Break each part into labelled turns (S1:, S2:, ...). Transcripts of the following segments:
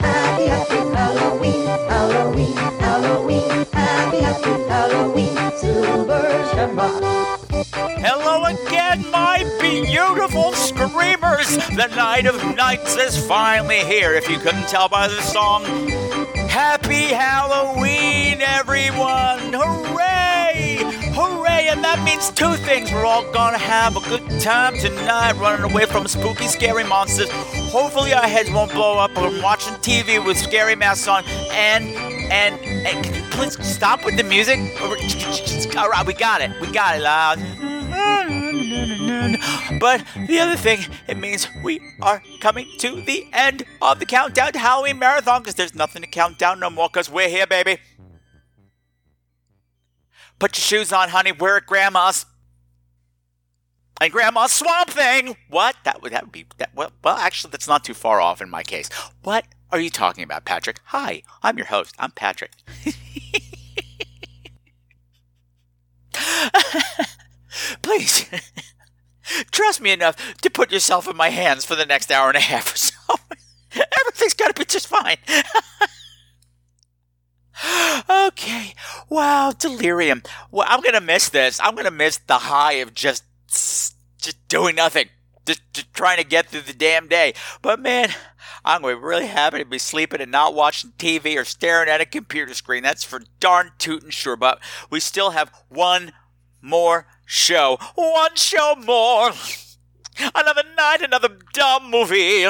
S1: Happy happy Halloween, Halloween, Halloween. Happy happy Halloween, Silver Shamrock.
S2: Hello again, my beautiful screamers! The night of nights is finally here, if you couldn't tell by the song. Happy Halloween, everyone! Hooray! Hooray! And that means two things. We're all gonna have a good time tonight, running away from spooky, scary monsters. Hopefully, our heads won't blow up. We're watching TV with scary masks on, and and, and can you please stop with the music? All right, we got it. We got it loud. But the other thing, it means we are coming to the end of the Countdown to Halloween Marathon because there's nothing to count down no more because we're here, baby. Put your shoes on, honey. We're at Grandma's. And Grandma's Swamp Thing! What? That would, that would be. That, well, well, actually, that's not too far off in my case. What are you talking about, Patrick? Hi, I'm your host. I'm Patrick. Please. trust me enough to put yourself in my hands for the next hour and a half or so. Everything's got to be just fine. okay. Wow, delirium. Well, I'm going to miss this. I'm going to miss the high of just just doing nothing. Just, just trying to get through the damn day. But man, I'm going to be really happy to be sleeping and not watching TV or staring at a computer screen. That's for darn tootin' sure. But we still have one more show. One show more. Another night, another dumb movie.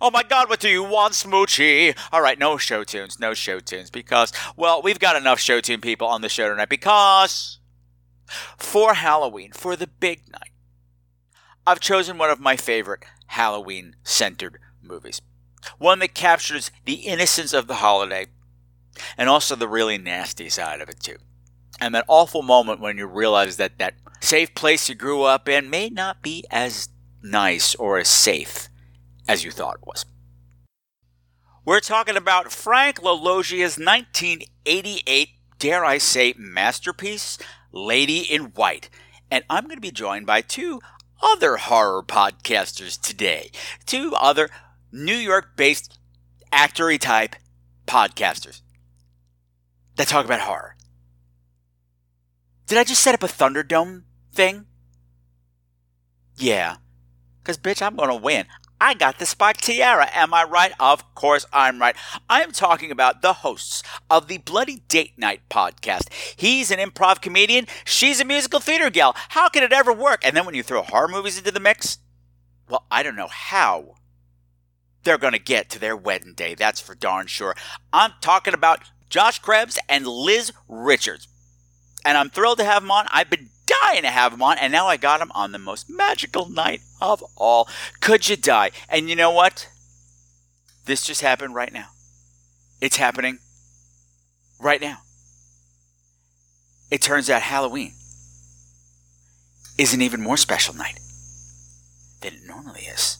S2: Oh my god, what do you want, Smoochie? Alright, no show tunes, no show tunes, because, well, we've got enough show tune people on the show tonight, because for Halloween, for the big night, I've chosen one of my favorite Halloween centered movies. One that captures the innocence of the holiday and also the really nasty side of it, too and that awful moment when you realize that that safe place you grew up in may not be as nice or as safe as you thought it was. We're talking about Frank LaLogia's 1988, dare I say, masterpiece, Lady in White. And I'm going to be joined by two other horror podcasters today, two other New York based actory type podcasters that talk about horror. Did I just set up a Thunderdome thing? Yeah. Because, bitch, I'm going to win. I got the spot tiara. Am I right? Of course I'm right. I'm talking about the hosts of the Bloody Date Night podcast. He's an improv comedian. She's a musical theater gal. How could it ever work? And then when you throw horror movies into the mix, well, I don't know how they're going to get to their wedding day. That's for darn sure. I'm talking about Josh Krebs and Liz Richards and I'm thrilled to have him on. I've been dying to have him on, and now I got him on the most magical night of all. Could you die? And you know what? This just happened right now. It's happening right now. It turns out Halloween is an even more special night than it normally is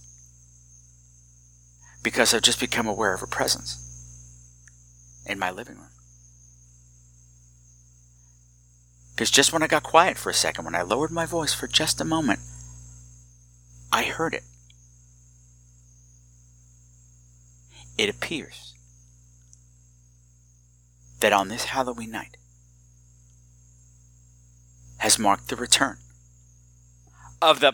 S2: because I've just become aware of a presence in my living room. Because just when I got quiet for a second, when I lowered my voice for just a moment, I heard it. It appears that on this Halloween night has marked the return of the.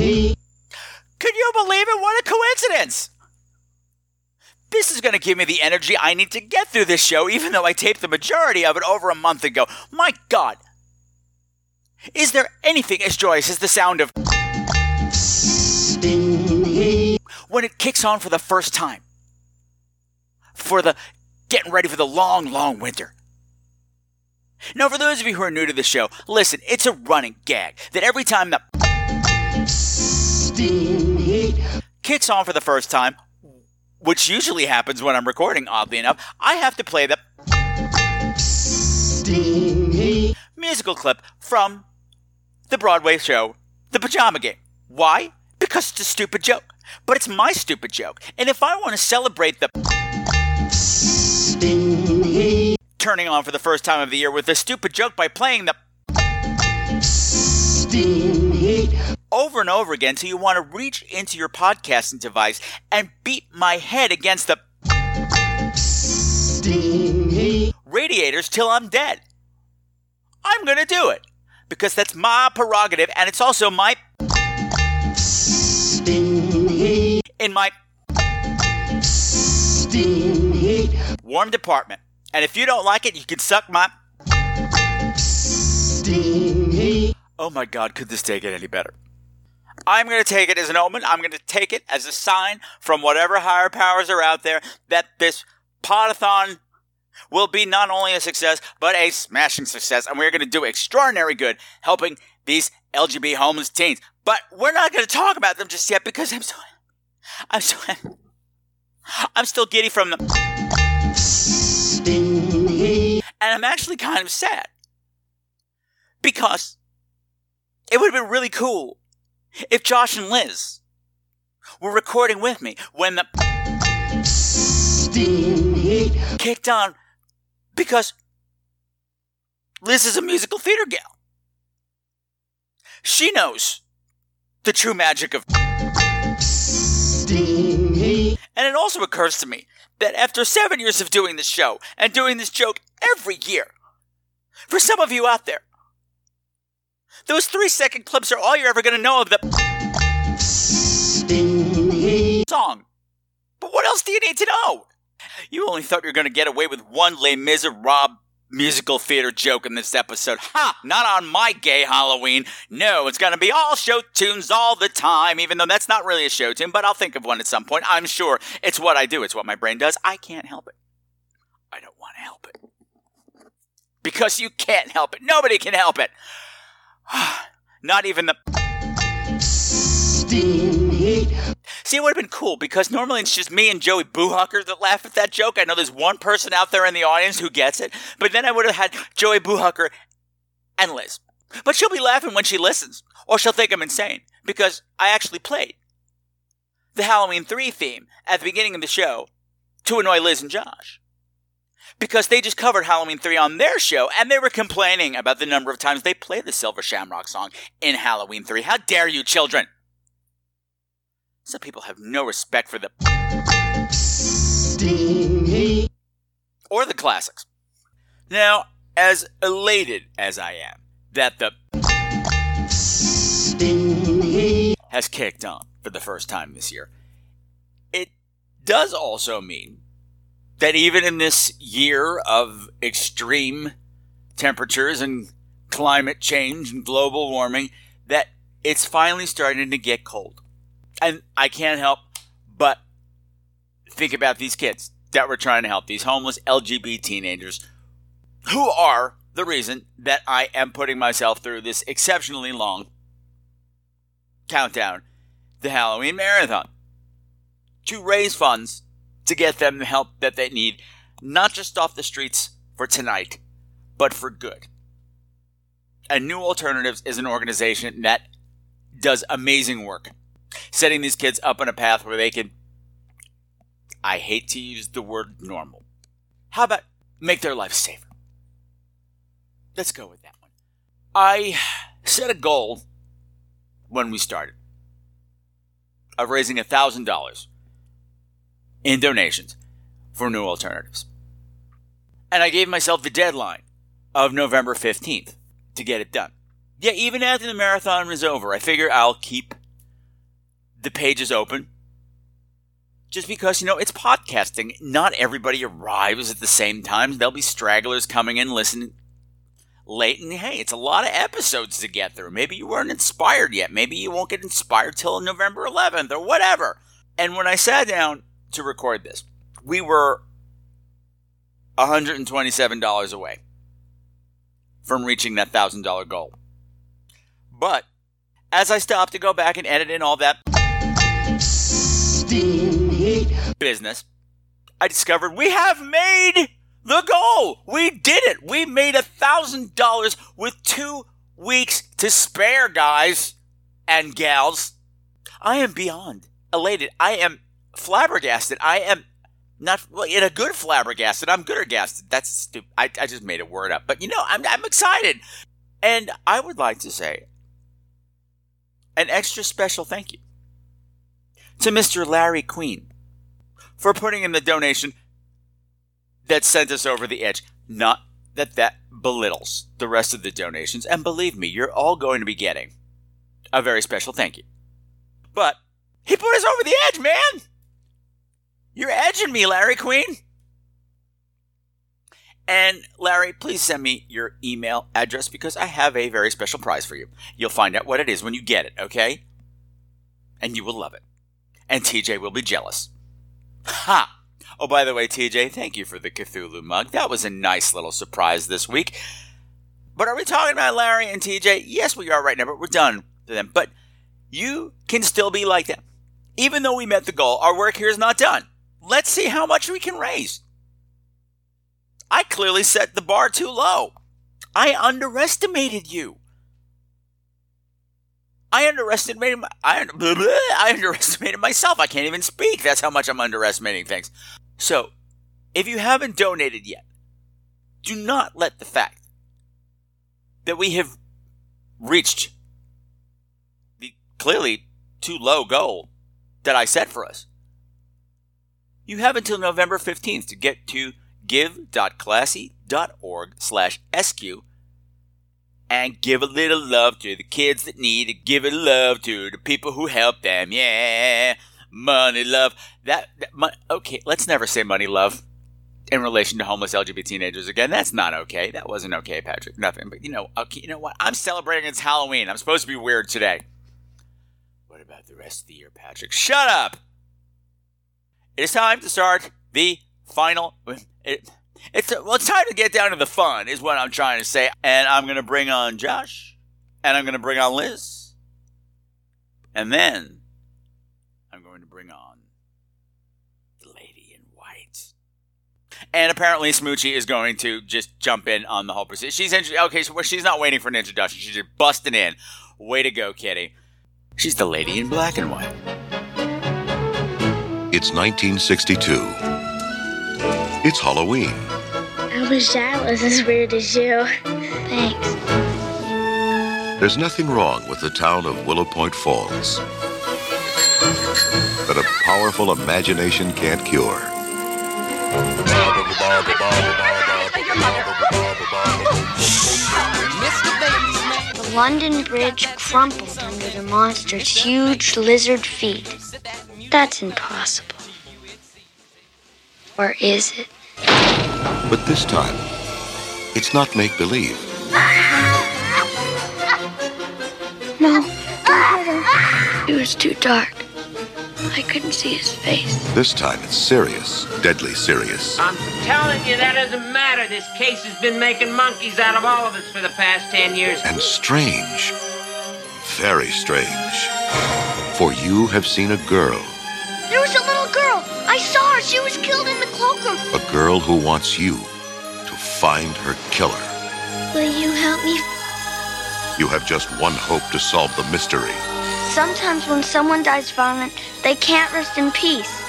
S2: Could you believe it? What a coincidence! This is going to give me the energy I need to get through this show, even though I taped the majority of it over a month ago. My God! Is there anything as joyous as the sound of. When it kicks on for the first time? For the. getting ready for the long, long winter. Now, for those of you who are new to the show, listen, it's a running gag that every time the. kids song for the first time, which usually happens when I'm recording, oddly enough, I have to play the musical clip from the Broadway show, The Pajama Game. Why? Because it's a stupid joke. But it's my stupid joke. And if I want to celebrate the turning on for the first time of the year with a stupid joke by playing the over and over again till you want to reach into your podcasting device and beat my head against the radiators till I'm dead. I'm going to do it because that's my prerogative and it's also my in my warm department. And if you don't like it, you can suck my Oh my god, could this day get any better? I'm going to take it as an omen. I'm going to take it as a sign from whatever higher powers are out there that this potathon will be not only a success, but a smashing success. And we're going to do extraordinary good helping these LGB homeless teens. But we're not going to talk about them just yet because I'm so. I'm so. I'm still giddy from them. And I'm actually kind of sad. Because it would have been really cool if Josh and Liz were recording with me when the kicked on because Liz is a musical theater gal. She knows the true magic of. And it also occurs to me that after seven years of doing this show and doing this joke every year, for some of you out there, those three second clips are all you're ever going to know of the song. But what else do you need to know? You only thought you were going to get away with one Les Miserables musical theater joke in this episode. Ha! Not on my gay Halloween. No, it's going to be all show tunes all the time, even though that's not really a show tune, but I'll think of one at some point. I'm sure it's what I do, it's what my brain does. I can't help it. I don't want to help it. Because you can't help it. Nobody can help it. Not even the. See, it would have been cool because normally it's just me and Joey Boohucker that laugh at that joke. I know there's one person out there in the audience who gets it, but then I would have had Joey Boohucker and Liz. But she'll be laughing when she listens, or she'll think I'm insane because I actually played the Halloween 3 theme at the beginning of the show to annoy Liz and Josh because they just covered Halloween 3 on their show and they were complaining about the number of times they played the Silver Shamrock song in Halloween 3. How dare you, children! Some people have no respect for the. Or the classics. Now, as elated as I am that the. has kicked on for the first time this year, it does also mean that even in this year of extreme temperatures and climate change and global warming that it's finally starting to get cold. And I can't help but think about these kids that we're trying to help, these homeless LGB teenagers who are the reason that I am putting myself through this exceptionally long countdown, the Halloween marathon to raise funds to get them the help that they need, not just off the streets for tonight, but for good. And New Alternatives is an organization that does amazing work, setting these kids up on a path where they can, I hate to use the word normal, how about make their life safer? Let's go with that one. I set a goal when we started of raising $1,000 in donations for new alternatives. And I gave myself the deadline of November 15th to get it done. Yeah, even after the marathon was over, I figure I'll keep the pages open. Just because, you know, it's podcasting. Not everybody arrives at the same time. There'll be stragglers coming in listening late. And hey, it's a lot of episodes to get through. Maybe you weren't inspired yet. Maybe you won't get inspired till November 11th or whatever. And when I sat down to record this, we were $127 away from reaching that $1,000 goal. But as I stopped to go back and edit in all that
S1: Dean Heat.
S2: business, I discovered we have made the goal. We did it. We made a thousand dollars with two weeks to spare, guys and gals. I am beyond elated. I am flabbergasted. I am not well, in a good flabbergasted. I'm goodergasted. That's stupid. I, I just made a word up, but you know, I'm I'm excited, and I would like to say an extra special thank you to Mr. Larry Queen for putting in the donation that sent us over the edge. Not that that belittles the rest of the donations, and believe me, you're all going to be getting a very special thank you. But he put us over the edge, man! You're edging me, Larry Queen! And Larry, please send me your email address because I have a very special prize for you. You'll find out what it is when you get it, okay? And you will love it. And TJ will be jealous. Ha! Oh, by the way, TJ, thank you for the Cthulhu mug. That was a nice little surprise this week. But are we talking about Larry and TJ? Yes, we are right now, but we're done to them. But you can still be like them. Even though we met the goal, our work here is not done. Let's see how much we can raise. I clearly set the bar too low. I underestimated you. I underestimated my, I, under- blah, blah, I underestimated myself. I can't even speak. That's how much I'm underestimating things. So, if you haven't donated yet, do not let the fact that we have reached the clearly too low goal that I set for us. You have until November 15th to get to give.classy.org slash SQ and give a little love to the kids that need it. Give it love to the people who help them. Yeah, money, love. That, that mon- okay. Let's never say money, love, in relation to homeless LGBT teenagers again. That's not okay. That wasn't okay, Patrick. Nothing. But you know, okay. You know what? I'm celebrating. It's Halloween. I'm supposed to be weird today. What about the rest of the year, Patrick? Shut up. It is time to start the final. It, it's well, it's time to get down to the fun, is what I'm trying to say. And I'm gonna bring on Josh, and I'm gonna bring on Liz, and then I'm going to bring on the lady in white. And apparently, Smoochie is going to just jump in on the whole procedure. She's in, okay. So well, she's not waiting for an introduction. She's just busting in. Way to go, Kitty. She's the lady in black and white.
S3: It's 1962. It's Halloween.
S4: I wish I was as weird as you. Thanks.
S3: There's nothing wrong with the town of Willow Point Falls that a powerful imagination can't cure.
S4: The London Bridge crumpled under the monster's huge lizard feet. That's impossible. Or is it?
S3: But this time, it's not make believe.
S4: No, don't hurt her. It was too dark. I couldn't see his face.
S3: This time, it's serious, deadly serious.
S5: I'm telling you, that doesn't matter. This case has been making monkeys out of all of us for the past ten years.
S3: and strange. Very strange. For you have seen a girl,
S4: There was a little girl. I saw her. She was killed in the cloakroom.
S3: a girl who wants you to find her killer.
S4: Will you help me?
S3: You have just one hope to solve the mystery,
S4: Sometimes when someone dies violent, they can't rest in peace.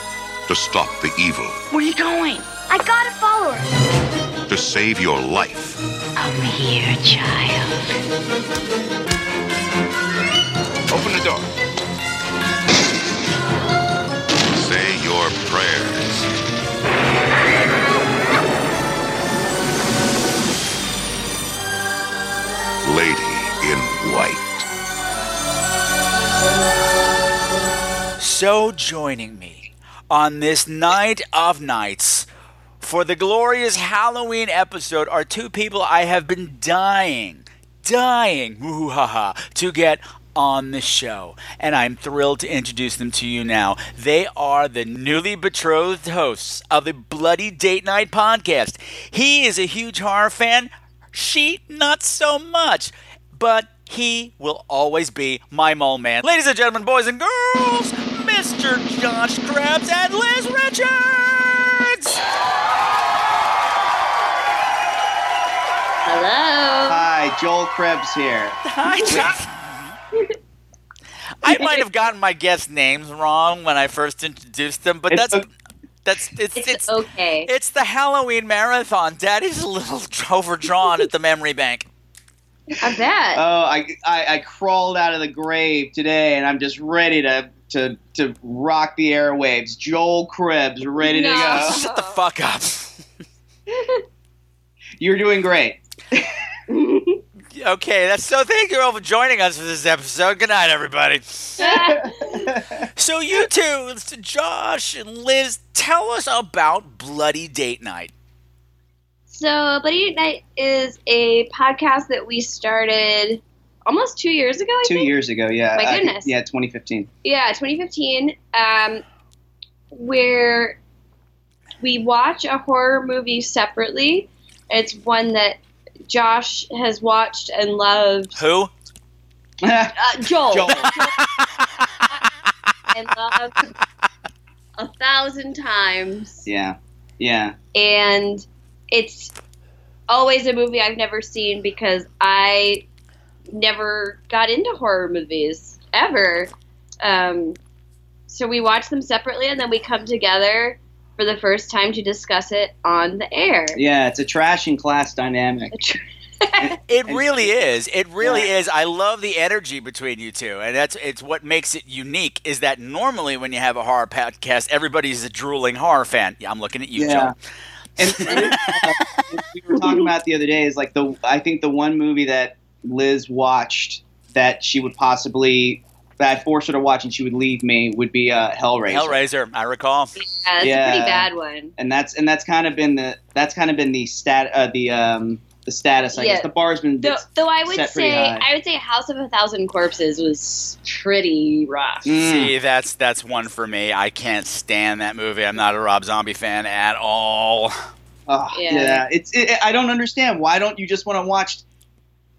S3: to stop the evil,
S4: Where are you going? I gotta follow her.
S3: to save your life.
S4: Come here, child.
S3: Open the door. Say your prayers. Lady in White.
S2: So joining me on this night of nights for the glorious Halloween episode are two people I have been dying, dying, woo ha ha, to get on the show. And I'm thrilled to introduce them to you now. They are the newly betrothed hosts of the Bloody Date Night podcast. He is a huge horror fan, she not so much, but he will always be my mole man. Ladies and gentlemen, boys and girls, Mr. Josh Gray. Adams and Liz Richards!
S6: Hello.
S7: Hi, Joel Krebs here.
S2: Hi, John. I might have gotten my guest names wrong when I first introduced them, but
S7: It's
S2: that's
S7: okay.
S2: that's it's
S6: It's,
S2: it's
S6: okay.
S2: it's the Halloween marathon. Daddy's a little overdrawn at the memory bank.
S6: I bet.
S7: Oh, I, I I crawled out of the grave today, and I'm just ready to to to rock the airwaves. Joel Krebs, ready to
S6: No.
S7: go.
S2: Shut the fuck up.
S7: You're doing great.
S2: Okay, that's so. Thank you all for joining us for this episode. Good night, everybody. So you two, it's Josh and Liz, tell us about Bloody Date Night.
S6: So, Bloody Date Night is a podcast that we started almost two years ago. I
S7: Two
S6: think.
S7: years ago, yeah.
S6: My
S7: I think-
S6: goodness.
S7: yeah, 2015.
S6: Yeah, 2015. Um, where we watch a horror movie separately. It's one that Josh has watched and loved.
S2: Who?
S6: Uh, Joel.
S7: Joel.
S6: and loved a thousand times.
S7: yeah, yeah.
S6: and it's always a movie I've never seen because I never got into horror movies ever. Um, so we watch them separately and then we come together for the first time to discuss it on the air.
S7: Yeah, it's a trash and class dynamic.
S2: It
S7: And-
S2: really is. It really
S7: Yeah.
S2: is. I love the energy between you two, and that's it's what makes it unique. Is that normally when you have a horror podcast, everybody's a drooling horror fan. Yeah, I'm looking at you,
S7: Yeah.
S2: Joel.
S7: And, and, uh, we were talking about the other day is like the I think the one movie that Liz watched that she would possibly that I forced her to watch and she would leave me would be uh, Hellraiser.
S2: Hellraiser, I recall.
S6: Yeah, it's a
S7: Yeah.
S6: pretty bad one.
S7: and that's and that's kind of been the that's kind of been the stat uh, the um the status I guess
S6: Yeah.
S7: the bar's been
S6: Though, though I would
S7: set pretty
S6: say
S7: high.
S6: I would say House of a Thousand Corpses was pretty rough.
S7: Mm.
S2: See, that's that's one for me. I can't stand that movie. I'm not a Rob Zombie fan at all.
S7: oh,
S6: Yeah.
S7: yeah. it's it, I don't understand why don't you just want to watch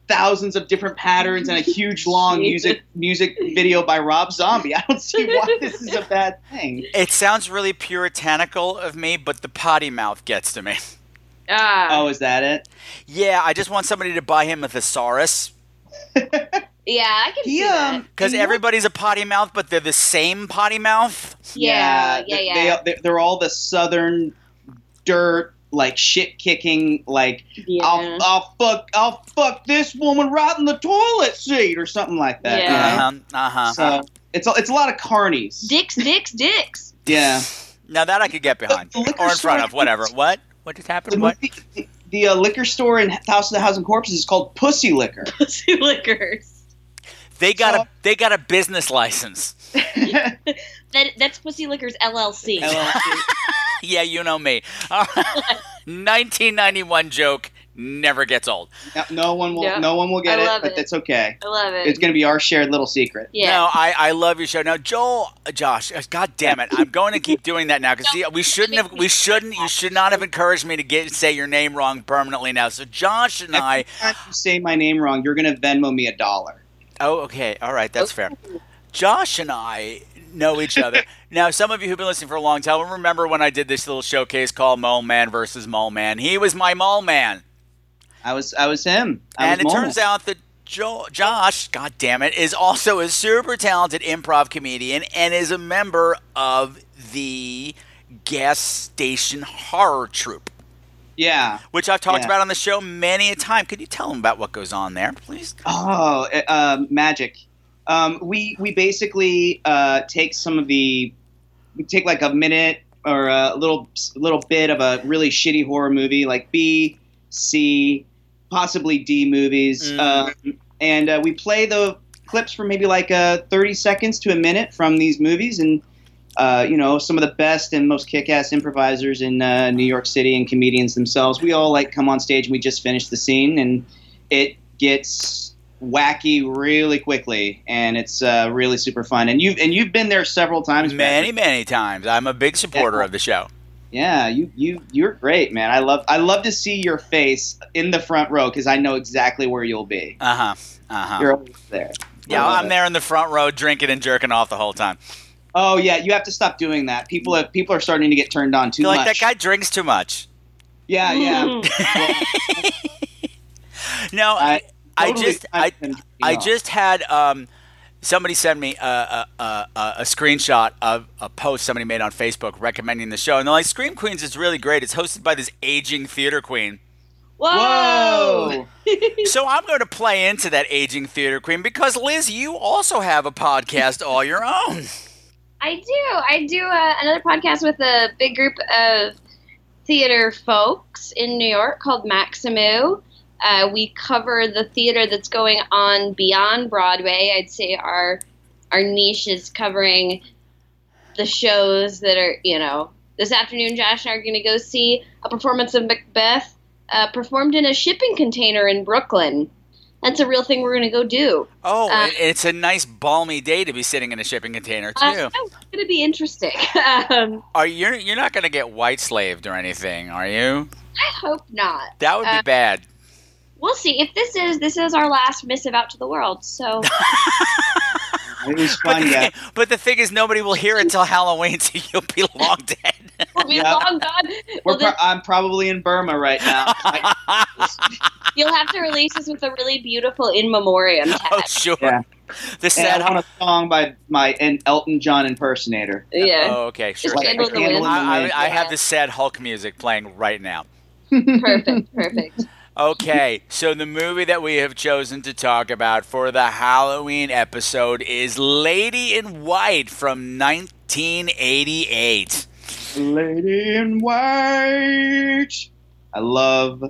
S7: thousands of different patterns and a huge long music music video by Rob Zombie I don't see why this is a bad thing
S2: It sounds really puritanical of me, but the potty mouth gets to me.
S6: Ah,
S7: oh is that it
S2: Yeah, I just want somebody to buy him a thesaurus.
S6: yeah, I can see
S7: he um
S2: Because
S7: he-
S2: everybody's a potty mouth, but they're the same potty mouth.
S6: that. Yeah, yeah,
S7: they-
S6: yeah.
S7: they, they're all the southern dirt like shit kicking like
S6: yeah.
S7: I'll, I'll fuck I'll fuck this woman right in the toilet seat or something like that. you
S6: Yeah.
S7: know?
S2: Uh-huh. Uh-huh.
S7: So it's a, it's a lot of carnies.
S6: dicks, dicks, dicks.
S7: Yeah.
S2: now that I could get behind.
S7: The liquor
S2: or in front
S7: store-
S2: of, whatever. What? What just
S7: The,
S2: happened? What?
S7: movie, the, the uh, liquor store in House of the Thousand Corpses is called Pussy Liquor.
S6: pussy liquors.
S2: They got a they got a business license.
S6: That that's Pussy Liquors LLC.
S7: LLC.
S2: yeah, you know me. All right. 1991 joke never gets old.
S7: No, no one will
S6: Yeah.
S7: no one will get
S6: I
S7: it,
S6: love
S7: but
S6: it.
S7: that's okay.
S6: I love it.
S7: It's going to be our shared little
S2: No,
S7: secret.
S6: yeah.
S2: I, I love your show. Now, Joel, uh, Josh, uh, God damn it, I'm going to keep doing that now because we shouldn't have, we shouldn't, you should not have encouraged me to get say your name wrong permanently now. So Josh and I,
S7: Every time you say my name wrong, you're going to Venmo me a dollar.
S2: Oh, okay. All right. That's fair. Josh and I know each other. now, some of you who've been listening for a long time will remember when I did this little showcase called Mole Man versus Mole Man. He was my Mole Man.
S7: I was I was him. I
S2: and it
S7: was
S2: turns out that jo- Josh, God damn it, is also a super talented improv comedian and is a member of the Gas Station Horror Troupe,
S7: yeah.
S2: which I've talked
S7: Yeah.
S2: about on the show many a time. Could you tell them about what goes on there, please?
S7: Oh, uh, um, magic. Um, we we basically uh, take some of the we take like a minute or a little little bit of a really shitty horror movie, like B, C, possibly D movies,
S2: Mm.
S7: um, and uh, we play the clips for maybe like uh, thirty seconds to a minute from these movies and. Uh, you know some of the best and most kick-ass improvisers in uh, New York City and comedians themselves. We all like come on stage and we just finish the scene, and it gets wacky really quickly, and it's uh, really super fun. And you and you've been there several times,
S2: Many,
S7: Patrick.
S2: many times. I'm a big supporter
S7: Yeah.
S2: of the show.
S7: Yeah, you you you're great, man. I love I love to see your face in the front row because I know exactly where you'll be.
S2: Uh huh. Uh huh.
S7: You're always there.
S2: Yeah,
S7: I love
S2: I'm
S7: it.
S2: there in the front row drinking and jerking off the whole time.
S7: Oh yeah, you have to stop doing that. People have people are starting to get turned on too
S2: You're like that
S7: much.
S2: guy drinks too much.
S7: Yeah, yeah.
S2: No, I, I
S7: totally
S2: just
S7: find
S2: I,
S7: them to be
S2: I
S7: off.
S2: just had um, somebody send me a, a, a, a- a screenshot of a post somebody made on Facebook recommending the show, and they're like, "Scream Queens is really great. It's hosted by this aging theater queen."
S6: Whoa!
S7: Whoa.
S2: so I'm going to play into that aging theater queen because Liz, you also have a podcast all your own.
S6: I do. I do uh, another podcast with a big group of theater folks in New York called Maximu. Uh, we cover the theater that's going on beyond Broadway. I'd say our our niche is covering the shows that are you know. This afternoon, Josh and I are going to go see a performance of Macbeth uh, performed in a shipping container in Brooklyn. That's a real thing we're going to go do.
S2: Oh,
S6: Uh,
S2: and it's a nice balmy day to be sitting in a shipping container too.
S6: Uh, oh, it's going to be interesting. um,
S2: Are you? You're not going to get white slaved or anything, are you?
S6: I hope not.
S2: That would be
S6: Uh,
S2: bad.
S6: We'll see. If this is this is our last missive out to the world, so
S7: It was fun, yeah.
S2: But the thing is, nobody will hear it till Halloween, so you'll be long dead.
S6: we'll be
S7: Yeah.
S6: long gone.
S7: We're
S6: Well,
S7: pro-
S6: then
S7: I'm probably in Burma right now. I-
S6: you'll have to release this with a really beautiful in memoriam tag.
S2: oh, sure.
S7: Yeah.
S2: The sad.
S7: and I want a song by my an Elton John impersonator.
S6: yeah,
S2: Oh, okay, sure.
S6: Just
S7: Like
S6: Candle
S7: a
S6: in the
S7: candle
S6: Wind.
S7: in the
S2: I,
S7: wind.
S2: I, I have the sad Hulk music playing right now.
S6: perfect, perfect.
S2: Okay, so the movie that we have chosen to talk about for the Halloween episode is Lady in White from 1988.
S7: Lady in White. I love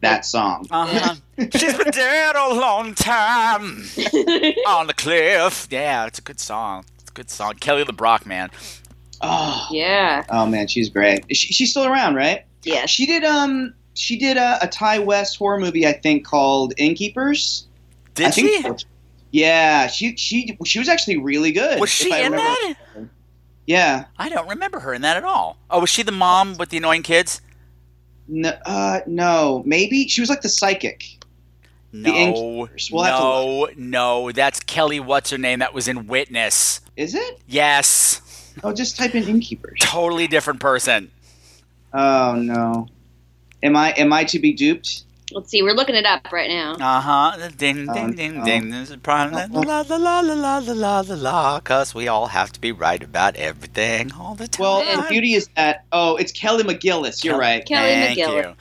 S7: that song.
S2: Uh-huh. She's been dead a long time on the cliff. Yeah, it's a good song. It's a good song. Kelly LeBrock, man.
S7: Oh,
S6: yeah,
S7: oh man, she's great. She, she's still around, right?
S6: yes.
S7: She did um she did a, a Ty West horror movie I think called Innkeepers.
S2: Did
S7: I
S2: she?
S7: think Yeah, she she she was actually really good.
S2: Was
S7: if
S2: she
S7: I
S2: in
S7: remember.
S2: that?
S7: Yeah.
S2: I don't remember her in that at all. Oh, was she the mom with the annoying kids?
S7: No, uh, no, maybe she was like the psychic. The
S2: No,
S7: Innkeepers. We'll have to
S2: no, no. That's Kelly. What's her name? That was in Witness.
S7: Is it?
S2: Yes,
S7: Oh, just type in innkeepers.
S2: totally different person.
S7: Oh no, am I am I to be duped?
S6: Let's see. We're looking it up right now.
S2: Uh huh. Ding,
S7: Oh,
S2: ding, ding,
S7: no.
S2: ding. This is problem.
S7: oh,
S2: La la la la la la la la la. Cause we all have to be right about everything all the time.
S7: Well, the beauty is that oh, it's Kelly McGillis. You're right. Eh,
S6: Kelly
S2: Thank
S6: McGillis.
S2: you.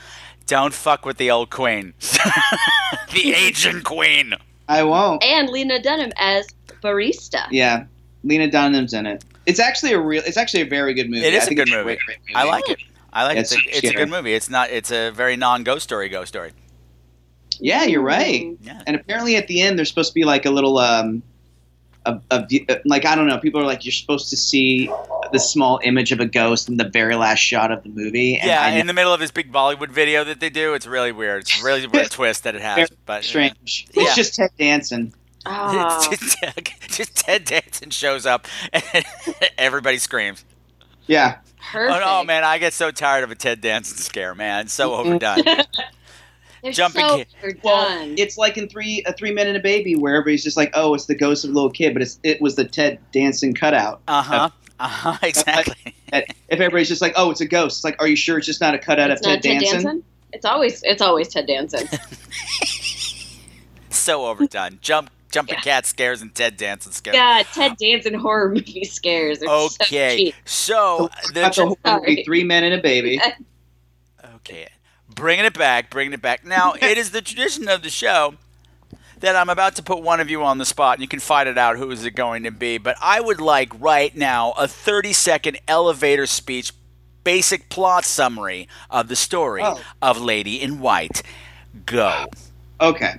S2: Don't fuck with the old queen, the aging queen.
S7: I won't.
S6: And Lena Dunham as barista.
S7: Yeah, Lena Dunham's in it. It's actually a real. It's actually a very good movie.
S2: It is
S7: I
S2: a
S7: think
S2: good
S7: it's
S2: movie.
S7: great, great movie.
S2: I like it. I like
S7: It's
S2: it. It's a, it's a
S7: scary.
S2: good movie. It's not. It's a very non-ghost story. Ghost story.
S7: Yeah, you're right.
S6: Mm.
S2: Yeah.
S7: And apparently, at the end, there's supposed to be like a little um, a, a view- uh, like I don't know. People are like, you're supposed to see the small image of a ghost in the very last shot of the movie. And
S2: yeah,
S7: I know
S2: in the middle of this big Bollywood video that they do, it's really weird. It's really weird twist that it has.
S7: Very
S2: But
S7: strange.
S2: Yeah.
S7: It's just Ted Danson.
S6: Ah.
S2: It's just, just Ted Danson shows up and everybody screams.
S7: Yeah.
S6: perfect.
S2: Oh no, man! I get so tired of a Ted Danson scare, man. It's so overdone.
S6: They're
S2: Jumping
S6: so
S2: kid.
S7: Well,
S6: overdone.
S7: it's like in three a three men and a baby where everybody's just like, oh, it's the ghost of a little kid, but it's it was the Ted Danson cutout.
S2: Uh huh. Uh huh. Exactly.
S7: And if everybody's just like, oh, it's a ghost, it's like, are you sure it's just not a cutout
S6: it's
S7: of Ted,
S6: not Ted
S7: Danson?
S6: Danson. It's always it's always Ted Danson.
S2: So overdone. Jump, jumping
S6: Yeah.
S2: cat scares and Ted Danson scares.
S6: God, Ted Danson horror movie scares. Are So
S2: Okay.
S6: cheap.
S2: So uh,
S7: Not the
S2: the
S7: Oh, whole movie,
S6: Sorry.
S7: three men and a baby.
S2: Okay. Bringing it back, bringing it back. Now, it is the tradition of the show that I'm about to put one of you on the spot and you can find it out who is it going to be, but I would like right now a 30-second elevator speech basic plot summary of the story
S7: Oh.
S2: of Lady in White. Go.
S7: Okay.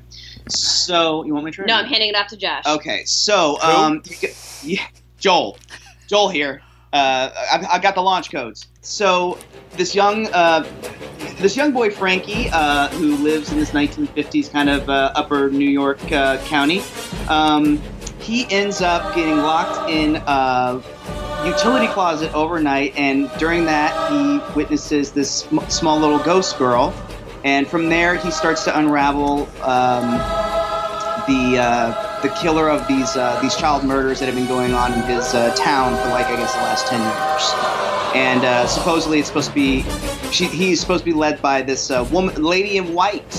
S7: So you want me to? try?
S6: No, I'm handing it off to Josh.
S7: Okay. So um, you get- yeah, Joel, Joel here. Uh, I've, I've got the launch codes. So this young uh, this young boy Frankie, uh, who lives in this 1950s kind of uh, upper New York uh, county, um, he ends up getting locked in a utility closet overnight, and during that he witnesses this sm- small little ghost girl, and from there he starts to unravel um, the uh, the killer of these uh, these child murders that have been going on in his uh, town for like I guess the last ten years. And uh, supposedly it's supposed to be she, he's supposed to be led by this uh, woman, lady in white,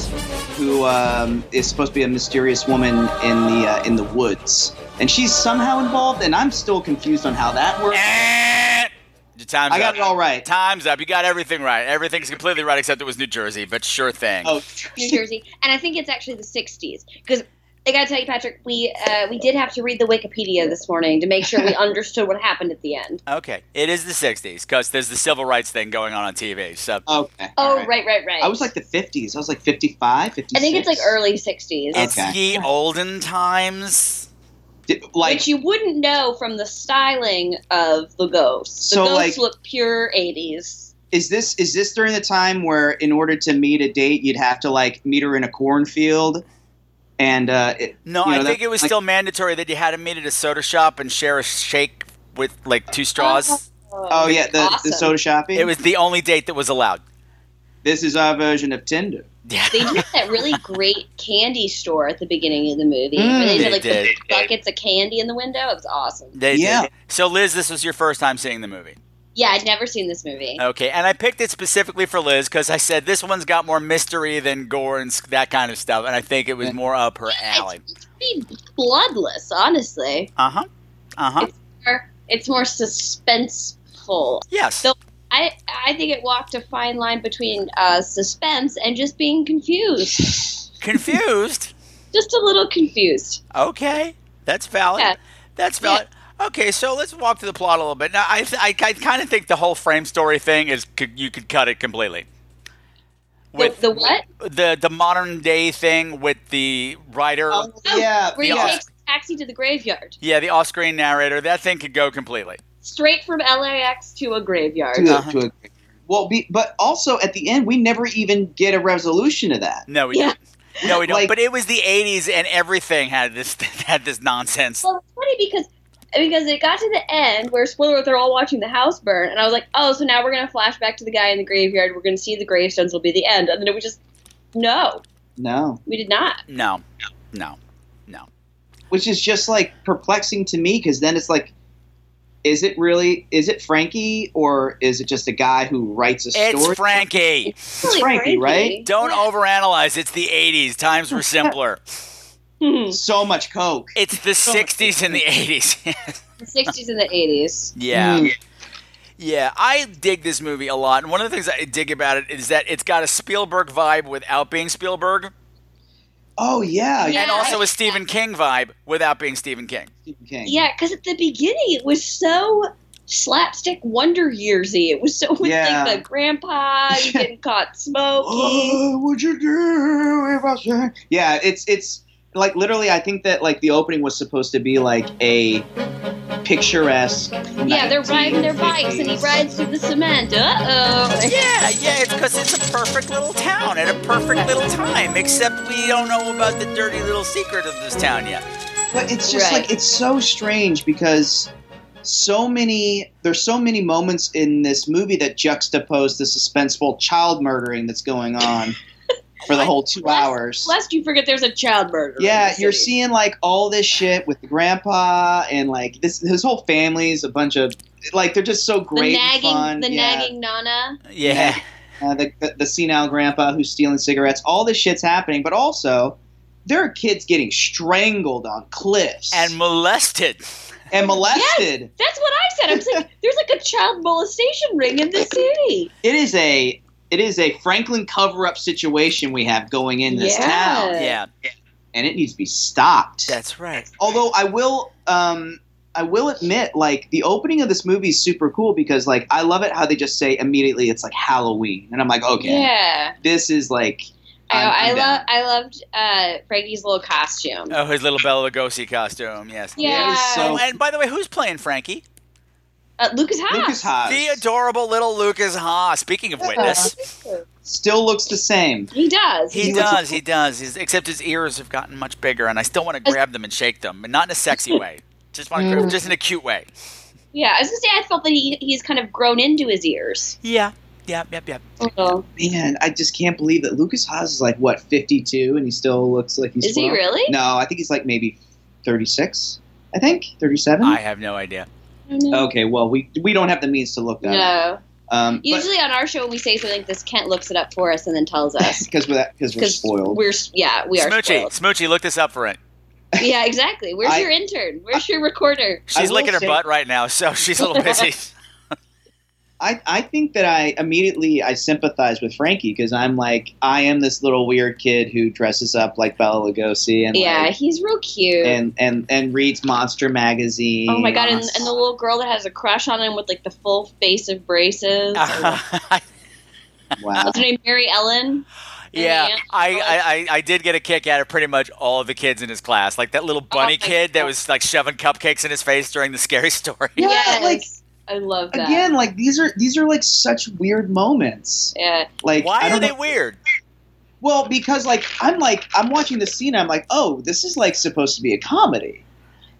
S7: who um, is supposed to be a mysterious woman in the uh, in the woods. And she's somehow involved, and I'm still confused on how that works.
S2: Eh, Your time's
S7: I got
S2: up.
S7: it all right.
S2: Time's up. You got everything right. Everything's completely right except it was New Jersey, but sure thing.
S7: Oh,
S6: New Jersey, and I think it's actually the '60s because I gotta tell you, Patrick, we uh, we did have to read the Wikipedia this morning to make sure we understood what happened at the end.
S2: Okay. It is the 60s because there's the civil rights thing going on on TV. So
S7: okay. all
S6: Oh, right, right, right.
S7: I was like the 50s. I was like 55, 56.
S6: I think it's like early '60s,
S2: it's
S7: Okay.
S2: ye olden times.
S7: Did- like
S6: which you wouldn't know from the styling of the ghosts. The
S7: So,
S6: ghosts
S7: like-
S6: look pure '80s.
S7: is this is this during the time where in order to meet a date you'd have to like meet her in a cornfield and uh it,
S2: No,
S7: you know,
S2: I think
S7: that-
S2: it was
S7: like,
S2: still mandatory that you had to meet at a soda shop and share a shake with like two straws.
S7: oh yeah the,
S6: awesome.
S7: the soda shopping
S2: It was the only date that was allowed.
S7: this is our version of tinder
S2: Yeah.
S6: They did that really great candy store at the beginning of the movie. where
S7: Mm,
S6: they,
S2: they
S6: had like the
S2: did.
S6: buckets of candy in the window. It was awesome.
S2: They did.
S7: Yeah.
S2: So Liz, this was your first time seeing the movie.
S6: Yeah, I'd never seen this movie.
S2: Okay, and I picked it specifically for Liz because I said this one's got more mystery than gore and s- that kind of stuff, and I think it was more up her alley.
S6: Pretty bloodless, honestly.
S2: Uh huh. Uh huh.
S6: Or It's more suspenseful.
S2: Yes.
S6: Though- I I think it walked a fine line between uh, suspense and just being confused.
S2: Confused.
S6: Just a little confused.
S2: Okay, that's valid.
S6: Yeah.
S2: That's valid. Okay, so let's walk through the plot a little bit. Now, I th- I, I kind of think the whole frame story thing is could, you could cut it completely. With
S6: the, the what?
S2: the the modern day thing with the writer,
S7: oh, yeah
S6: Where he
S2: yeah.
S6: takes a taxi to the graveyard.
S2: yeah, the off-screen narrator, that thing could go completely.
S6: Straight from LAX to a graveyard.
S7: to, a-
S2: Uh-huh.
S7: to a, well be, but also at the end we never even get a resolution to that
S2: No, we
S6: Yeah.
S2: don't. No, we don't.
S7: Like-
S2: but it was the '80s, and everything had this had this nonsense.
S6: Well, it's funny because because it got to the end where spoiler alert, they're all watching the house burn, and I was like, oh, so now we're gonna flash back to the guy in the graveyard. We're gonna see the gravestones. Will be the end, and then it was just no,
S7: no
S6: we did not.
S2: No, no,
S7: which is just like perplexing to me because then it's like is it really is it frankie or is it just a guy who writes a story
S2: it's Frankie.
S6: Really crazy.
S7: Frankie, right?
S2: Don't overanalyze. It's the '80s. Times were simpler.
S6: Hmm.
S7: so much coke
S2: It's the '60s and the '80s.
S6: the '60s and the '80s.
S2: yeah.
S7: Mm.
S2: Yeah, I dig this movie a lot. And one of the things I dig about it is that it's got a Spielberg vibe without being Spielberg,
S7: oh yeah
S6: Yeah.
S2: and also a Stephen King vibe without being Stephen King.
S7: Stephen King.
S6: Yeah, because at the beginning it was so slapstick Wonder Yearsy. It was so with
S7: Yeah.
S6: like the grandpa you getting caught smoking.
S7: Oh, would you do if I said? Yeah, it's it's like literally. I think that like the opening was supposed to be like a picturesque.
S6: yeah, they're riding their bikes and he rides through the cement. Uh oh.
S2: Yeah, yeah, it's because it's a perfect little town at a perfect little time, except we don't know about the dirty little secret of this town yet.
S7: But it's just
S6: Right.
S7: like it's so strange because so many there's so many moments in this movie that juxtapose the suspenseful child murdering that's going on for the whole two
S6: Last-
S7: hours.
S6: Lest you forget there's a child murder.
S7: Yeah, you're seeing like all this shit with the grandpa and like this his whole family's a bunch of like they're just so
S6: the
S7: great and
S6: nagging,
S7: fun.
S6: the
S7: yeah.
S6: nagging Nana.
S2: Yeah.
S7: Uh, the, the the senile grandpa who's stealing cigarettes. All this shit's happening, but also there are kids getting strangled on cliffs
S2: And molested.
S7: and molested.
S6: That's what I said. I was like, there's like a child molestation ring in the city.
S7: It is a it is a Franklin cover up situation we have going in this
S6: Yeah.
S7: town,
S2: Yeah,
S7: and it needs to be stopped.
S2: that's right.
S7: although I will um I will admit like the opening of this movie is super cool because like I love it how they just say immediately it's like Halloween and I'm like okay
S6: Yeah,
S7: this is like
S6: I,
S7: I'm-
S6: I,
S7: I'm
S6: love.
S7: down.
S6: I loved uh, Frankie's little costume.
S2: Oh, his little Bella Lugosi costume, yes.
S6: Yeah.
S7: It is
S2: Oh,
S7: so
S2: and by the way, who's playing Frankie?
S6: Uh, Lucas Haas.
S7: Lucas Haas
S2: The adorable little Lucas Ha. Speaking of witness,
S7: still looks the same.
S6: He does.
S2: he
S7: He looks-
S2: does, he does. He's, except his ears have gotten much bigger, and I still want to grab them and shake them, but not in a sexy way. Just want to grab, just in a cute way.
S6: Yeah, I was gonna say I felt that he he's kind of grown into his ears.
S2: Yeah, yeah, yep, yep.
S6: Oh,
S7: Man, I just can't believe that Lucas Haas is like what 52 and he still looks like he's
S6: Is he
S7: 12?
S6: really?
S7: No, I think he's like maybe 36, I think 37.
S2: I have no idea.
S7: okay, well we we don't have the means to look that. up.
S6: No.
S7: Um,
S6: Usually on our show, when we say something like this, Kent looks it up for us and then tells us.
S7: because we're because we're
S6: Because
S7: spoiled.
S6: we're, yeah, we are. spoiled.
S2: Smoochie, Smoochie, look this up for it.
S6: Yeah, exactly. Where's
S7: I-
S6: your intern? Where's your recorder?
S2: She's
S7: will
S2: licking her
S7: say-
S2: butt right now, so she's a little busy.
S7: I, I think that I immediately I sympathize with Frankie because I'm like I am this little weird kid who dresses up like Bella Lugosi and
S6: Yeah,
S7: like,
S6: he's real cute.
S7: and and and reads Monster magazine.
S6: oh my god, and,
S7: Monst-
S6: and the little girl that has a crush on him with like the full face of braces.
S2: Ah.
S7: wow.
S6: What's her name? Mary Ellen.
S2: yeah,
S6: aunt.
S2: I, I, I, I did get a kick out of pretty much all of the kids in his class. Like that little bunny
S6: my
S2: kid that
S6: God.
S2: was like shoving cupcakes in his face during the scary story.
S7: Yeah,
S6: yes, I love that.
S7: Again, like these are these are like such weird moments.
S6: yeah,
S7: Like I
S2: Why
S7: don't
S2: are they
S7: know-
S2: weird?
S7: Well, because like I'm like I'm watching the scene. I'm like, oh, this is like supposed to be a comedy.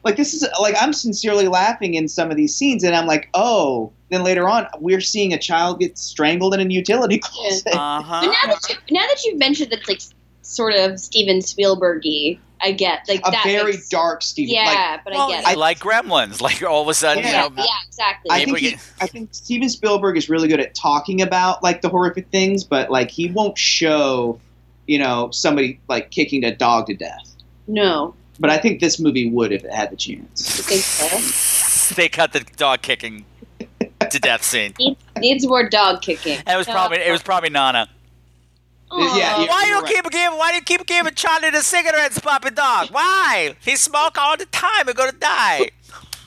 S7: Like this is like I'm sincerely laughing in some of these scenes, and I'm like, oh. Then later on, we're seeing a child get strangled in a utility closet.
S2: Uh
S6: but now
S2: huh.
S6: that you now that you've mentioned that's like sort of Steven Spielberg-y, I get like
S7: a
S6: that
S7: very
S6: makes-
S7: dark Steven.
S6: Yeah,
S7: Like,
S6: but
S2: Well,
S6: I get it.
S2: like, Gremlins, like all of a sudden,
S7: Yeah,
S2: you know,
S6: yeah, exactly.
S7: I
S2: Maybe
S7: think
S2: we
S7: he, I think Steven Spielberg is really good at talking about like the horrific things, but like he won't show, you know, somebody like kicking a dog to death.
S6: no,
S7: But I think this movie would if it had the chance.
S6: you think so?
S2: they cut the dog kicking to death scene.
S6: Needs, needs more dog kicking.
S2: And it was probably it was probably Nana.
S6: Aw.
S7: Yeah, yeah.
S2: Why you
S7: you're right.
S2: keep giving? Why do you keep giving Charlie the cigarettes, Puppy Dog? Why? He smoke all the time. He gonna die.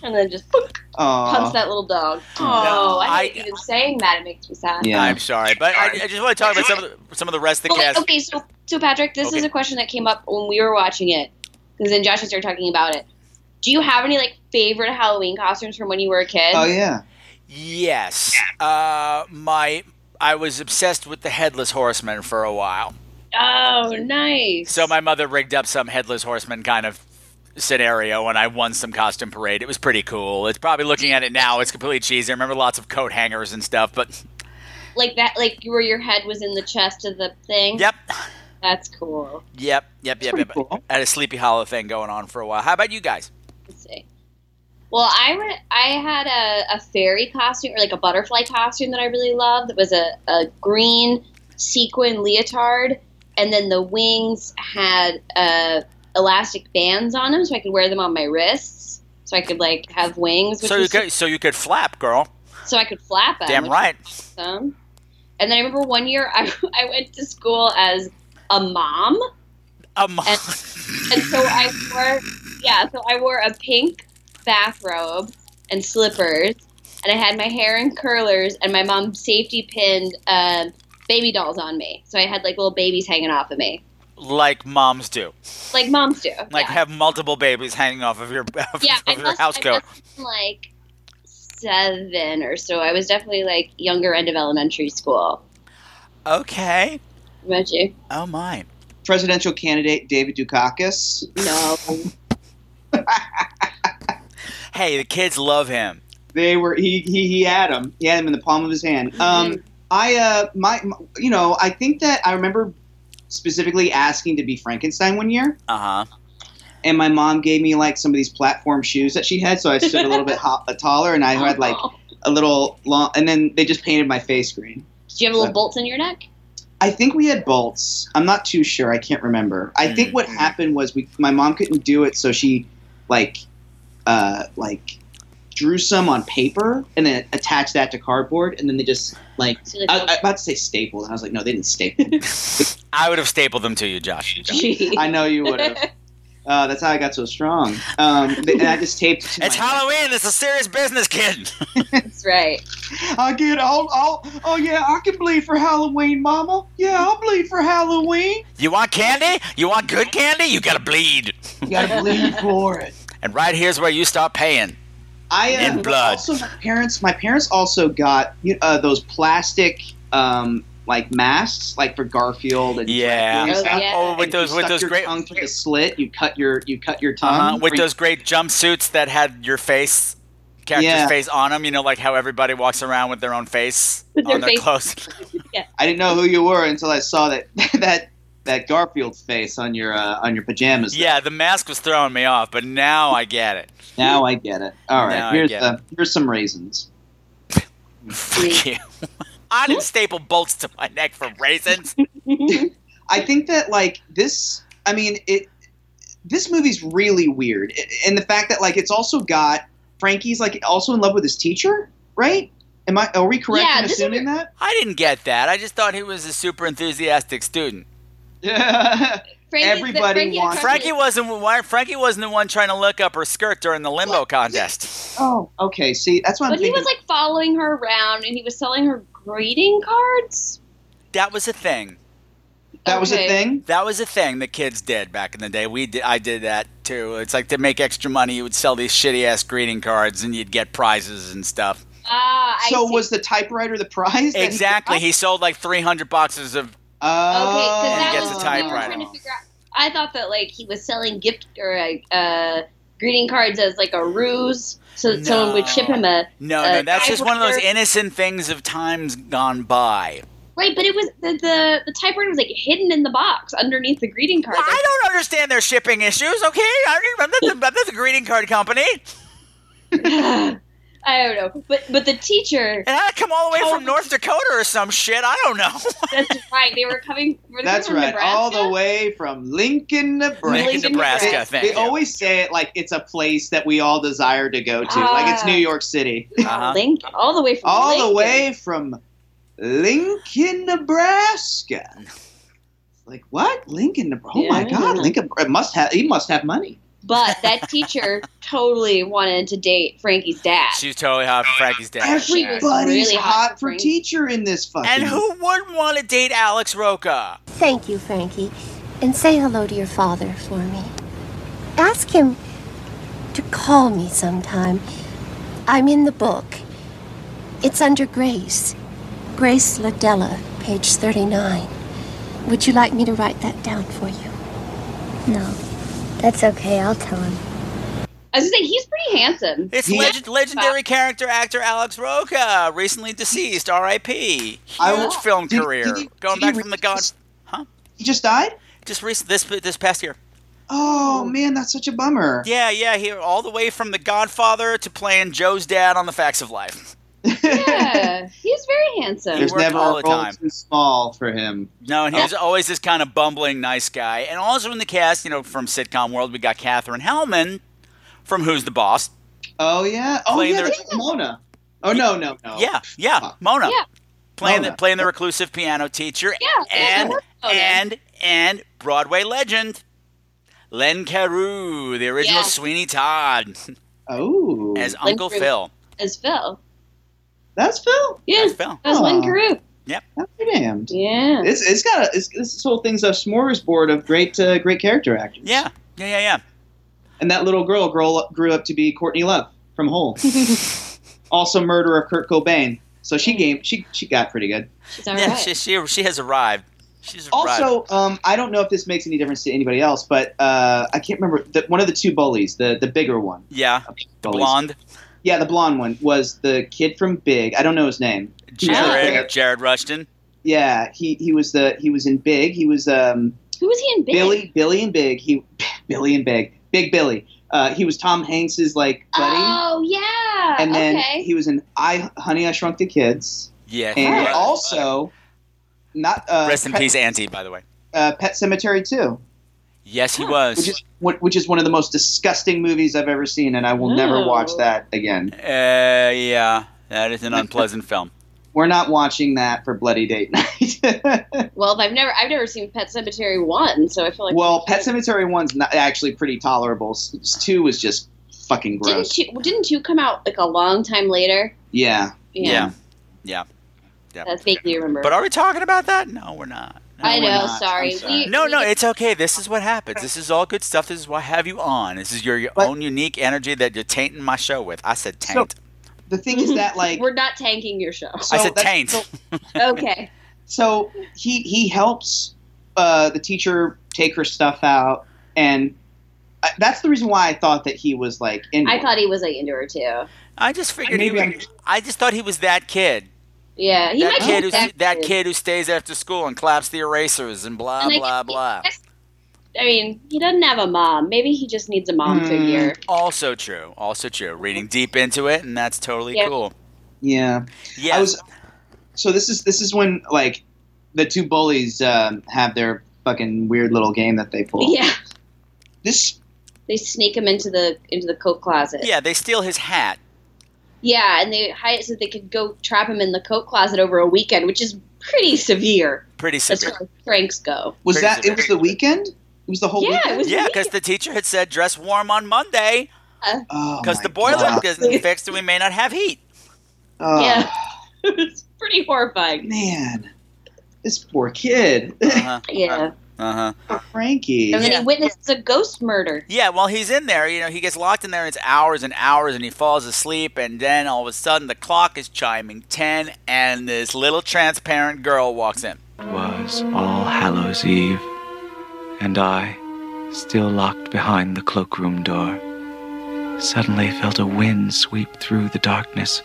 S6: And then just boop, punch
S7: Aw.
S6: that little dog. Oh,
S2: No,
S6: I hate
S2: I-
S6: even saying that. It makes me sad.
S7: Yeah.
S2: I'm sorry, but I, I just want to talk about some of the, some of the rest of the
S6: Well,
S2: cast.
S6: okay, so so Patrick, this is
S2: Okay.
S6: a question that came up when we were watching it, because then Josh and I started talking about it. Do you have any like favorite Halloween costumes from when you were a kid?
S7: Oh yeah.
S2: Yes, uh, my I was obsessed with the headless horseman for a while.
S6: Oh, nice.
S2: So my mother rigged up some headless horseman kind of scenario, and I won some costume parade. It was pretty cool. It's probably looking at it now, it's completely cheesy. I remember lots of coat hangers and stuff, but
S6: like that, like where your head was in the chest of the thing.
S2: yep,
S6: that's cool.
S2: yep, yep, yep,
S7: pretty
S2: yep.
S7: cool.
S2: I had a Sleepy Hollow thing going on for a while. How about you guys?
S6: Let's see. Well, I went, I had a, a fairy costume or like a butterfly costume that I really loved. That was a, a green sequin leotard, and then the wings had uh, elastic bands on them, so I could wear them on my wrists, so I could like have wings. Which
S2: So you
S6: was-
S2: could, so you could flap, girl.
S6: so I could flap them.
S2: Damn
S6: which
S2: right.
S6: was awesome. And then I remember one year I, I went to school as a mom,
S2: A mo-
S6: and, and so I wore yeah, so I wore a pink bathrobe and slippers, and I had my hair in curlers, and my mom safety pinned um, baby dolls on me, so I had like little babies hanging off of me,
S2: like moms do.
S6: like moms do.
S2: Like
S6: yeah,
S2: have multiple babies hanging off of your of,
S6: yeah I
S2: of your
S6: must,
S2: house
S6: I
S2: coat.
S6: must have been, like seven or so. I was definitely like younger end of elementary school.
S2: Okay.
S6: What about you?
S2: Oh my.
S7: Presidential candidate David Dukakis.
S6: No.
S2: Hey, the kids love him.
S7: They were he he he had him. He had him in the palm of his hand.
S6: Mm-hmm.
S7: Um, I uh my, my you know I think that I remember specifically asking to be Frankenstein one year.
S2: Uh huh.
S7: and my mom gave me like some of these platform shoes that she had, so I stood a little bit ho- taller, and I had like
S6: Oh.
S7: a little long, and then they just painted my face green.
S6: Did you have
S7: uh,
S6: little bolts in your neck?
S7: I think we had bolts. I'm not too sure. I can't remember. I think what happened was we, my mom couldn't do it, so she like, uh, like drew some on paper and then attached that to cardboard, and then they just like.
S6: So, like,
S7: I, I was about to say stapled, and I was like, no, they didn't staple.
S2: I would have stapled them to you, Josh.
S6: gee.
S7: I know you would have. Uh, that's how I got so strong. Um, they- and I just taped. it to
S2: It's
S7: my-
S2: Halloween. It's a serious business, kid.
S6: That's right.
S7: I get all, all, oh yeah, I can bleed for Halloween, Mama. Yeah, I'll bleed for Halloween.
S2: You want candy? You want good candy? You gotta bleed.
S7: You gotta bleed for it.
S2: And right here's where you start paying.
S7: I uh,
S2: In blood.
S7: Also, my parents, my parents also got you- uh, those plastic, um, like masks, like for Garfield and
S2: Yeah.
S7: Dracula and
S6: Oh,
S7: stuff.
S6: yeah.
S2: Oh,
S7: And
S2: with those
S7: you
S2: with
S7: stuck
S2: those
S7: your
S2: great
S7: tongue through the slit. You cut your you cut your tongue
S2: uh-huh, with
S7: Or you-
S2: those great jumpsuits that had your face character's
S7: Yeah.
S2: face on them. You know, like how everybody walks around with their own face
S6: With their
S2: on their
S6: face.
S2: clothes.
S7: I didn't know who you were until I saw that that that Garfield face on your uh, on your pajamas.
S2: Yeah, the mask was throwing me off, but now I get it.
S7: Now I get it. All
S2: Now
S7: right,
S2: I
S7: here's
S2: get
S7: the, here's some raisins.
S2: Fuck you. I didn't staple bolts to my neck for raisins.
S7: I think that like this. I mean, it. This movie's really weird, I- and the fact that like it's also got Frankie's like also in love with his teacher, right? Am I? Are we correct
S6: Yeah,
S7: in
S6: this is
S7: assuming that?
S2: I didn't get that. I just thought he was a super enthusiastic student.
S7: Yeah.
S6: Frankie's the-
S7: Everybody
S6: Frankie
S7: wants-
S6: has
S2: Frankie
S6: it.
S2: wasn't. Why, Frankie wasn't the one trying to look up her skirt during the limbo contest.
S7: oh, okay. See, that's what I'm
S6: But he
S7: thinking.
S6: was like following her around, and he was selling her greeting cards.
S2: That was a thing.
S7: that was a
S6: okay.
S7: thing.
S2: That was a thing the kids did back in the day. We did, I did that too. It's like to make extra money, you would sell these shitty ass greeting cards and you'd get prizes and stuff.
S6: Ah, I
S7: So
S6: see.
S7: was the typewriter the prize? that he-
S2: Exactly. He sold like 300 boxes of.
S6: okay.
S7: Oh,
S6: Because
S2: And he
S6: that
S2: gets
S6: was what we
S2: a
S6: were
S2: typewriter.
S6: trying to figure out. I thought that like he was selling gift or uh, greeting cards as like a ruse, so that someone would ship him a
S2: No,
S6: Uh,
S2: no, that's just one of those
S6: typewriter.
S2: innocent things of times gone by.
S6: right. But it was the the, the typewriter was like hidden in the box underneath the greeting card.
S2: Well, I don't understand their shipping issues, okay? I don't, I'm, not the, I'm not the greeting card company.
S6: I don't know, but but the teacher.
S2: And I had to come all the way
S6: Oh.
S2: from North Dakota or some shit. I don't know.
S6: That's right. They were coming. Were they
S7: That's
S6: from
S7: right. All the
S6: Nebraska?
S7: way from Lincoln, Nebraska.
S6: Lincoln, Nebraska,
S7: They-
S2: thank
S7: they
S2: you.
S7: always say it like it's a place that we all desire to go to, like it's
S6: Ah.
S7: New York City.
S2: Uh-huh.
S6: Lincoln. All the way from
S7: all the
S6: Lincoln.
S7: way from Lincoln, Nebraska. Like what? Lincoln, Nebraska? Oh my
S6: Yeah.
S7: God, Lincoln it must have. He must have money.
S6: But that teacher totally wanted to date Frankie's dad.
S2: She was totally hot for Frankie's dad.
S6: She was
S7: Everybody's
S6: really
S7: hot,
S6: hot
S7: for
S6: for Frank.
S7: teacher in this fucking.
S2: And who wouldn't want to date Alex Roca?
S8: Thank you, Frankie. And say hello to your father for me. Ask him to call me sometime. I'm in the book. It's under Grace. Grace Ladella, page 39. Would you like me to write that down for you?
S4: No. That's okay, I'll tell him.
S6: I was saying he's pretty handsome.
S2: It's
S7: Yeah.
S2: legend, legendary character actor Alex Roca, recently deceased, R.I.P. Huge
S7: I-
S2: film
S7: Did-
S2: career,
S7: did he-
S2: going
S7: did
S2: back
S7: he
S2: from the God.
S7: just-
S2: Huh?
S7: He just died.
S2: Just recent this this past year.
S7: Oh man, that's such a bummer.
S2: Yeah, yeah, here all the way from The Godfather to playing Joe's dad on The Facts of Life.
S6: Yeah, he's very handsome.
S7: There's
S2: worked
S7: never
S2: all
S7: a
S2: the
S7: role
S2: time.
S7: too small for him.
S2: No,
S7: Oh.
S2: and he was always this kind of bumbling nice guy. And also in the cast, you know, from sitcom world, we got Katherine Hellman from Who's the Boss.
S7: Oh yeah. Oh
S2: Playing
S7: yeah.
S2: their-
S7: That's Mona. Oh no no no.
S2: Yeah, yeah,
S7: Fuck.
S2: Mona.
S6: Yeah.
S2: Playing
S7: Mona.
S2: the playing the reclusive piano teacher
S6: Yeah,
S2: and
S6: yeah, I worked on him.
S2: and and Broadway legend Len Carew, the original
S6: Yeah.
S2: Sweeney Todd
S7: Oh.
S2: as
S6: Len
S2: Uncle
S6: Carew.
S2: Phil.
S6: as Phil.
S7: that's Phil.
S6: Yeah,
S2: That's Phil.
S6: that's Lynn
S7: Aw.
S6: Carew.
S7: That's damned.
S6: Yeah.
S7: It's, it's got a, it's, this whole thing's a smorgasbord of great uh, great character actors.
S2: Yeah, yeah, yeah, yeah.
S7: And that little girl grew up, grew up to be Courtney Love from Hole. also murderer of Kurt Cobain. So she game she she got pretty good.
S6: She's all right.
S2: yeah she, she she has arrived. She's arrived.
S7: Also, um, I don't know if this makes any difference to anybody else, but uh, I can't remember the, one of the two bullies, the the bigger one.
S2: Yeah, the
S7: Bullies.
S2: blonde
S7: Yeah, the blonde one was the kid from Big. I don't know his name. He was like
S2: Jared
S7: the-
S2: Jared Rushton.
S7: yeah, he he was the he was in Big. He was um
S6: Who was he in Big?
S7: Billy Billy and Big. He Billy and Big. Big Billy. Uh, he was Tom Hanks's like buddy.
S6: Oh yeah.
S7: and then
S6: okay.
S7: he was in I Honey I Shrunk the Kids.
S2: Yeah,
S7: And
S2: yeah.
S7: also not uh,
S2: rest in
S7: Pet,
S2: peace, Auntie. By the way,
S7: uh, Pet Cemetery too.
S2: yes, he
S7: which
S2: was.
S7: is what- which is one of the most disgusting movies I've ever seen, and I will never
S6: No.
S7: watch that again.
S2: Uh, yeah, that is an unpleasant film.
S7: We're not watching that for Bloody Date Night.
S6: well, if I've never I've never seen Pet Cemetery one, so I feel like
S7: well, Pet Cemetery one's not actually pretty tolerable. S- s- Two was just fucking
S6: didn't
S7: gross.
S6: two, didn't two come out like a long time later?
S7: yeah,
S2: Yeah, yeah, yeah.
S6: That's vaguely remember.
S2: But are we talking about that? No, we're not. No,
S6: I
S2: we're
S6: know.
S2: not.
S6: Sorry. We,
S2: No,
S6: we-
S2: no, it's okay. This is what happens. This is all good stuff. This is why I have you on. This is your, your
S7: But-
S2: own unique energy that you're tainting my show with. I said
S7: So-
S2: taint.
S7: the thing is that like
S6: we're not tanking your show.
S7: so
S2: I said
S7: that's-
S2: taint.
S7: so-
S6: okay.
S7: so he he helps uh, the teacher take her stuff out, and I, that's the reason why I thought that he was like. Into
S6: I
S7: it.
S6: thought he was like into her too.
S2: I just figured
S7: Maybe
S2: he
S7: I'm-
S2: was, I just thought he was that kid.
S6: Yeah, he
S2: that
S6: might
S2: kid
S6: be
S2: who
S6: back
S2: that
S6: there.
S2: kid who stays after school and claps the erasers and blah
S6: And I
S2: blah
S6: guess-
S2: blah.
S6: I mean, he doesn't have a mom. Maybe he just needs a mom figure.
S2: Also true. Also true. Reading deep into it, and that's totally
S6: Yeah.
S2: cool.
S7: Yeah.
S2: Yeah.
S7: I was. So this is this is when like the two bullies um, have their fucking weird little game that they pull.
S6: Yeah,
S7: This
S6: they sneak him into the into the coat closet.
S2: Yeah, they steal his hat.
S6: Yeah, and they Hyatt said they could go trap him in the coat closet over a weekend, which is pretty severe
S2: Pretty
S6: as
S2: severe.
S6: far as pranks go.
S7: was
S2: Pretty
S7: that. It was the weekend. It was the whole
S6: Yeah, it
S7: weekend.
S6: was
S2: Yeah, because the teacher had said dress warm on Monday
S7: Oh,
S2: because
S7: my
S2: the boiler
S7: God.
S2: isn't fixed and we may not have heat.
S7: Oh,
S6: Yeah. it's pretty horrifying.
S7: man, this poor kid,
S2: Uh huh.
S6: Yeah,
S2: Uh huh.
S7: Frankie.
S6: and then
S2: Yeah.
S6: he witnesses a ghost murder.
S2: Yeah, while he's in there, you know, he gets locked in there and it's hours and hours and he falls asleep and then all of a sudden the clock is chiming 10 and this little transparent girl walks in.
S9: was All Hallows Eve, and I, still locked behind the cloakroom door, suddenly felt a wind sweep through the darkness,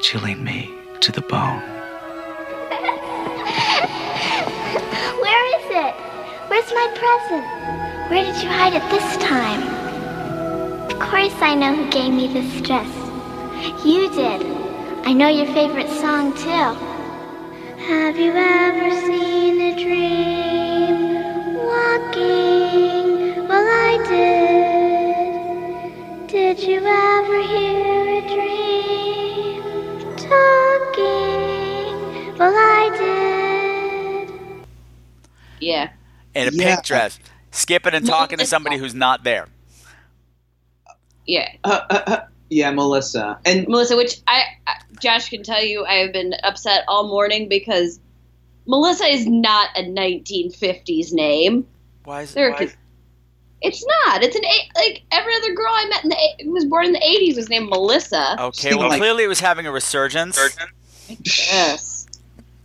S9: chilling me to the bone.
S4: Where is it? Where's my present? Where did you hide it this time? Of course I know who gave me this dress. You did. I know your favorite song too. Have you ever seen a dream walking? Well, I did. Did you ever hear a dream talking? Well, I did.
S6: Yeah,
S2: In a
S7: Yeah.
S2: pink dress, skipping and talking to somebody who's not there.
S6: yeah.
S7: Uh, uh, uh, yeah, Melissa. And
S6: Melissa, which I, I Josh can tell you, I have been upset all morning because Melissa is not a 1950s name.
S2: Why is
S6: There
S2: why-
S6: could- It's not. It's an eight, like every other girl I met in the eight- who was born in the 80s was named Melissa.
S2: Okay, well,
S7: Like-
S2: clearly it was having a resurgence.
S6: Yes.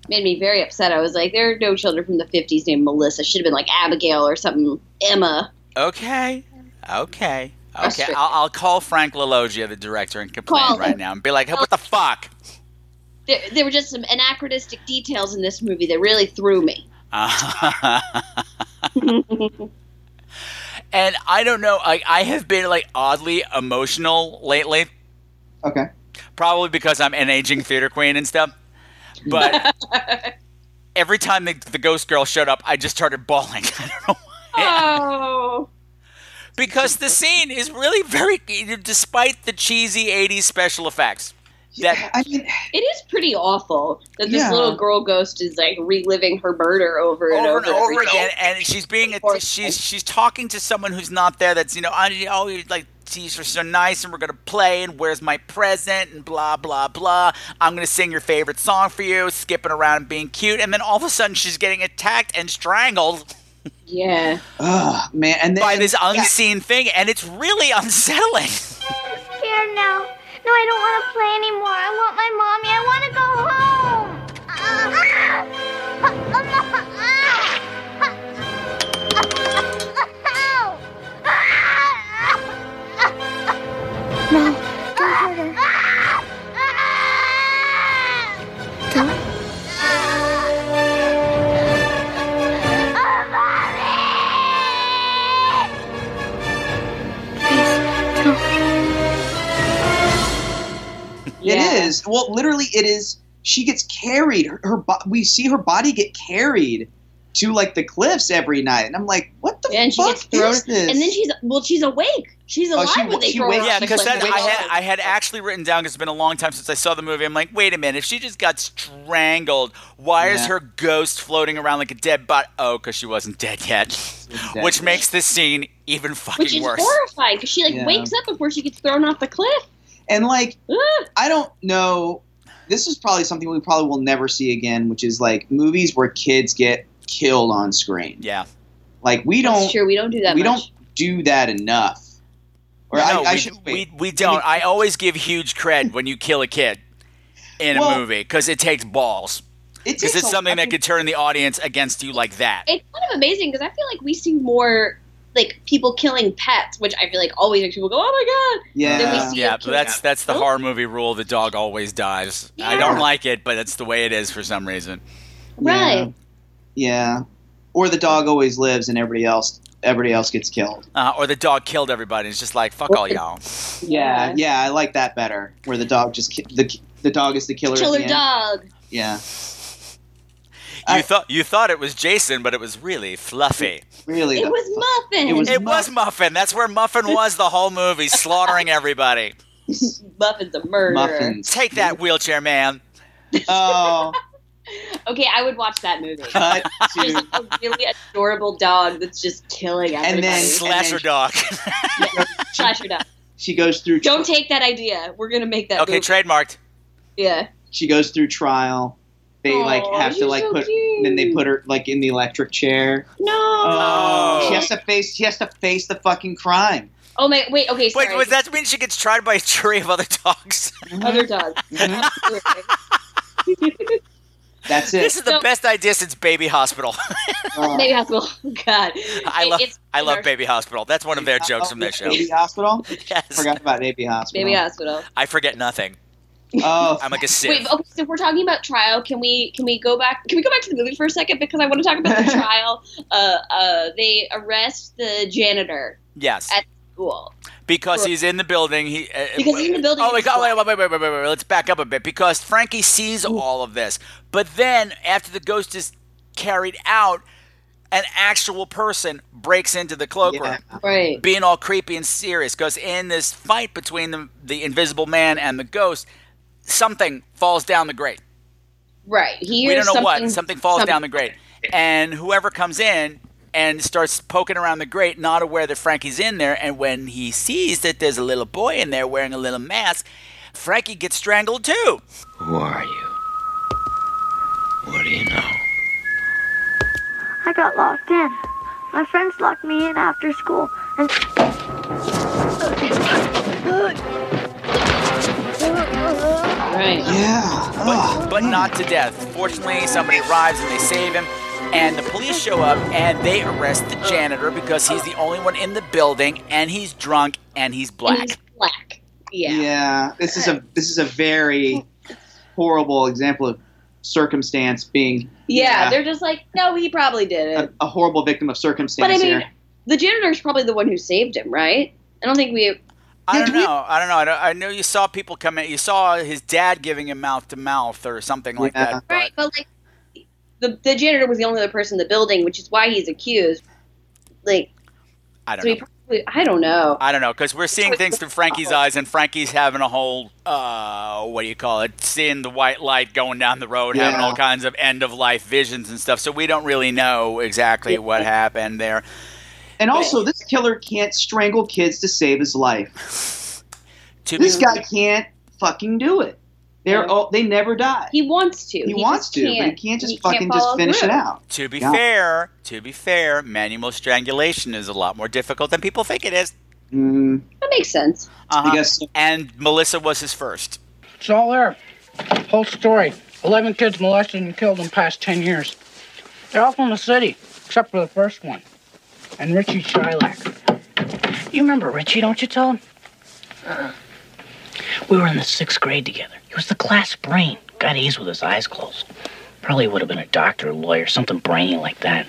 S6: Made me very upset. I was like, there are no children from the 50s named Melissa. Should have been like Abigail or something. Emma.
S2: Okay. Okay. Okay.
S6: Frustrating.
S2: I'll, I'll call Frank LaLogia, the director, and complain
S6: Call him.
S2: right now and be like, what the fuck?
S6: There, there were just some anachronistic details in this movie that really threw me.
S2: Uh, and I don't know. I, I have been like oddly emotional lately,
S7: okay,
S2: probably because I'm an aging theater queen and stuff. But every time the, the ghost girl showed up, I just started bawling. I don't know
S6: Oh.
S2: because the scene is really very, despite the cheesy '80s special effects. That
S7: I mean,
S6: It is pretty awful that this
S7: Yeah.
S6: little girl ghost is like reliving her murder over and over,
S2: over and over
S6: every-
S2: again, and she's being a,
S6: Or-
S2: she's she's talking to someone who's not there. That's you know, I, oh, you like these are so nice, and we're gonna play, and where's my present, and blah blah blah. I'm gonna sing your favorite song for you, skipping around and being cute, and then all of a sudden she's getting attacked and strangled
S6: Yeah.
S7: oh man, and then
S2: by this
S7: yeah,
S2: unseen thing, and it's really unsettling.
S4: I'm scared now. No, I don't want to play anymore. I want my mommy. I want to go home. No, don't hurt her. Don't. Please, don't.
S7: It
S6: Yeah.
S7: is. Well, literally, it is. She gets carried. Her, her bo- we see her body get carried to like the cliffs every night, and I'm like, what the
S6: And she
S7: fuck
S6: gets thrown.
S7: is this?
S6: And then she's, well, she's awake. She's
S7: Oh,
S6: alive
S7: she wa-
S6: when they
S7: she
S6: throw her
S7: wakes-
S6: off
S2: yeah,
S6: the
S2: because
S6: cliff
S2: that
S6: and
S2: I
S6: wakes
S2: had
S6: up.
S2: I had actually written down because it's been a long time since I saw the movie. I'm like, wait a minute, if she just got strangled, why is
S7: Yeah.
S2: her ghost floating around like a dead body? Oh, because she wasn't dead yet,
S7: Exactly.
S2: which makes this scene even fucking
S6: Which is
S2: worse.
S6: horrifying because she like
S7: Yeah.
S6: wakes up before she gets thrown off the cliff.
S7: and like
S6: Ah,
S7: I don't know. This is probably something we probably will never see again, which is like movies where kids get killed on screen.
S2: Yeah,
S7: Like we
S6: That's
S7: don't
S6: true. We don't do that.
S7: we
S6: much.
S7: don't do that enough. Or I,
S2: no,
S7: I
S2: we,
S7: should
S2: we
S7: wait.
S2: we don't. I always give huge cred when you kill a kid in
S7: Well-
S2: a movie because it takes balls
S7: It
S2: because
S7: takes
S2: it's
S7: a-
S2: something
S7: I
S2: that
S7: mean,
S2: could turn the audience against you like that.
S6: It's kind of amazing because I feel like we see more like people killing pets, which I feel like always makes people go, "Oh my god!" Then we see
S2: yeah.
S6: a
S2: But that's that's the horror movie rule. The dog always dies. I don't
S6: Yeah.
S2: like it, but it's the way it is for some reason.
S6: Right.
S7: Yeah. Or the dog always lives and everybody else everybody else gets killed.
S2: Uh, or the dog killed everybody. It's just like fuck all y'all.
S7: Yeah, yeah, I like that better. Where the dog just ki- the the dog is the killer. at the
S6: killer
S7: end.
S6: dog.
S7: Yeah,
S2: You thought you thought it was Jason, but it was really Fluffy.
S7: really.
S6: It was Muffin.
S2: It was, Muffin. That's where Muffin was the whole movie, slaughtering everybody.
S6: Muffin's a murderer.
S2: Muffins. Take that, wheelchair man.
S7: Oh.
S6: Okay, I would watch that movie.
S7: Cut
S6: Just a really adorable dog that's just killing everybody.
S7: And then
S2: Slasher dog.
S6: slasher dog.
S7: she goes through.
S6: Don't take that idea. We're gonna make that.
S7: Okay,
S6: movie.
S2: trademarked.
S6: yeah.
S7: She goes through trial. They like
S6: Aw,
S7: have to
S6: you're
S7: like
S6: so
S7: put then they put her like in the electric chair.
S6: No.
S7: She has
S2: Oh.
S7: to face she has to face the fucking crime.
S6: Oh my! Wait. Okay. Sorry.
S2: Wait, does that mean she gets tried by a jury of other dogs?
S6: Other dogs.
S2: Mm-hmm.
S6: Absolutely.
S7: That's it.
S2: This is the best idea since Baby Hospital.
S6: Baby Hospital. oh, God.
S2: I
S6: It-
S2: love
S6: it's
S2: I love Baby Hospital. That's one of their jokes from their show.
S7: Baby hospital.
S2: Yes.
S7: Forgot about baby hospital.
S6: Baby Hospital.
S2: I forget nothing.
S7: Oh,
S2: I'm like a sieve.
S6: Wait. but- Okay. So if we're talking about trial. Can we can we go back? Can we go back to the movie for a second because I want to talk about the trial. Uh, uh, they arrest the janitor
S2: Yes.
S6: at school.
S2: Because he's in the building. He uh,
S6: Because he's in the building
S2: Oh my
S6: and
S2: God! Wait, wait, wait, wait, wait, wait! Let's back up a bit because Frankie sees all of this, but then after the ghost is carried out, an actual person breaks into the cloakroom,
S6: Right.
S2: being all creepy and serious. Because in this fight between the, the Invisible Man and the ghost, something falls down the grate.
S6: Right. He
S2: we don't
S6: hears
S2: know
S6: something,
S2: what. Something falls
S6: something-
S2: down the grate, and whoever comes in and starts poking around the grate, not aware that Frankie's in there. And when he sees that there's a little boy in there wearing a little mask, Frankie gets strangled too.
S9: Who are you? What do you know?
S4: I got locked in. My friends locked me in after school and.
S6: Right.
S7: Yeah.
S2: But, but not to death. Fortunately, somebody arrives and they save him. And the police show up and they arrest the janitor because he's the only one in the building and he's drunk and he's black.
S6: black. Yeah.
S7: Yeah. This is a this is a very horrible example of circumstance being
S6: Yeah, they're just like, no, he probably did it.
S7: a, a horrible victim of circumstance
S6: but I mean,
S7: here.
S6: the janitor's probably the one who saved him, right? I don't think we.
S2: I don't know. I don't know. I, don't, I know you saw people come in. You saw his dad giving him mouth to mouth or something like
S7: Yeah.
S2: that.
S6: Right, but like, the, the janitor was the only other person in the building, which is why he's accused. Like,
S2: I
S6: so
S2: don't
S6: he
S2: know.
S6: probably, I don't know.
S2: I don't know because we're seeing things through Frankie's eyes, and Frankie's having a whole uh, what do you call it? Seeing the white light going down the road, having
S9: Yeah.
S2: all kinds of end of life visions and stuff. So we don't really know exactly what happened there.
S7: And also, this killer can't strangle kids to save his life.
S2: To
S7: this
S2: be-
S7: guy can't fucking do it. They're all, they never die.
S6: He wants to.
S7: He, wants to, but he can't just fucking just finish it out.
S2: To be
S7: Yeah.
S2: fair, to be fair, manual strangulation is a lot more difficult than people think it is.
S7: Mm.
S6: That makes sense.
S2: Uh-huh. And Melissa was his first.
S10: It's all there. Whole story. Eleven kids molested and killed in the past ten years. They're all from the city, except for the first one. And Richie Shylock. You remember Richie, don't you, Tom?
S11: Uh-uh.
S10: We were in the sixth grade together. He was the class brain. Got A's with his eyes closed. Probably would have been a doctor, lawyer, something brainy like that.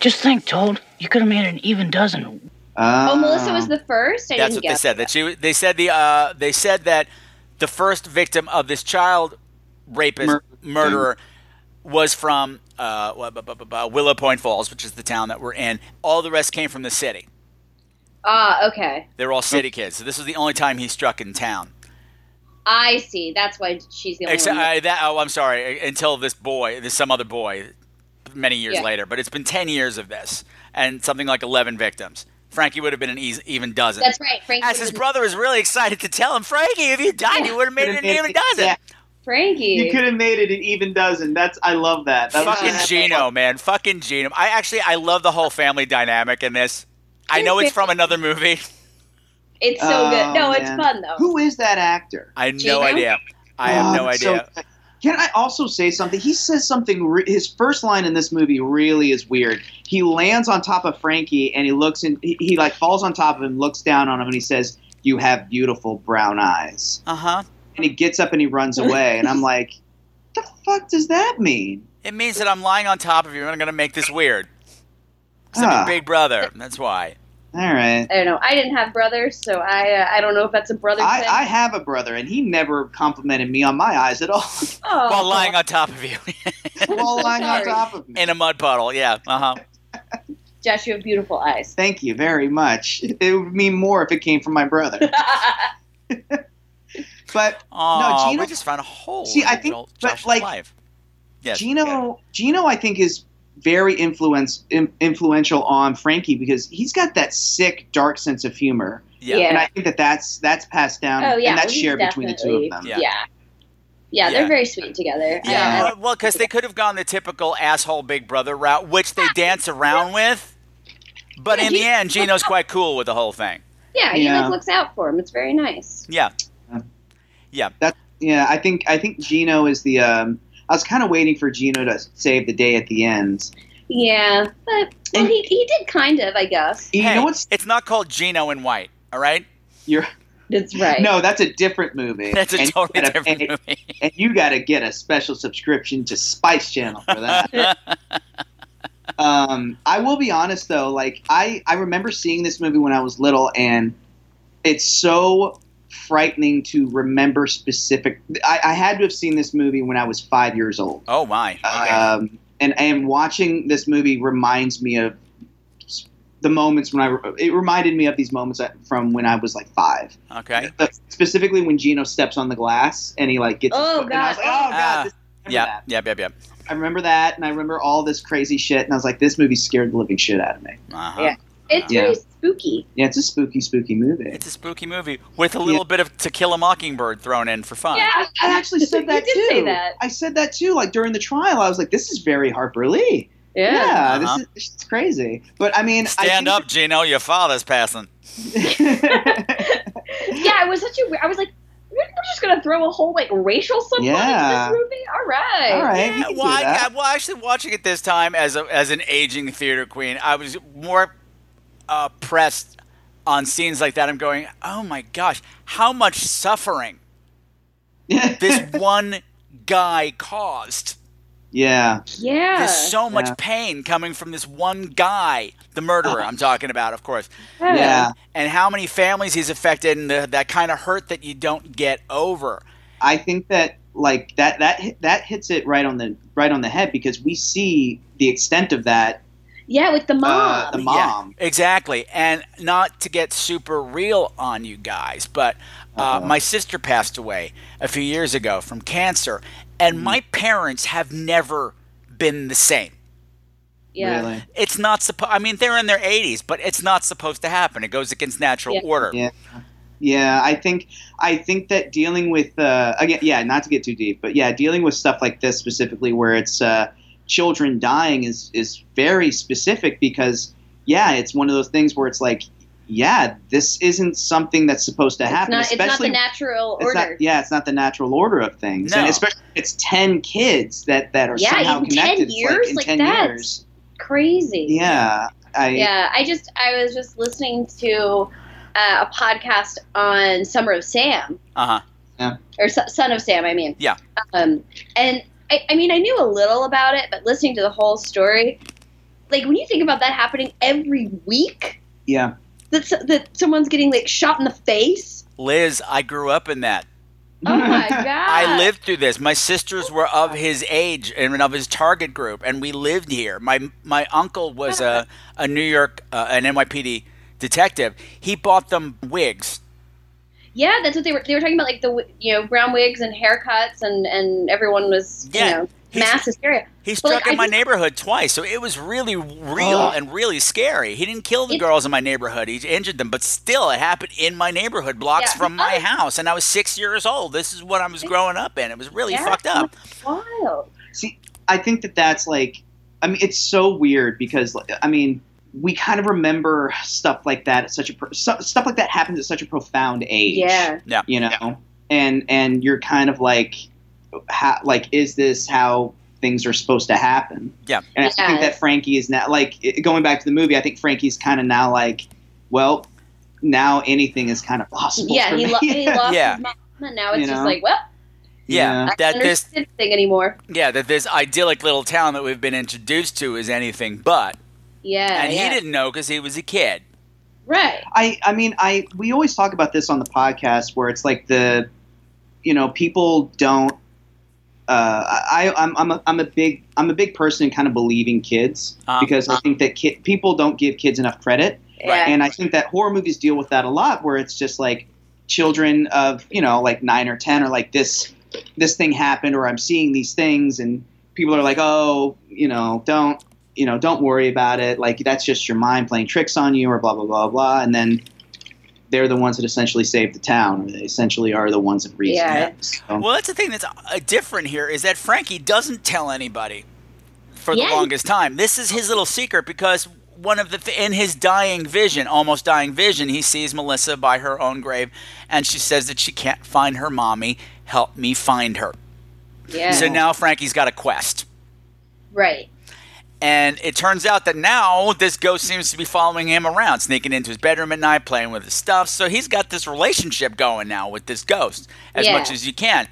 S10: Just think, Toad, you could have made an even dozen.
S7: Ah.
S6: oh, Melissa was the first. I
S2: That's
S6: didn't
S2: what
S6: get
S2: they said. That she. was- They said the. Uh, they said that the first victim of this child rapist murderer was from uh, wa- ba- ba- ba- ba- Willow Point Falls, which is the town that we're in. All the rest came from the city.
S6: Ah, okay.
S2: They were all city kids. So this was the only time he struck in town.
S6: I see. That's why she's the only
S2: Except
S6: one.
S2: uh, that. Oh, I'm sorry. uh, Until this boy, this some other boy, many years
S6: Yeah.
S2: later. But it's been ten years of this, and something like eleven victims. Frankie would have been an eas even dozen.
S6: That's right. Frankie
S2: As his brother is really excited to tell him, Frankie, if you died, you would have made it an even dozen.
S6: Frankie.
S7: You could have made it an even dozen. That's I love that. That was
S2: Fucking
S7: just-
S2: Gino, man. Fucking Gino. I actually I love the whole family dynamic in this. I know it's from another movie.
S6: It's so
S2: Oh,
S6: good. No, it's
S2: man.
S6: fun though.
S7: Who is that actor?
S2: I have
S7: Gino?
S2: no idea. I have
S7: Oh,
S2: no
S7: that's so
S2: idea.
S7: good. Can I also say something? He says something. Re- his first line in this movie really is weird. He lands on top of Frankie and he looks and he, he like falls on top of him, looks down on him, and he says, "You have beautiful brown eyes."
S2: Uh huh.
S7: And he gets up and he runs away, and I'm like, "What the fuck does that mean?"
S2: It means that I'm lying on top of you and I'm going to make this weird. 'Cause I'm
S7: Ah.
S2: your big brother. That's why.
S7: All right.
S6: I don't know. I didn't have brothers, so I uh, I don't know if that's a brother
S7: I,
S6: thing.
S7: I have a brother, and he never complimented me on my eyes at all.
S6: oh,
S2: While lying on top of you.
S7: While lying on
S6: Sorry.
S7: top of me.
S2: In a mud puddle. Yeah. Uh huh.
S6: Josh, you have beautiful eyes.
S7: Thank you very much. It would mean more if it came from my brother. but
S2: Oh,
S7: no, Gino.
S2: we just found a hole.
S7: See,
S2: in
S7: I think,
S2: Joel-
S7: but,
S2: Josh's
S7: like,
S2: life. Yes.
S7: Gino, Gino, I think is very influence in, influential on Frankie because he's got that sick, dark sense of humor,
S2: Yeah.
S6: Yeah.
S7: and I think that that's that's passed down
S6: oh yeah,
S7: and
S6: well,
S7: that's
S6: he's
S7: shared between the two of
S6: definitely-
S7: them.
S6: Yeah. yeah, they're
S2: Yeah.
S6: very sweet together. I- I
S2: Yeah,
S6: like-
S2: well- well, because they could have gone the typical asshole Big Brother route, which they dance around with. But in the end, Gino's quite cool with the whole thing.
S6: yeah, he
S7: Yeah.
S6: like looks out for him. It's very nice.
S2: Yeah.
S7: That yeah, I think I think Gino is the. Um, I was kind of waiting for Gino to save the day at the end.
S6: Yeah, but well, he he did kind of, I guess.
S7: You
S2: Hey,
S7: know what's
S2: It's not called Gino and White, all right?
S7: you're
S6: That's right.
S7: no, that's a different movie.
S2: That's a
S7: And you
S2: totally
S7: gotta
S2: different
S7: pay-
S2: movie.
S7: and you got to get a special subscription to Spice Channel for that. um, I will be honest though, like I I remember seeing this movie when I was little, and it's so frightening to remember specific. I, I had to have seen this movie when I was five years old.
S2: Oh, my. Okay.
S7: Um, and and watching this movie reminds me of s- the moments when I it reminded me of these moments that- from when I was like five.
S2: okay.
S7: Uh, specifically when Gino steps on the glass and he like gets. his
S6: Oh,
S7: foot, and I was
S6: God.
S7: like, oh god!
S2: Ah,
S7: this- I remember
S2: Yeah, yeah, yeah, yeah.
S7: that. I remember that, and I remember all this crazy shit, and I was like, this movie scared the living shit out of me.
S2: Uh-huh.
S6: Yeah. It's
S7: Yeah.
S6: very spooky.
S7: Yeah, it's a spooky, spooky movie.
S2: It's a spooky movie with a little bit of To Kill a Mockingbird thrown in for fun.
S6: Yeah,
S7: I actually said that
S6: you
S7: too.
S6: did Say that.
S7: I said that too. Like during the trial, I was like, "This is very Harper Lee."
S6: Yeah.
S7: Yeah,
S2: Uh-huh.
S7: this is it's crazy. But I mean, I
S2: Stand
S7: think-
S2: up, Gino. Your father's passing.
S6: Yeah, it was such a. weird- I was like, we're we're just gonna throw a whole like racial subplot
S7: Yeah.
S6: into this movie. All right.
S7: All right, we
S2: Yeah,
S7: can
S2: well,
S7: do
S2: I,
S7: that.
S2: I, well, actually, watching it this time as a, as an aging theater queen, I was more uh, pressed on scenes like that. I'm going, oh my gosh, how much suffering this one guy caused.
S7: yeah,
S6: Yeah.
S2: There's so much
S7: Yeah.
S2: pain coming from this one guy, the murderer. I'm talking about, of course.
S6: Yeah.
S7: yeah.
S2: and how many families he's affected and the, that kind of hurt that you don't get over.
S7: I think that like that that hit- that hits it right on the right on the head because we see the extent of that.
S6: Yeah, with the mom.
S7: Uh, the mom.
S2: Yeah, exactly. And not to get super real on you guys, but uh, my sister passed away a few years ago from cancer, and my parents have never been the same.
S6: yeah.
S7: Really.
S2: It's not supposed. I mean, they're in their 80s, but it's not supposed to happen. It goes against natural
S6: Yeah.
S2: order.
S7: Yeah. Yeah, I think I think that dealing with uh, again, yeah, not to get too deep, but yeah, dealing with stuff like this specifically, where it's uh, children dying, is is very specific because yeah, it's one of those things where it's like, yeah, this isn't something that's supposed to
S6: It's
S7: happen.
S6: not, it's not
S7: especially
S6: the natural
S7: it's
S6: order.
S7: not- yeah, it's not the natural order of things,
S2: No.
S7: and especially if it's ten kids that that are
S6: Yeah,
S7: somehow
S6: in 10
S7: connected. It's
S6: years,
S7: in
S6: like,
S7: ten
S6: that's-
S7: years,
S6: Crazy.
S7: yeah, I
S6: yeah i just i was just listening to uh, a podcast on summer of sam
S2: Uh huh.
S6: or S- son of sam i mean
S2: Yeah.
S6: um, and I, I mean i knew a little about it but listening to the whole story like when you think about that happening every week
S7: yeah,
S6: that, s- that someone's getting like shot in the face
S2: Liz, I grew up in that.
S6: oh my god
S2: I lived through this. My sisters were of his age and of his target group, and we lived here. My my uncle was a, a New York uh, an NYPD detective. He bought them wigs.
S6: yeah that's what they were they were talking about like the wi- you know brown wigs and haircuts and and everyone was
S2: Yeah,
S6: you know
S2: he's-
S6: mass hysteria
S2: He
S6: But,
S2: struck
S6: like,
S2: in
S6: I
S2: my
S6: think- Oh.
S2: neighborhood twice, so it was really real
S7: Ugh.
S2: and really scary. He didn't kill the
S6: It-
S2: girls in my neighborhood; he injured them, but still, it happened in my neighborhood, blocks
S6: Yeah.
S2: from my
S6: Oh.
S2: house, and I was six years old. This is what I was growing up in. It was really
S6: Yeah.
S2: fucked up.
S6: wild
S7: See, I think that that's like, I mean, it's so weird because like, I mean, we kind of remember stuff like that at such a pro- stu- stuff like that happens at such a profound age.
S6: yeah
S7: you know, and and you're kind of like, how, like is this how things are supposed to happen?
S2: Yeah.
S7: And I think that Frankie is now like it- going back to the movie. I think Frankie's kind of now like, well, now anything is kind of possible.
S6: yeah,
S7: for
S6: he,
S7: me.
S6: lo- he lost
S2: Yeah.
S6: his mom, and now it's
S7: You
S6: just
S7: know?
S6: like, well,
S2: Yeah,
S6: I don't
S2: that this
S6: understand this thing anymore.
S2: yeah that this idyllic little town that we've been introduced to is anything but,
S6: Yeah,
S2: and
S6: yeah.
S2: he didn't know because he was a kid.
S6: right.
S7: I I mean I we always talk about this on the podcast where it's like the you know people don't uh, I I'm I'm a, I'm a big I'm a big person in kind of believing kids
S2: Um, Uh-huh.
S7: because I think that ki- people don't give kids enough credit
S6: Yeah.
S7: and I think that horror movies deal with that a lot where it's just like children of you know like 9 or 10 are like this this thing happened or I'm seeing these things and people are like oh you know don't you know don't worry about it like that's just your mind playing tricks on you or blah blah blah blah and then they're the ones that essentially save the town or they essentially are the ones that reason
S2: Yeah.
S7: it. So-
S2: Well, that's the thing that's uh, different here is that Frankie doesn't tell anybody for
S6: Yeah.
S2: the longest time. This is his little secret because one of the th- in his dying vision, almost dying vision, he sees Melissa by her own grave, and she says that she can't find her mommy. Help me find her.
S6: Yeah.
S2: So now Frankie's got a quest.
S6: right.
S2: And it turns out that now this ghost seems to be following him around, sneaking into his bedroom at night, playing with his stuff. So he's got this relationship going now with this ghost as
S6: Yeah.
S2: much as you can.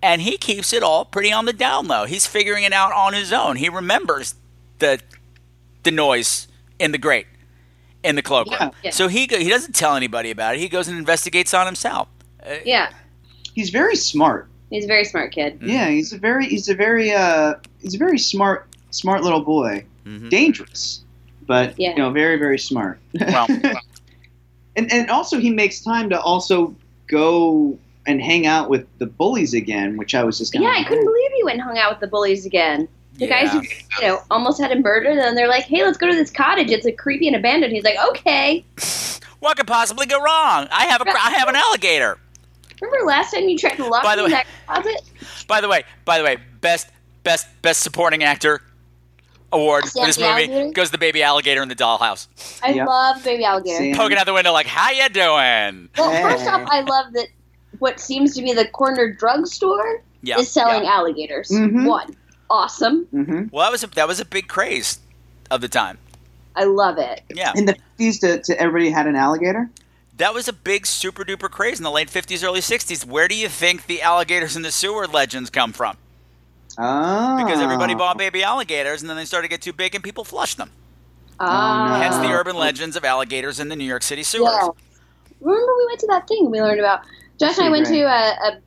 S2: And he keeps it all pretty on the down low. He's figuring it out on his own. He remembers the the noise in the grate, in the cloakroom.
S6: Yeah, yeah.
S2: So he go- he doesn't tell anybody about it. He goes and investigates on himself.
S6: Yeah.
S7: he's very smart
S6: He's a very smart kid.
S7: yeah
S2: Mm-hmm.
S7: he's a very he's a very uh he's a very smart smart little boy
S2: Mm-hmm.
S7: dangerous but
S6: Yeah.
S7: you know very very smart
S2: Well,
S7: and and also he makes time to also go and hang out with the bullies again which i was just kind
S6: Yeah, I couldn't believe he went and hung out with the bullies again. The guys who, you know, almost had him murdered, and they're like, "Hey, let's go to this cottage. It's like creepy and abandoned." He's like, "Okay."
S2: what could possibly go wrong? I have a I have an alligator.
S6: Remember last time you tried to lock me
S2: By the
S6: in
S2: way-
S6: that closet?
S2: By the way, by the way, best best best supporting actor award for
S6: Yeah,
S2: this
S6: the
S2: movie
S6: alligator.
S2: goes to the baby alligator in the dollhouse,
S6: I
S2: Yeah.
S6: love baby alligator.
S2: poking out the window like, "How you doing?"
S6: Well, first off, I love that what seems to be the corner drugstore
S2: Yeah.
S6: is selling alligators.
S7: Mm-hmm.
S2: Mhm.
S6: One, awesome.
S2: Well, that was a, that was a big craze of the time.
S6: I love it.
S2: Yeah,
S7: in the 50s to, to everybody had an alligator
S2: that was a big super duper craze in the late fifties, early sixties. Where do you think the alligators in the sewer legends come from?
S7: oh
S2: Because everybody bought baby alligators, and then they started to get too big, and people flushed them.
S7: Oh,
S6: Ah.
S2: Hence the urban legends of alligators in the New York City sewers.
S6: Yeah. Remember we went to that thing we learned about. Josh and I went to a, a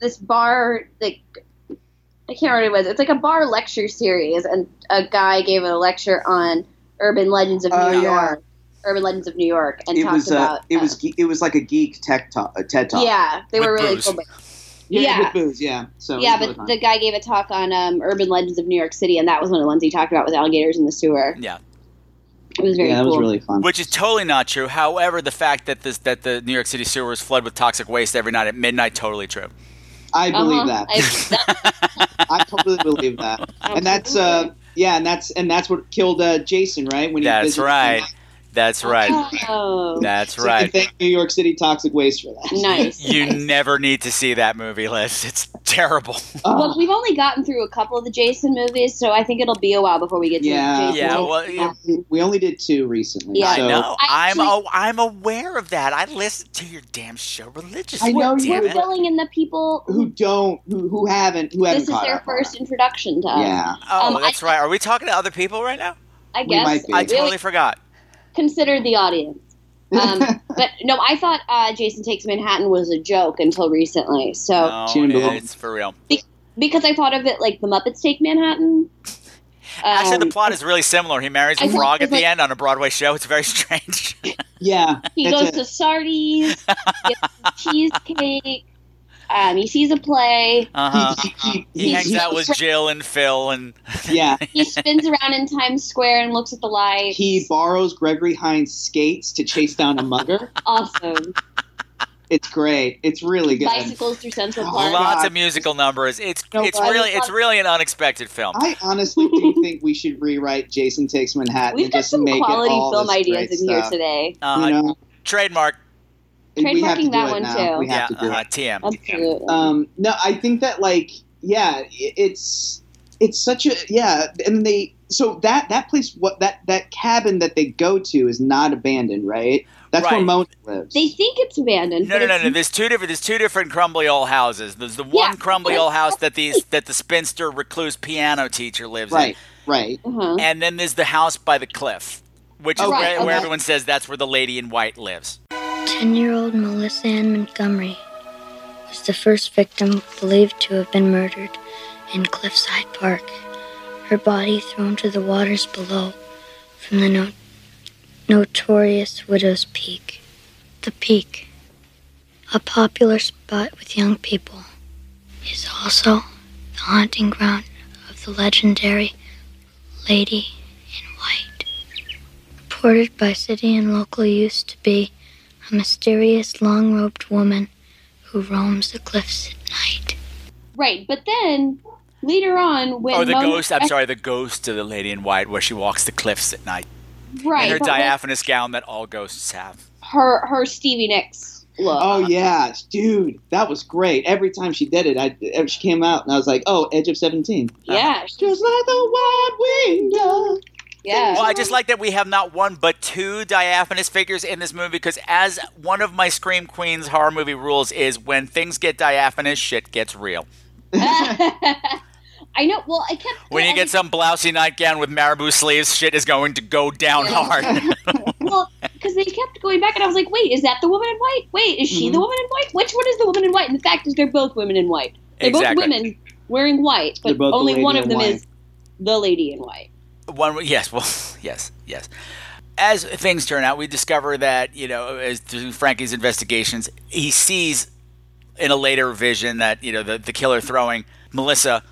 S6: this bar that I can't remember what it was. It's like a bar lecture series, and a guy gave a lecture on urban legends of New
S7: Oh, yeah.
S6: York, urban legends of New York, and
S7: it
S6: talked
S7: was
S6: about
S7: uh, it was ge- it was like a geek tech talk, a TED talk.
S6: yeah, they were really cool. but-
S7: Yeah,
S6: Yeah.
S7: with booze. Yeah. So
S6: yeah,
S7: it was
S6: but
S7: really
S6: the guy gave a talk on um, urban legends of New York City, and that was one of the ones he talked about with alligators in the sewer.
S2: Yeah.
S6: It was very cool.
S7: fun.
S2: Which is totally not true. However, the fact that this that the New York City sewer is flooded with toxic waste every night at midnight totally true.
S7: I believe
S6: Uh-huh.
S7: that. I totally believe that. And that's uh yeah, and that's and that's what killed uh, Jason, right? When
S2: That's
S7: visited-
S2: right. That's right.
S6: Oh.
S2: That's
S7: So you can
S2: right.
S7: Thank New York City toxic waste for that.
S6: Nice.
S2: You never need to see that movie, Liz. It's terrible.
S7: Um,
S6: Well, we've only gotten through a couple of the Jason movies, so I think it'll be a while before we get to
S7: Yeah.
S6: Jason.
S2: well, yeah.
S7: We only did two recently.
S6: Yeah.
S2: I
S7: so-
S2: know.
S6: I
S2: I'm
S6: actually-
S2: oh, I'm aware of that. I listen to your damn show religiously.
S7: I know you
S2: damn
S6: We're
S2: it.
S6: filling in the people.
S7: Who don't? Who, who haven't? Who haven't
S6: This is
S7: caught
S6: their
S7: up?
S6: first introduction to us.
S7: Yeah.
S2: Oh,
S6: Um, I,
S2: that's right. Are we talking to other people right now?
S6: I guess
S2: I
S6: really
S2: totally forgot.
S6: considered the audience. Um, but no, I thought uh, Jason Takes Manhattan was a joke until recently. So
S2: No, it's for real.
S6: because I thought of it like the Muppets Take Manhattan.
S2: Actually, the
S6: Um,
S2: plot is really similar. He marries a
S6: I thought
S2: frog
S6: it
S2: at
S6: was
S2: the
S6: like-
S2: end on a Broadway show. It's very strange.
S7: Yeah.
S6: He
S7: that's
S6: goes
S7: it.
S6: to Sardi's, gets some cheesecake. Um, he sees a play.
S2: Uh huh.
S7: he,
S2: He hangs out with Jill and Phil and
S7: Yeah.
S6: He spins around in Times Square and looks at the lights.
S7: He borrows Gregory Hines' skates to chase down a mugger.
S6: awesome.
S7: It's great. It's really good.
S6: Bicycles through Central Park.
S2: lots of musical numbers. It's
S7: Oh No,
S2: it's
S7: but-
S2: really it's really an unexpected film.
S7: I honestly do think we should rewrite Jason Takes Manhattan
S6: We've
S7: and
S6: got
S7: just
S6: some
S7: make
S6: quality
S7: it all
S6: film
S7: this
S6: ideas
S7: great
S6: in here
S7: stuff.
S6: today.
S2: Uh,
S7: You know,
S2: Trademark.
S7: we have to
S6: Trademarking
S7: do
S6: that
S7: it
S6: one
S7: now.
S6: too.
S7: We have
S2: yeah,
S7: to do
S2: uh,
S7: it.
S2: TM.
S6: Absolutely.
S7: Um, no, I Um, think that like yeah, i- it's it's such a yeah, and they so that that place what that that cabin that they go to is not abandoned, right? That's where
S2: Right.
S7: Mona lives.
S6: They think it's abandoned.
S2: No,
S6: but
S2: no, no,
S6: it's
S2: no. There's two different. There's two different crumbly old houses. There's the one crumbly old house that the that the spinster recluse piano teacher lives
S7: Right, Uh-huh.
S2: in.
S7: Right.
S6: Uh-huh.
S2: And then there's the house by the cliff, which is
S4: Oh, right,
S2: where, where
S4: okay.
S2: everyone says that's where the lady in white lives.
S4: 10 year old Melissa Ann Montgomery was the first victim believed to have been murdered in Cliffside Park, her body thrown to the waters below from the no- notorious Widow's Peak. The peak, a popular spot with young people, is also the haunting ground of the legendary Lady in White, reported by city and local use to be a mysterious long robed woman who roams the cliffs.
S6: Right, but then later on when
S2: or Oh, the
S6: Mona-
S2: ghost. I'm sorry, the ghost of the lady in white, where she walks the cliffs at night.
S6: Right,
S2: In her
S6: but when
S2: diaphanous gown that all ghosts have.
S6: her her Stevie Nicks look.
S7: Oh yeah, dude, that was great. Every time she did it, I uh, she came out and I was like, oh, Edge of Seventeen.
S6: Yeah,
S7: just like the wide window.
S6: Yeah.
S2: Well, Oh, I just like that we have not one but two diaphanous figures in this movie because, as one of my Scream Queens horror movie rules is, when things get diaphanous, shit gets real.
S6: I know. Well, I kept
S2: When you get some blousy nightgown with marabou sleeves, shit is going to go down hard.
S6: well because they kept going back, and I was like, wait, is that the woman in white? Wait, is she
S2: Mm-hmm.
S6: the woman in white? Which one is the woman in white? And the fact is, they're both women in white. They're
S2: Exactly.
S6: both women wearing white,
S2: They're
S6: but
S2: both the
S6: only
S2: lady
S6: one of
S2: in
S6: them
S2: white.
S6: is the lady in white.
S2: One, yes, well, yes, yes. As things turn out, we discover that you know, as through Frankie's investigations, he sees in a later vision that you know the, the killer throwing Melissa,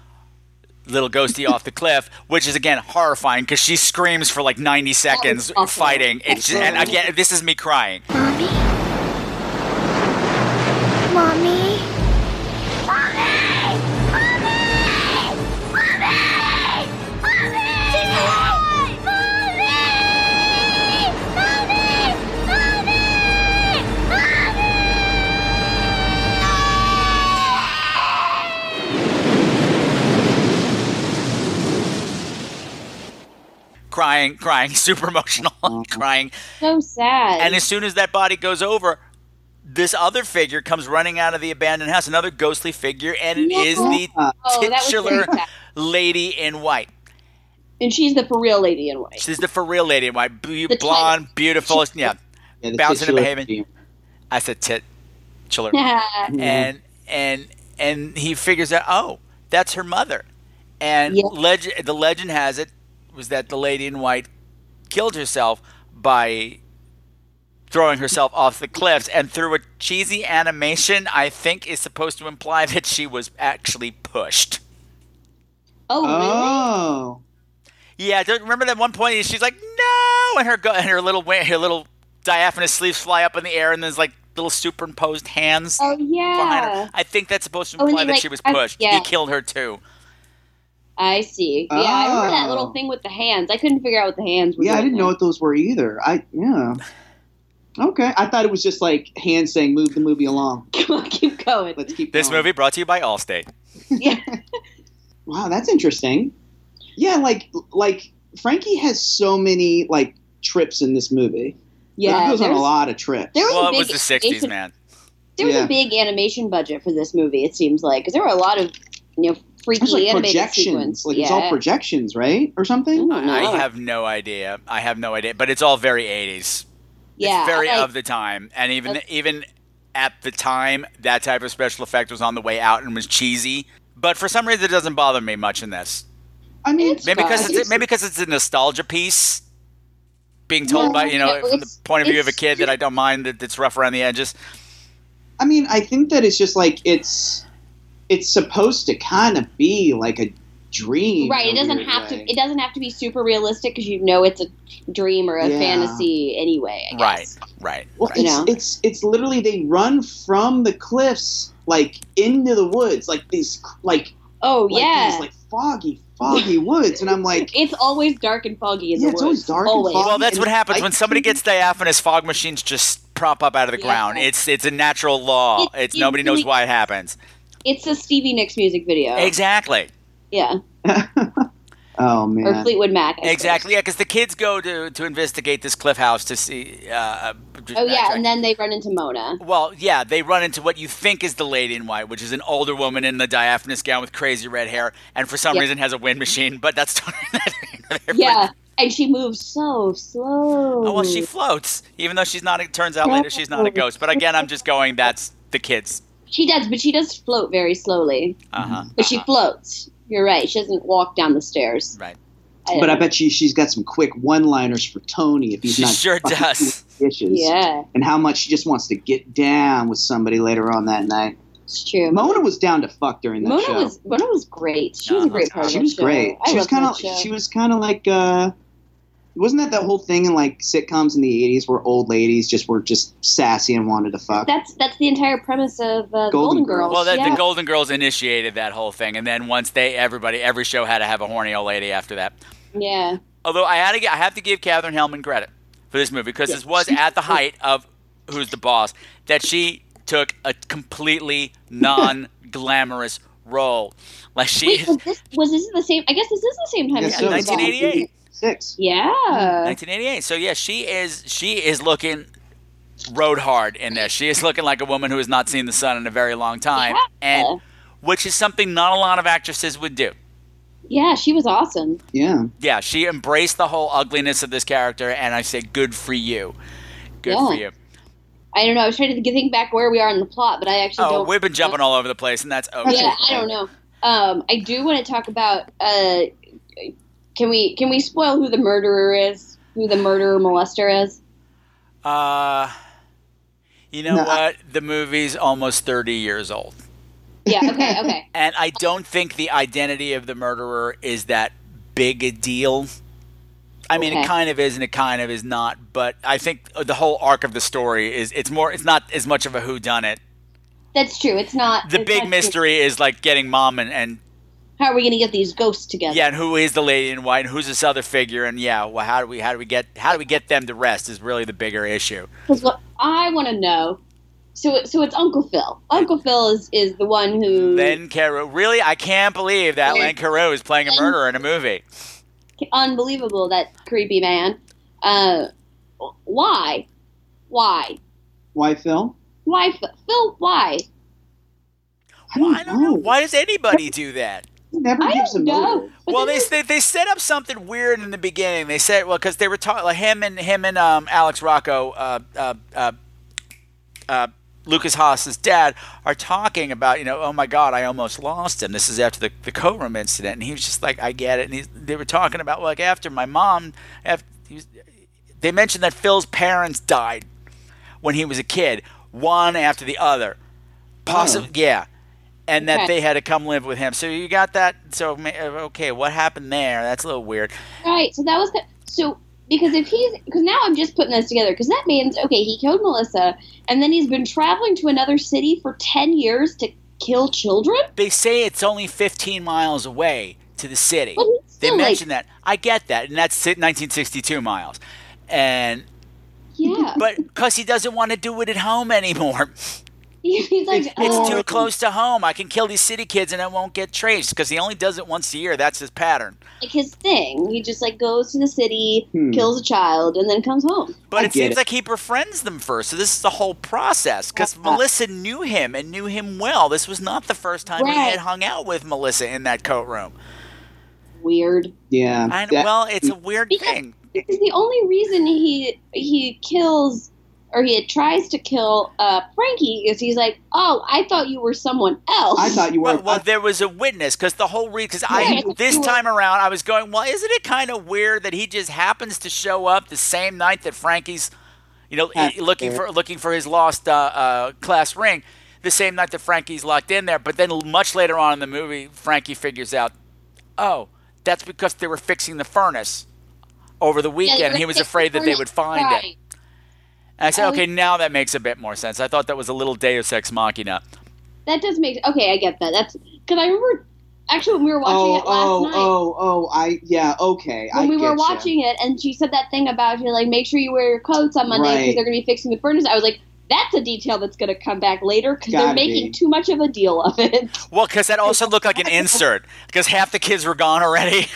S2: little ghosty, off the cliff, which is again horrifying because she screams for like ninety seconds fighting. It's just, and again, this is me crying.
S4: Mommy?
S2: crying, crying, super emotional, crying.
S6: So sad.
S2: And as soon as that body goes over, this other figure comes running out of the abandoned house, another ghostly figure, and it is
S6: Yeah. Oh, that
S2: the
S6: was
S2: titular
S6: very sad.
S2: lady in white.
S6: and she's the for real lady in white.
S2: She's the for real lady in white, Bu-
S6: The
S2: blonde, beautiful, yeah,
S7: the
S2: bouncing and
S7: titular
S2: behaving. I said tit, chiller,
S6: Yeah.
S2: and and and he figures out, oh, that's her mother, and legend, the legend has it was that the lady in white killed herself by throwing herself off the cliffs and through a cheesy animation i think is supposed to imply that she was actually pushed
S6: Oh,
S7: Oh.
S2: yeah don't remember that one point she's like no and her go- and her little wa- her little diaphanous sleeves fly up in the air and there's like little superimposed hands
S6: Oh
S2: behind
S6: yeah.
S2: her. i think that's supposed to
S6: Oh, and
S2: imply
S6: they,
S2: that
S6: like,
S2: she was
S6: I-
S2: pushed
S6: yeah.
S2: he killed her too
S6: I see. Yeah, I remember that
S7: Oh.
S6: little thing with the hands. I couldn't figure out what the hands were.
S7: Yeah, I
S6: doing
S7: didn't know what those were either. I yeah. Okay, I thought it was just like hands saying move the movie along.
S6: Come on, keep going.
S7: Let's keep
S2: this
S7: going.
S2: movie brought to you by allstate
S7: Wow, that's interesting. Yeah, like like Frankie has so many like trips in this movie.
S6: Yeah,
S7: he goes on a
S6: there's-
S7: lot of trips.
S6: there was a Well, it big was the 60s, Asian- man. There was
S7: Yeah.
S6: a big animation budget for this movie. It seems like because there were a lot of you know freaky
S7: There's like
S6: animated
S7: projections,
S6: sequence.
S7: like it's all projections, right, or something?
S2: I have no idea. I have no idea. But it's all very eighties.
S6: Yeah,
S2: It's very
S6: I like-
S2: of the time. And even
S6: That's-
S2: even at the time that type of special effect was on the way out and was cheesy. But for some reason it doesn't bother me much in this.
S7: I mean,
S2: Maybe because
S7: fine.
S2: it's maybe because it's a nostalgia piece being told
S7: No,
S2: by you know
S7: no,
S2: from the
S7: it's-
S2: point of view of a
S7: it's-
S2: kid that I don't mind that it's rough around the edges.
S7: I mean, I think that it's just like it's it's supposed to kind of be like a dream,
S6: Right,
S7: in
S6: it
S7: a
S6: doesn't
S7: weird
S6: have
S7: way.
S6: to. It doesn't have to be super realistic because you know it's a dream or a
S7: Yeah.
S6: fantasy anyway. I
S2: Right. Right.
S7: Well,
S6: Right.
S7: it's,
S6: You know?
S7: it's it's literally they run from the cliffs like into the woods, like these like
S6: Oh
S7: like
S6: yeah,
S7: these, like foggy foggy woods, and I'm like,
S6: it's always dark and foggy in
S7: Yeah,
S6: the
S7: it's
S6: woods.
S7: always dark and
S6: Always.
S2: Well, that's what happens when somebody gets diaphanous. Fog machines just prop up out of the ground. It's it's a natural law.
S6: It-
S2: it's
S6: it
S2: nobody knows
S6: really-
S2: why it happens.
S6: It's a Stevie Nicks music video.
S2: Exactly.
S6: Yeah.
S7: Oh man.
S6: Or Fleetwood Mac. I
S2: Exactly. Yeah, because the kids go to to investigate this cliff house to see. Uh,
S6: think. Oh yeah, and then they run into Mona.
S2: Well, yeah, they run into what you think is the lady in white, which is an older woman in the diaphanous gown with crazy red hair, and for some
S6: Yeah.
S2: reason has a wind machine. But that's
S6: Yeah, and she moves so slow.
S2: oh well, she floats, even though she's not. It turns out later she's not a ghost. But again, I'm just going. That's the kids.
S6: She does, but she does float very slowly.
S2: Uh huh.
S6: But
S7: Uh-huh.
S6: she floats. You're right. She doesn't walk down the stairs.
S2: Right.
S7: But I bet you she's got some quick one-liners for Tony if he's
S2: She
S7: not
S2: sure
S7: fucking
S2: does.
S7: doing dishes.
S6: Yeah.
S7: And how much she just wants to get down with somebody later on that night.
S6: It's true.
S7: Mona was down to fuck during that
S6: Mona
S7: show. Uh-huh.
S6: was Mona was great. She was a great part of
S7: she
S6: that
S7: was
S6: show.
S7: great.
S6: I
S7: she
S6: loved
S7: was
S6: that
S7: kind of
S6: show.
S7: she was kind of like uh, wasn't that that whole thing in like sitcoms in the '80s where old ladies just were just sassy and wanted to fuck?
S6: That's that's the entire premise of uh, Golden, Girls.
S2: Well, that,
S6: yeah.
S2: the Golden Girls initiated that whole thing, and then once they, everybody, every show had to have a horny old lady after that.
S6: yeah.
S2: Although I had to, gi- I have to give Katherine Hellman credit for this movie because this was at the height of Who's the Boss that she took a completely non-glamorous role. Like she,
S6: Wait, was this was this the same? I guess this is the same time. as
S2: Yeah,
S6: Golden Girls.
S2: 1988.
S7: Six.
S6: Yeah.
S2: Mm-hmm. 1988. So yeah, she is, she is looking road hard in this. She is looking like a woman who has not seen the sun in a very long time, and which is something not a lot of actresses would do.
S6: Yeah, she was awesome.
S7: Yeah.
S2: Yeah, she embraced the whole ugliness of this character, and I say, good for you. Good for
S6: Yeah.
S2: you.
S6: I don't know. I was trying to think back where we are in the plot, but I actually
S2: Oh,
S6: don't.
S2: we've been jumping all over the place, and that's okay.
S6: Yeah, I don't know. Um, I do want to talk about. Uh, can we can we spoil who the murderer is? Who the murderer molester is?
S2: Uh, you know
S6: No, I-
S2: what? The movie's almost 30 years old.
S6: Yeah. Okay. Okay.
S2: And I don't think the identity of the murderer is that big a deal. I mean, it
S6: Okay.
S2: kind of is and it kind of is not, but I think the whole arc of the story is it's more, it's not as much of a whodunit.
S6: That's true. It's not
S2: The
S6: it's
S2: big
S6: not-
S2: mystery is like getting mom and, and
S6: How are we going to get these ghosts together?
S2: Yeah, and who is the lady in white, and who's this other figure, and yeah, well, how do we how do we get how do we get them to rest is really the bigger issue.
S6: Because what I want to know, so it- so it's Uncle Phil. Uncle Phil is is the one who
S2: Len Carew, really, I can't believe that Len Carew is playing a murderer in a movie.
S6: unbelievable that creepy man. Uh, why, why,
S7: Why, Phil?
S6: why, Ph- Phil? Why?
S2: I don't know. Why does anybody do that?
S7: Never gives a motive.
S2: Well, they, they they set up something weird in the beginning. They said well because they were talking like him and him and um, Alex Rocco, uh, uh, uh, uh, Lucas Haas's dad are talking about you know oh my god I almost lost him. This is after the the coat room incident, and he was just like I get it. And he, they were talking about like after my mom, after, he was, they mentioned that Phil's parents died when he was a kid, one after the other, possibly yeah and that
S6: Okay.
S2: they had to come live with him. So you got that. So ma- uh, okay, what happened there? That's a little weird.
S6: Right. So that was the so because if he's because now I'm just putting this together because that means okay he killed Melissa and then he's been traveling to another city for ten years to kill children.
S2: They say it's only 15 miles away to the city.
S6: But he's
S2: They
S6: still, like-
S2: mentioned that. I get that, and that's si- 1962 miles. And
S6: Yeah.
S2: but because he doesn't want to do it at home anymore,
S6: He's like
S2: it's
S6: oh.
S2: too close to home. I can kill these city kids, and I won't get traced because he only does it once a year. That's his pattern.
S6: like his thing. He just like goes to the city,
S2: Hmm.
S6: kills a child, and then comes home.
S2: But it seems like he befriends them first. So this is the whole process because Melissa knew him and knew him well. This was not the first time he had
S6: Right.
S2: hung out with Melissa in that coat room.
S6: weird.
S7: Yeah.
S2: I,
S7: That-
S2: well, it's a weird thing.
S6: This is the only reason he he kills or he tries to kill uh, Frankie is he's like, oh, I thought you were someone else.
S7: I thought you were.
S2: Well, well, there was a witness because the whole reason. Because
S6: Yeah,
S2: I
S6: it's a
S2: this
S6: cool-
S2: time around, I was going, well, isn't it kind of weird that he just happens to show up the same night that Frankie's, you know,
S7: That's
S2: looking
S7: weird.
S2: for looking for his lost uh, uh, class ring, the same night that Frankie's locked in there. But then much later on in the movie, Frankie figures out, oh, that's because they were fixing the furnace over the weekend. and he was afraid that they would find it. And I said,
S6: Oh.
S2: okay, now that makes a bit more sense. I thought that was a little Deus Ex Machina.
S6: That does make okay. I get that. That's because I remember actually when we were watching
S7: oh,
S6: it last
S7: oh,
S6: night.
S7: oh, oh! I yeah. Okay. I
S6: when we
S7: get
S6: were
S7: ya.
S6: watching it, and she said that thing about you like make sure you wear your coats on Monday because
S7: Right.
S6: they're gonna be fixing the furnace. I was like, That's a detail that's going to come back later because they're
S2: Gotta
S6: making
S2: be.
S6: too much of a deal of it.
S2: Well, because that also looked like an insert, because half the kids were gone already.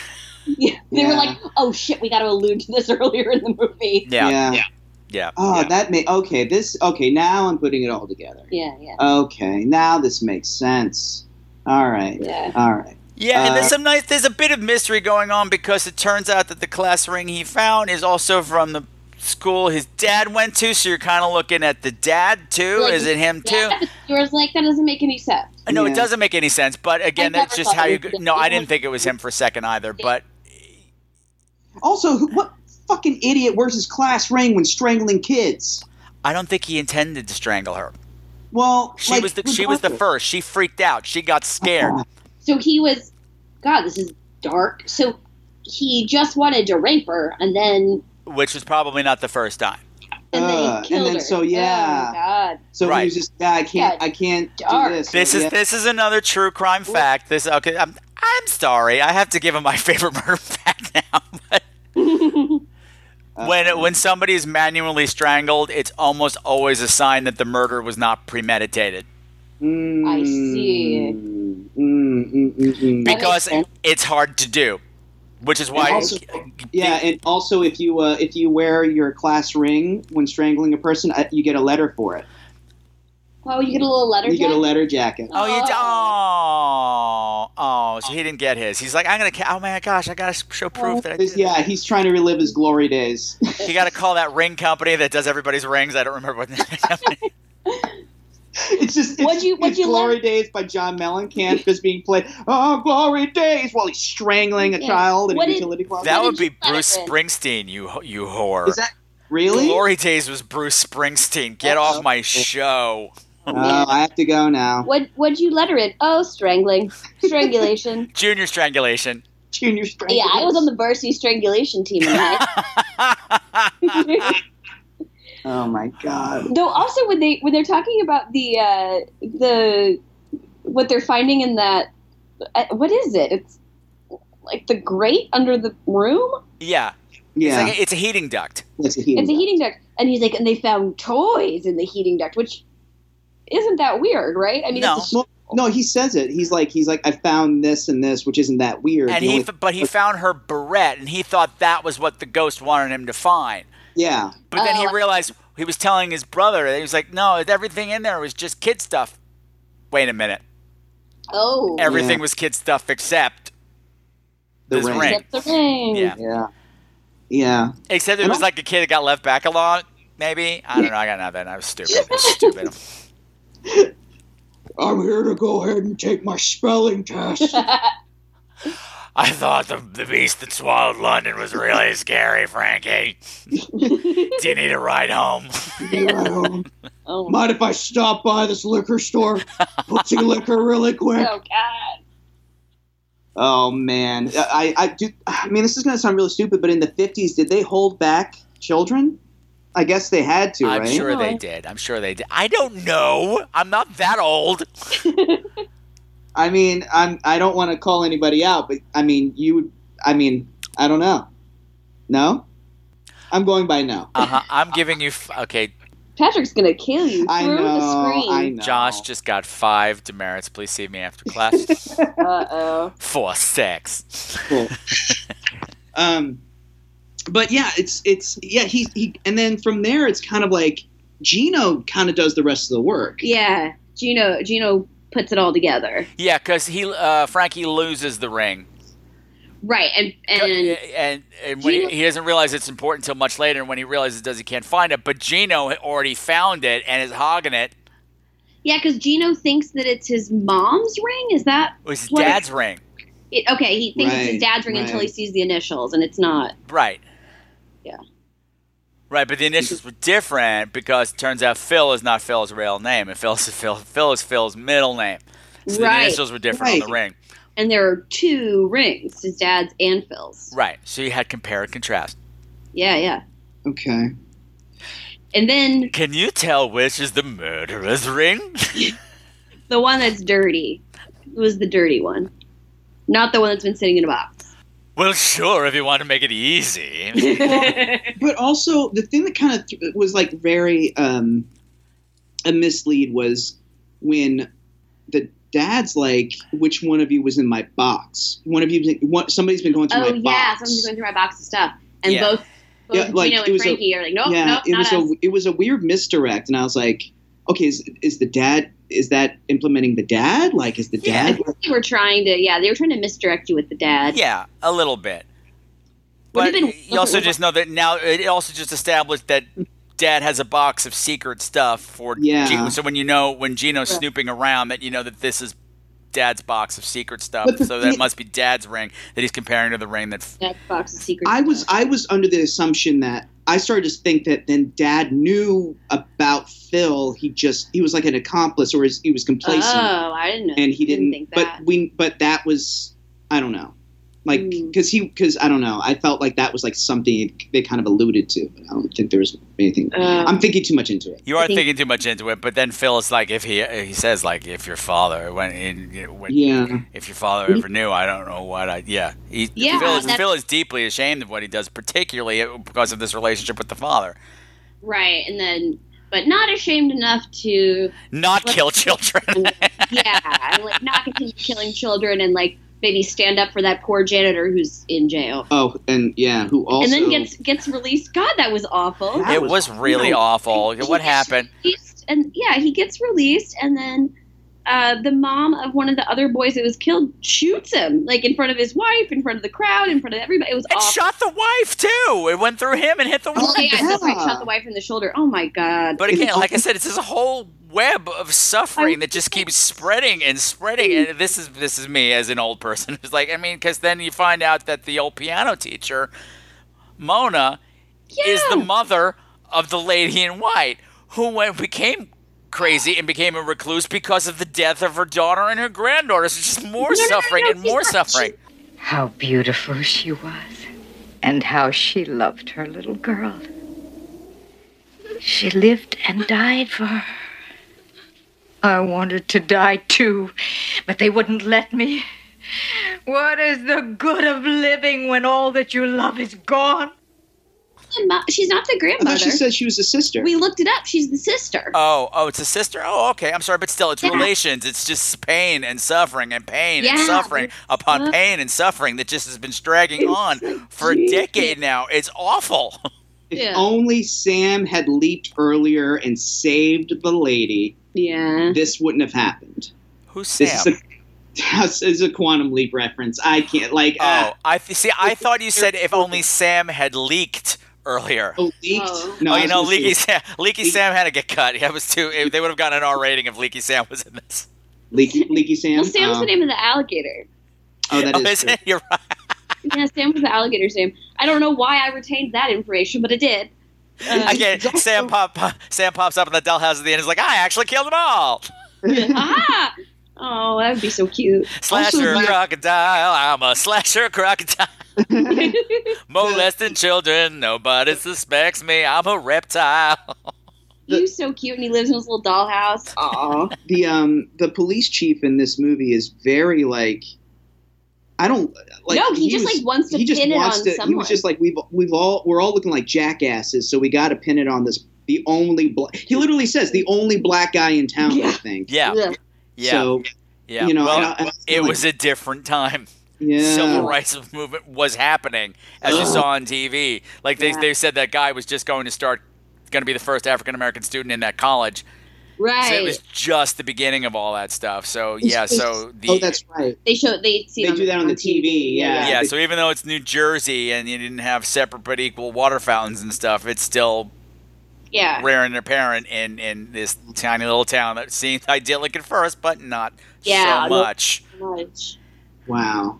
S6: Yeah, they were like, "Oh shit, we got to allude to this earlier in the movie."
S7: Yeah.
S2: Yeah. Yeah.
S7: Oh, that may okay. This okay. Now I'm putting it all together.
S6: Yeah, yeah.
S7: Uh, Okay, now this makes sense. All right.
S6: Yeah.
S7: All right.
S2: Yeah, and
S7: Uh,
S2: there's some nice. There's a bit of mystery going on because it turns out that the class ring he found is also from the school his dad went to. So you're kind of looking at the dad too.
S6: Like,
S2: is it him too? Uh,
S6: Yeah, you were like, "That doesn't make any sense."
S2: No, it doesn't make any sense. But again,
S6: I
S2: that's
S6: never
S2: just
S6: thought
S2: how
S6: it
S2: you.
S6: was
S2: go- No, I didn't think it was him for a second either. But
S7: Also, who, what fucking idiot wears his class ring when strangling kids?
S2: I don't think he intended to strangle her.
S7: Well,
S2: She was the she was the first. She freaked out. She got scared.
S6: So he was, God, this is dark. So he just wanted to rape her, and then
S2: which was probably not the first time.
S6: and then
S7: Uh,
S6: he
S7: and
S6: killed
S7: then
S6: her.
S7: so, yeah.
S6: Oh, God.
S7: So he was just, yeah, I can't, I can't do this.
S2: This is
S7: Yeah.
S2: this is another true crime fact. This okay. I'm I'm sorry. I have to give him my favorite murder fact now. But when when somebody is manually strangled, it's almost always a sign that the murder was not premeditated
S6: I
S7: Hmm.
S6: see.
S7: Mm,
S2: because it's hard to do, which is why
S7: And also- yeah, and also if you uh, if you wear your class ring when strangling a person, uh, you get a letter for it.
S6: Oh, you get a little letter.
S7: you get a
S6: jacket?
S7: letter jacket.
S2: Oh, you d- oh, oh, so he didn't get his. He's like, I'm gonna. Ca- oh my gosh, I gotta show proof that I did.
S7: Oh, yeah, he's trying to relive his glory days.
S2: You gotta call that ring company that does everybody's rings. I don't remember what.
S7: It's just it's, would you, would you glory days by John Mellencamp is being played. Oh, glory days while he's strangling a
S2: Yeah.
S7: child in
S2: What
S7: a
S2: did-
S7: utility closet.
S2: That would be Bruce Springsteen, you wh- you whore.
S7: Is that- really?
S2: Glory Days was Bruce Springsteen. Get off my show.
S7: Oh, I have to go now.
S6: What what'd you letter it? Oh, strangling, strangulation.
S2: Junior strangulation.
S7: Junior
S6: yeah, I was on the varsity strangulation team. in high-
S7: Oh my god.
S6: Though also when they when they're talking about the uh, the what they're finding in that uh, what is it? It's like the grate under the room.
S2: Yeah.
S7: Yeah.
S2: It's, like a, it's a heating duct.
S7: It's a
S6: it's a heating duct, and he's like, and they found toys in the heating duct, which isn't that weird, right? I mean, it's a-
S7: Well, no, he says it. He's like, he's like, I found this and this, which isn't that weird.
S2: And
S7: The
S2: he,
S7: only-
S2: f- but he found her barrette, and he thought that was what the ghost wanted him to find.
S7: yeah,
S2: But then he realized he was telling his brother. and He was like, "No, everything in there was just kid stuff." Wait a minute.
S6: oh,
S2: Everything was kid stuff except
S7: The
S2: this
S7: ring.
S2: ring.
S6: Except the ring.
S2: Yeah.
S7: yeah, yeah.
S2: Except it was like a kid that got left back a lot, maybe. I don't know. I got nothing. I was stupid. stupid.
S7: I'm here to go ahead and take my spelling test.
S2: I thought the, the beast that swallowed London was really scary, Frankie. Do you need a ride home?
S6: Oh.
S7: Mind if I stop by this liquor store, put some liquor really quick?
S6: Oh God.
S7: Oh man, I, I do. I mean, this is going to sound really stupid, but in the '50s, did they hold back children? I guess they had to,
S2: I'm
S7: right?
S2: sure they did. I'm sure they did. I don't know. I'm not that old.
S7: I mean, I'm. I don't want to call anybody out, but I mean, you. would I mean, I don't know. No, I'm going by no.
S2: Uh-huh. I'm giving you. F- okay,
S6: Patrick's gonna kill you
S7: I
S6: through
S7: know,
S6: the screen.
S7: I know.
S2: Josh just got five demerits. Please see me after class
S6: Uh oh.
S2: for sex.
S7: Cool. Um, but yeah, it's it's yeah. He he, and then from there, it's kind of like Gino kind of does the rest of the work.
S6: Yeah, Gino. Gino puts it all together.
S2: Yeah, because he uh, Frankie loses the ring.
S6: Right, and and
S2: and, and when he, he doesn't realize it's important until much later, and when he realizes it does, he can't find it. But Gino had already found it and is hogging it.
S6: yeah, because Gino thinks that it's his mom's ring. Is that
S2: It was his
S6: What-
S2: dad's ring,
S6: it, okay? He thinks it's his
S2: Right,
S6: dad's ring until he
S2: right.
S6: sees the initials, and it's not.
S2: right?
S6: Yeah.
S2: Right, but the initials were different because it turns out Phil is not Phil's real name, and Phil's Phil Phil is Phil's middle name. So
S6: Right,
S2: the initials were different on the ring.
S6: And there are two rings: his dad's and Phil's.
S2: Right. So you had compare and contrast.
S6: Yeah, yeah.
S7: Okay.
S6: And then
S2: Can you tell which is the murderer's ring?
S6: the one that's dirty was the dirty one, not the one that's been sitting in a box.
S2: well, sure, if you want to make it easy.
S7: but also the thing that kind of th- was like very um a mislead was when the dad's like, "Which one of you was in my box? One of you, one, somebody's been going through
S6: oh
S7: my
S6: yeah,
S7: box."
S6: something's going through my box of stuff, and
S7: Yeah.
S6: both both
S7: Yeah, like,
S6: Gino
S7: it
S6: and
S7: was a-
S6: Frankie are like, nope,
S7: yeah,
S6: oh, nope,
S7: it
S6: not
S7: was
S6: us.
S7: a it was a weird misdirect, and I was like, "Okay, is, is the dad is that implementing the dad? Like, is the
S6: I
S7: dad
S6: think they were trying to, yeah, they were trying to misdirect you with the dad.
S2: Yeah, a little bit.
S6: Would've
S2: But
S6: been-
S2: you also just know that now it also just established that Dad has a box of secret stuff for
S7: Yeah.
S2: Gino. So when you know when Gino's snooping around, that you know that this is Dad's box of secret stuff.
S7: But the
S2: So that
S7: thi-
S2: must be Dad's ring that he's comparing to the ring that.
S6: That box of secrets.
S7: I was I was under the assumption that I started to think that then Dad knew about Phil. He just he was like an accomplice, or his, he was complacent,
S6: Oh, I didn't know.
S7: and he didn't.
S6: think
S7: but
S6: that.
S7: we but that was I don't know, like
S6: Hmm.
S7: because he because I don't know. I felt like that was like something they kind of alluded to. But I don't think there was anything.
S6: Uh,
S7: I'm thinking too much into it.
S2: You are thinking too much into it, but then Phil is like, if he he says like, if your father when, in, when
S7: Yeah.
S2: if your father ever knew, I don't know what I yeah. He,
S6: Yeah,
S2: Phil, is,
S6: that's-
S2: Phil is deeply ashamed of what he does, particularly because of this relationship with the father.
S6: Right, and then, but not ashamed enough to,
S2: Not kill children.
S6: yeah, like not continue killing children and like maybe stand up for that poor janitor who's in jail.
S7: Oh, and yeah, who also
S6: and then gets gets released. God, that was awful.
S2: it was, really awful. What happened?
S6: released, and yeah, he gets released, and then uh, the mom of one of the other boys that was killed shoots him, like in front of his wife, in front of the crowd, in front of everybody. It was
S2: And
S6: awful.
S2: shot the wife too. It went through him and hit the
S6: Oh,
S2: wife.
S6: yeah, yeah, that's right. Shot the wife in the shoulder. Oh my god.
S2: But again, like I said, it's this whole web of suffering that just keeps spreading and spreading. And this is this is me as an old person. It's like I mean, because then you find out that the old piano teacher, Mona, is the mother of the lady in white who went, became crazy and became a recluse because of the death of her daughter and her granddaughter. So just more
S11: No, no, no,
S2: suffering
S11: no,
S2: and
S11: she's
S2: more
S11: not-
S2: suffering.
S11: How beautiful she was, and how she loved her little girl. She lived and died for her. I wanted to die too, but they wouldn't let me. What is the good of living when all that you love is gone?
S6: She's not the grandmother.
S7: she said she was a sister.
S6: We looked it up. She's the sister.
S2: Oh, oh, it's a sister. Oh, okay. I'm sorry, but still, it's
S6: Yeah.
S2: relations. It's just pain and suffering and pain and
S6: Yeah,
S2: suffering upon
S6: uh,
S2: pain and suffering that just has been dragging on for a decade now. It's awful.
S7: If only Sam had leaped earlier and saved the lady,
S6: yeah,
S7: this wouldn't have happened.
S2: Who's
S7: This is a, this is a quantum leap reference. I can't like.
S2: Oh,
S7: ah.
S2: I th- see. I thought you said if only Sam had leaked earlier.
S7: Oh, leaked?
S2: Oh,
S7: No, I
S2: you
S7: was
S2: know,
S7: gonna
S2: Leaky
S7: say-
S2: Sam. Leaky Sam had to get cut. That was too. It, they would have gotten an R rating if Leaky Sam was in this.
S7: Leaky, leaky Sam.
S6: Well, Sam's
S7: Um,
S6: the name of the alligator.
S7: Oh, that
S2: Oh, is
S7: is
S2: it? You're right.
S6: Yeah, Sam was the alligator's name. I don't know why I retained that information, but I did. Um,
S2: Again, Sam pop, pop- Sam pops up in the dollhouse at the end. Is like, I actually killed them all.
S6: Aha! Oh, that would be so cute.
S2: Slasher crocodile, I'm a slasher crocodile. Molesting children, nobody suspects me. I'm a reptile.
S6: He was so cute, and he lives in his little dollhouse. Aw.
S7: the um the police chief in this movie is very like. I don't like.
S6: No, he just,
S7: was-
S6: like, wants to
S7: he just
S6: pin it
S7: wants
S6: on
S7: to, He
S6: someone.
S7: was just like we've we've all we're all looking like jackasses, so we got to pin it on this. The only black. He literally says the only black guy in town. I think.
S2: Yeah. Yeah. Yeah.
S7: So,
S2: yeah.
S7: you know,
S2: well,
S7: I- I-
S2: it was a different time.
S7: Yeah. Oh.
S2: Civil rights movement was happening, as you
S7: Ugh.
S2: saw on TV. Like they,
S6: Yeah.
S2: they said that guy was just going to start, going to be the first African American student in that college. So it
S6: Right.
S2: was just the beginning of all that stuff. So
S7: It's
S2: yeah,
S7: just-
S2: so the
S7: oh, that's right.
S6: They show they see.
S7: They do that on the TV. Yeah.
S2: Yeah, so even though it's New Jersey and you didn't have separate but equal water fountains and stuff, it's still
S6: Yeah.
S2: rare and apparent in, in this tiny little town that seemed idyllic at first, but not
S6: Yeah,
S2: so
S6: I don't-
S2: much.
S6: Much.
S7: Wow.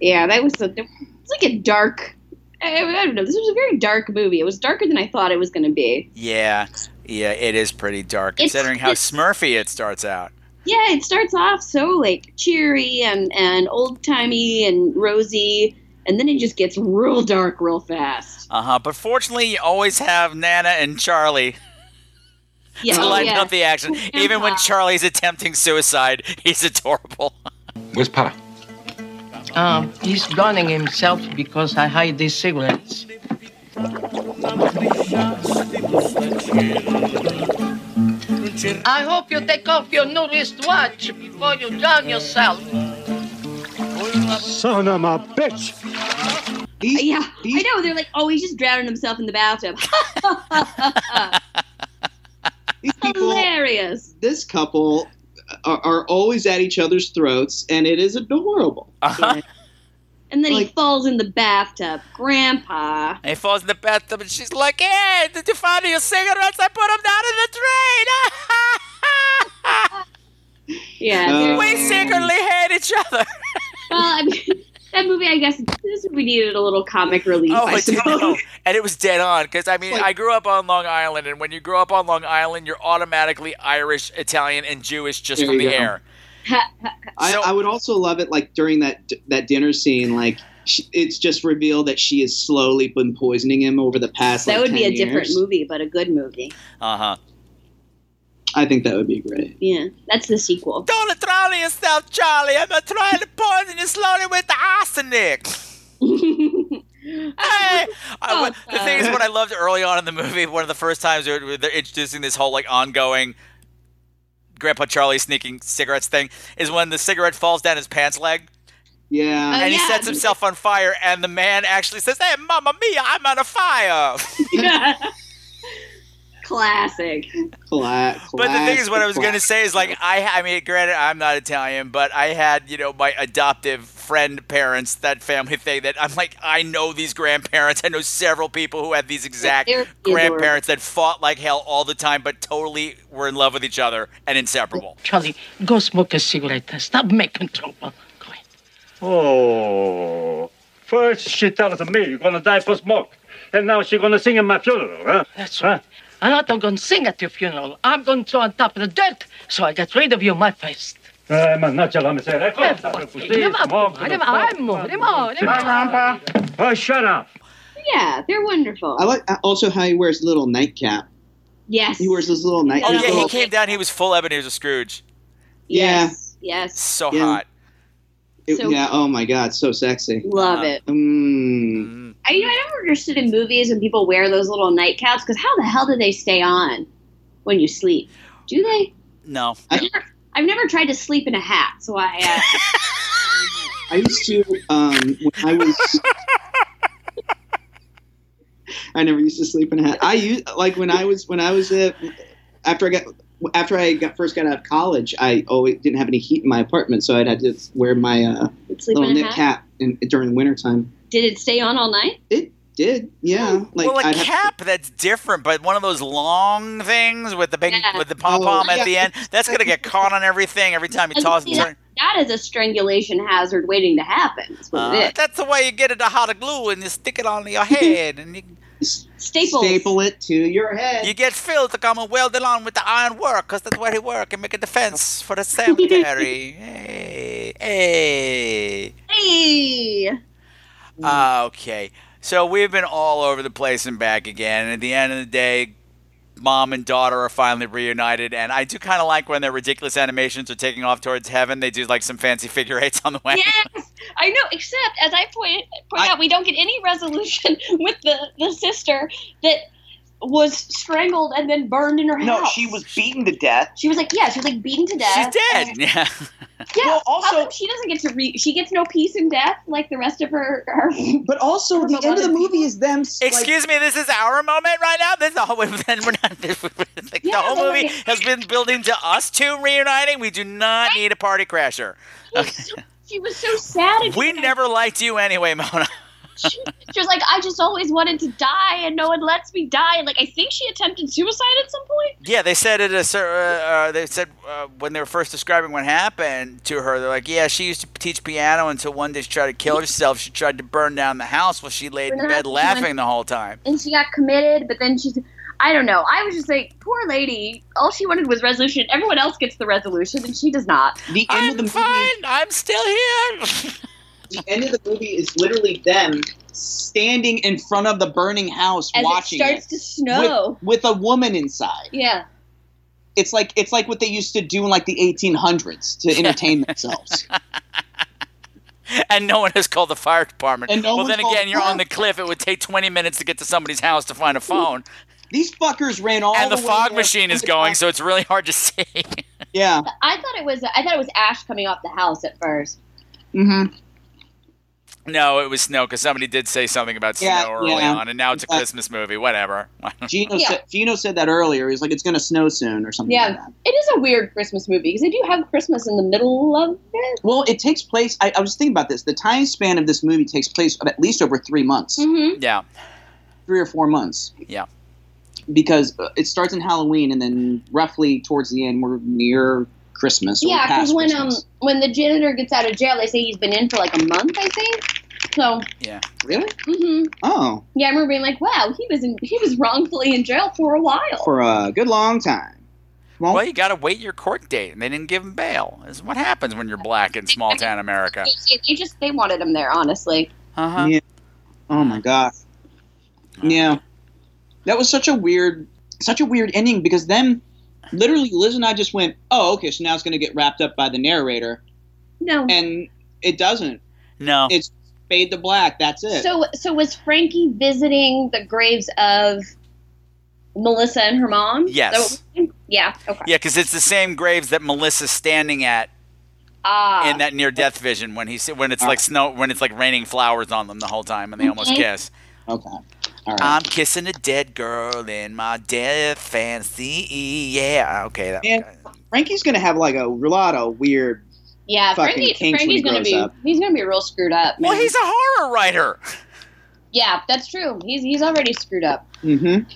S6: Yeah, that was a, it's like a dark. I, I don't know. This was a very dark movie. It was darker than I thought it was going to be.
S2: Yeah, yeah, it is pretty dark
S6: It's-
S2: considering how smurfy it starts out.
S6: Yeah, it starts off so like cheery and and old timey and rosy, and then it just gets real dark real fast.
S2: Uh huh. But fortunately, you always have Nana and Charlie
S6: Yeah,
S2: to
S6: oh,
S2: lighten
S6: yeah.
S2: up the action. Even when Charlie's attempting suicide, he's adorable.
S12: Where's Pop?
S13: Um, he's gunning himself because I hide these cigarettes.
S12: future.
S13: I hope you take off your new wristwatch before you drown yourself.
S14: Son of a bitch!
S6: yeah, I know. They're like, oh, he's just drowning himself in the bathtub. Hilarious.
S7: This couple are, are always at each other's throats, and it is adorable.
S6: And then he falls in the bathtub. Grandpa.
S2: And he falls in the bathtub, and she's like, "Hey, did you find your cigarettes? I put them down in the drain."
S7: Uh,
S6: Yeah.
S2: we secretly hate each other.
S6: Well, I mean, that movie, I guess, this movie needed a little comic relief.
S2: Oh,
S6: I
S2: I didn't
S6: suppose.
S2: know. And it was dead on because I mean, I grew up on Long Island, and when you grow up on Long Island, you're automatically Irish, Italian, and Jewish just
S7: There
S2: from the
S7: you go.
S2: air.
S7: I, I would also love it, like during that that dinner scene, like she, it's just revealed that she has slowly been poisoning him over the past.
S6: that
S7: like,
S6: would be a
S7: 10
S6: different
S7: years.
S6: movie, but a good movie.
S2: Uh huh.
S7: I think that would be great.
S6: Yeah, that's the sequel.
S2: Don't drown yourself, Charlie. I'm not trying to poison you slowly with the arsenic. hey, I- the thing
S7: Oh,
S2: is, what I loved early on in the movie, one of the first times they're, they're introducing this whole like ongoing Grandpa Charlie sneaking cigarettes thing, is when the cigarette falls down his pants leg.
S7: Yeah.
S6: Uh,
S2: and he sets himself on fire, and the man actually says, "Hey, Mamma Mia, I'm on a fire!"
S6: Classic.
S7: Cla-
S2: But the thing is, what I was
S7: classic,
S2: going to say is like I, I mean, granted, I'm not Italian, but I had you know my adoptive friend parents, that family thing. That I'm like, I know these grandparents. I know several people who had these exact
S6: They're
S2: grandparents that fought like hell all the time, but totally were in love with each other and inseparable.
S13: Charlie, go smoke a cigarette. Stop making trouble.
S14: Oh. First she tells me you're gonna die for smoke. And now she's gonna sing at my funeral, huh?
S13: That's right. I'm not going to sing at your funeral. I'm going to throw on top of the dirt so I get rid of you, my face.
S14: Eh, mannaggia la miseria. Cosa
S13: Andiamo
S14: smoke,
S13: a-
S14: smoke,
S13: andiamo- andiamo- andiamo- andiamo.
S14: Oh, shut up.
S6: Yeah, they're wonderful.
S7: I like uh, also how he wears little nightcap.
S6: Yes.
S7: He wears his little night.
S2: Oh
S7: his
S2: yeah, he
S7: little-
S2: came down. He was full Ebenezer Scrooge.
S7: yeah.
S6: Yes.
S2: So
S7: Yeah.
S2: hot.
S7: It-
S6: So-
S7: yeah. Oh my God, so sexy.
S2: uh,
S6: Love it.
S2: Mm-hmm.
S7: Mm.
S6: I, you know, I never understood in movies when people wear those little nightcaps because how the hell do they stay on when you sleep? Do they?
S2: No.
S6: I've never, I've never tried to sleep in a hat, so I. Uh,
S7: I used to um, when I was. I never used to sleep in a hat. I used like when I was when I was uh, after I got after I got first got out of college. I always didn't have any heat in my apartment, so I'd have to wear my uh,
S6: Sleep
S7: little
S6: in a
S7: knit
S6: hat?
S7: cap in, during wintertime.
S6: did it stay on all night?
S7: It did. Yeah, like
S2: well, a
S7: I'd have to-
S2: cap that's different, but one of those long things with the big with the pom pom
S6: Oh,
S2: at the
S6: yeah.
S2: end. That's gonna get caught on everything every time you toss and turn.
S6: that is a strangulation hazard waiting to happen. That's what
S2: Uh,
S6: it
S2: that's the way you get it a hot glue and you stick it on your head and you,
S6: Staples.
S7: staple it to your head.
S2: you get Phil to come and weld it on with the iron work because that's where he work and make a defense for the cemetery. hey, hey.
S6: is. Hey!
S2: Ah, okay. So we've been all over the place and back again. And at the end of the day, mom and daughter are finally reunited. And I do kind of like when their ridiculous animations are taking off towards heaven. They do like some fancy figure eights on the way.
S12: Yes, I know. Except, as I point, point out, we don't get any resolution with the, the sister that was strangled and then burned in her
S15: No,
S12: house.
S15: she was beaten to death.
S12: She was like, yeah, she was like beaten to death.
S2: She's dead. Yeah.
S12: Yeah. also, she doesn't get to re. She gets no peace in death like the rest of her. her
S7: but also, the end of the movie is them.
S2: Excuse me, this is our moment right now. This is the whole then we're not. like, the whole
S12: they're
S2: movie
S12: like-
S2: has been building to us two reuniting. We do not need a party crasher.
S12: She was so sad. And
S2: We never liked you anyway, Mona.
S12: she was like, I just always wanted to die, and no one lets me die. And like, I think she attempted suicide at some point.
S2: Yeah, they said it. A, cer- uh, uh, they said uh, when they were first describing what happened to her, they're like, "Yeah, she used to teach piano until one day she tried to kill herself. She tried to burn down the house while she laid in
S12: Burn
S2: bed
S12: down the
S2: laughing
S12: house.
S2: the whole time."
S12: and she got committed, but then she's I don't know. I was just like, poor lady. All she wanted was resolution. Everyone else gets the resolution, and she does not.
S7: The end of the movie.
S2: Fine, I'm still here.
S7: the end of the movie is literally them standing in front of the burning house
S12: As it
S7: watching
S12: starts to snow.
S7: with, with a woman inside
S12: Yeah.
S7: it's like it's like what they used to do in like the 1800s to entertain themselves
S2: and no one has called the fire department.
S7: And no
S2: well,
S7: one's
S2: then
S7: called
S2: again,
S7: the
S2: you're
S7: fire
S2: on the cliff. It would take 20 minutes to get to somebody's house to find a phone.
S7: These fuckers ran all
S2: and the,
S7: way
S2: fog
S7: there.
S2: machine is going, so it's really hard to see.
S7: Yeah.
S6: I thought it was I thought it was ash coming off the house at first.
S7: Mm-hmm.
S2: No, it was snow because somebody did say something about
S7: Yeah,
S2: snow early
S7: yeah.
S2: on, and now it's a Christmas movie. Whatever.
S7: Gino, said, Gino said that earlier. He's like, it's going to snow soon or something.
S6: Yeah, it is a weird Christmas movie because they do have Christmas in the middle of it.
S7: Well, it takes place. I, I was thinking about this. The time span of this movie takes place of at least over three months,
S6: Mm-hmm.
S2: Yeah.
S7: three or four months,
S2: Yeah.
S7: because uh, it starts in Halloween and then roughly towards the end we're near Christmas. or
S6: Yeah, because
S7: past
S6: when um
S7: Christmas.
S6: when the janitor gets out of jail, they say he's been in for like a month, I think. So,
S2: Yeah.
S7: Really?
S6: hmm
S7: Oh,
S6: yeah, I remember being like, "Wow, he was in he was wrongfully in jail for a while."
S7: for a good long time.
S2: Well, you got to wait your court date, and they didn't give him bail. Is what happens when you're black in small town America.
S6: They- They just they wanted him there, honestly.
S2: Uh-huh.
S7: Yeah. Oh my gosh. Yeah. That was such a weird such a weird ending because then literally Liz and I just went, Oh, okay, so now it's gonna get wrapped up by the narrator.
S6: No.
S7: And it doesn't.
S2: No.
S7: It's fade to black, that's it.
S6: So so was Frankie visiting the graves of Melissa and her mom? Is that
S2: Yes.
S6: what we- Yeah. Okay.
S2: Yeah, because it's the same graves that Melissa's standing at
S6: Ah.
S2: in that near death vision when he's when it's like snow when it's like raining flowers on them the whole time and they almost
S6: Okay.
S2: kiss.
S7: Okay. All right.
S2: I'm kissing a dead girl in my death fancy. Yeah. Okay. That,
S7: And Frankie's gonna have like a lot of weird
S6: yeah.
S7: fucking
S6: Frankie,
S7: kinks when
S6: Frankie's
S7: he
S6: gonna
S7: grows
S6: be
S7: up.
S6: he's gonna be real screwed up.
S2: well,
S6: man.
S2: he's a horror writer.
S6: yeah, that's true. He's he's already screwed up.
S7: Mm-hmm.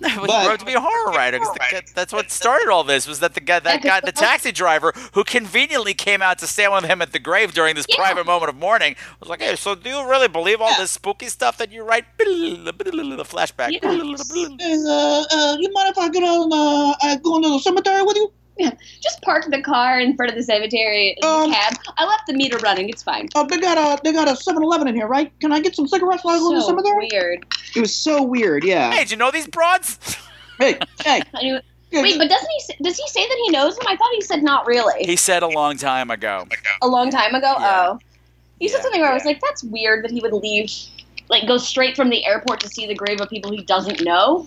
S2: He was brought to be a horror writer 'cause the guy- that's what started all this. Was that the guy that guy the taxi driver who conveniently came out to stand with him at the grave during this private moment of mourning was like, "Hey, so do you really believe all this spooky stuff that you write?" The flashback.
S7: uh, uh, you mind if I get on, uh, I go into the cemetery with you?
S6: Yeah. Just park the car in front of the cemetery. in
S7: Um,
S6: the cab. I left the meter running. It's fine.
S7: Oh, they got a they got a 7-Eleven in here, right? Can I get some cigarettes while I go to the
S6: So
S7: cemetery?
S6: Weird.
S7: It was so weird, yeah.
S2: Hey, do you know these broads?
S7: Hey, hey.
S6: I knew- Wait, but doesn't he? s- Does he say that he knows him? I thought he said not really.
S2: He said a long time ago.
S6: a long time ago. Oh, he
S2: Yeah,
S6: said something where I was like, "That's weird that he would leave, like go straight from the airport to see the grave of people he doesn't know."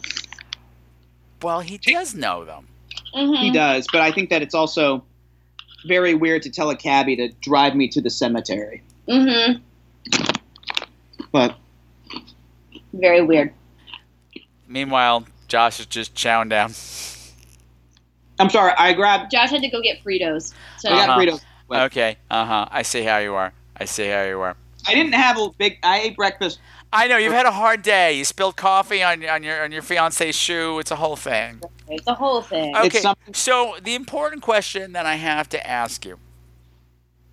S2: Well, he does know them.
S6: Mm-hmm.
S7: He does, but I think that it's also very weird to tell a cabbie to drive me to the cemetery.
S6: Mm-hmm.
S7: But
S6: Very weird.
S2: Meanwhile, Josh is just chowing down.
S7: I'm sorry, I grabbed.
S6: Josh had to go get Fritos. So
S2: Uh-huh. Okay. Uh huh. I see how you are. I see how you are.
S7: I didn't have a big. I ate breakfast.
S2: I know you've had a hard day. You spilled coffee on on your on your fiance's shoe. It's a whole thing.
S6: it's a whole thing.
S2: Okay. So the important question that I have to ask you,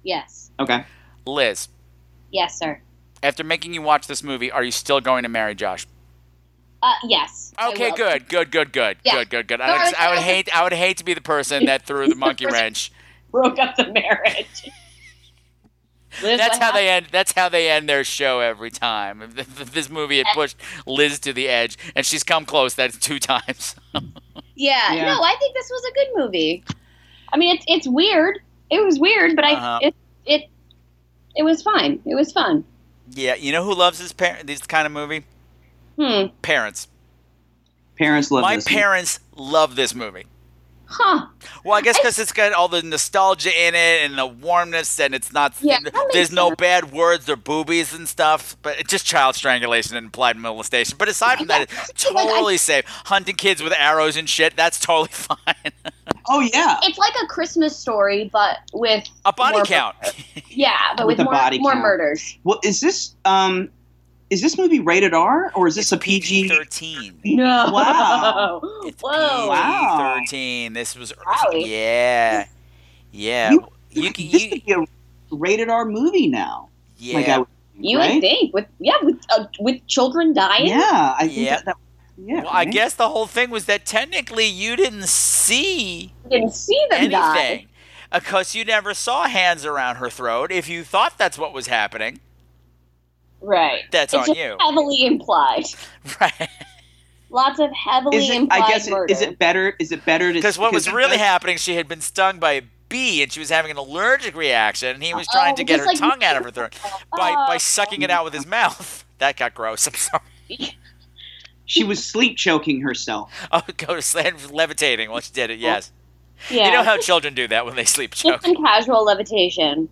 S6: yes.
S7: Okay.
S2: Liz,
S6: Yes, sir.
S2: after making you watch this movie, are you still going to marry Josh?
S6: Uh, yes. I
S2: Okay,
S6: will.
S2: good, good, good, good,
S6: Yeah.
S2: good, good, good.
S6: No,
S2: I would,
S6: it's-
S2: I would hate, I would hate to be the person that threw the monkey wrench.
S6: Broke up the marriage. Liz,
S2: That's
S6: what
S2: how they end. That's how they end their show every time. If th- if This movie had pushed Liz to the edge, and she's come close. That's two times.
S6: Yeah,
S2: Yeah.
S6: No, I think this was a good movie. I mean, it's it's weird. It was weird, but
S2: Uh-huh.
S6: I it, it it was fine. It was fun.
S2: yeah, you know who loves this parent? This kind of movie?
S6: Hmm.
S2: Parents.
S7: Parents love
S2: My
S7: this.
S2: parents love this movie.
S6: Huh.
S2: Well, I guess because it's got all the nostalgia in it and the warmness, and it's not.
S6: Yeah, that makes
S2: there's no
S6: sense.
S2: bad words or boobies and stuff, but it's just child strangulation and implied molestation. But aside from that, it's totally safe. Hunting kids with arrows and shit, that's totally fine.
S7: Oh yeah.
S6: It's like a Christmas story, but with
S2: A body
S6: more-
S2: count.
S6: Yeah, but with,
S7: a
S6: more,
S7: body
S6: more
S7: count.
S6: murders.
S7: Well, is this um, is this movie rated R or is this a PG
S2: thirteen?
S6: No.
S7: Wow.
S6: Whoa.
S7: Wow.
S2: Thirteen. This was.
S7: Owie.
S2: Yeah. Yeah.
S7: You- this could be a rated R movie now.
S2: yeah.
S7: Like I would,
S6: You
S7: right?
S6: would think with yeah with uh, with children dying.
S7: Yeah, I think
S2: Yeah.
S7: that, that yeah.
S2: well, I
S7: right?
S2: guess the whole thing was that technically you didn't see
S6: didn't see them die.
S2: anything because you never saw hands around her throat. If you thought that's what was happening,
S6: Right.
S2: That's
S6: it's
S2: on
S6: just
S2: you.
S6: Heavily implied.
S2: Right.
S6: Lots of heavily
S7: Is it,
S6: implied
S7: I guess it,
S6: murder.
S7: is it better? Is it better to?
S2: because what was
S7: because-
S2: really happening, she had been stung by a bee and she was having an allergic reaction, and he was trying
S6: Oh,
S2: to get her
S6: just like-
S2: tongue out of her throat by by
S6: Oh.
S2: sucking it out with his mouth. That got gross. I'm sorry.
S7: she was sleep choking herself.
S2: Oh, go to sleep, levitating while she did it. Yes.
S6: Oh, Yeah.
S2: You know how children do that when they sleep choke.
S6: Just some casual levitation.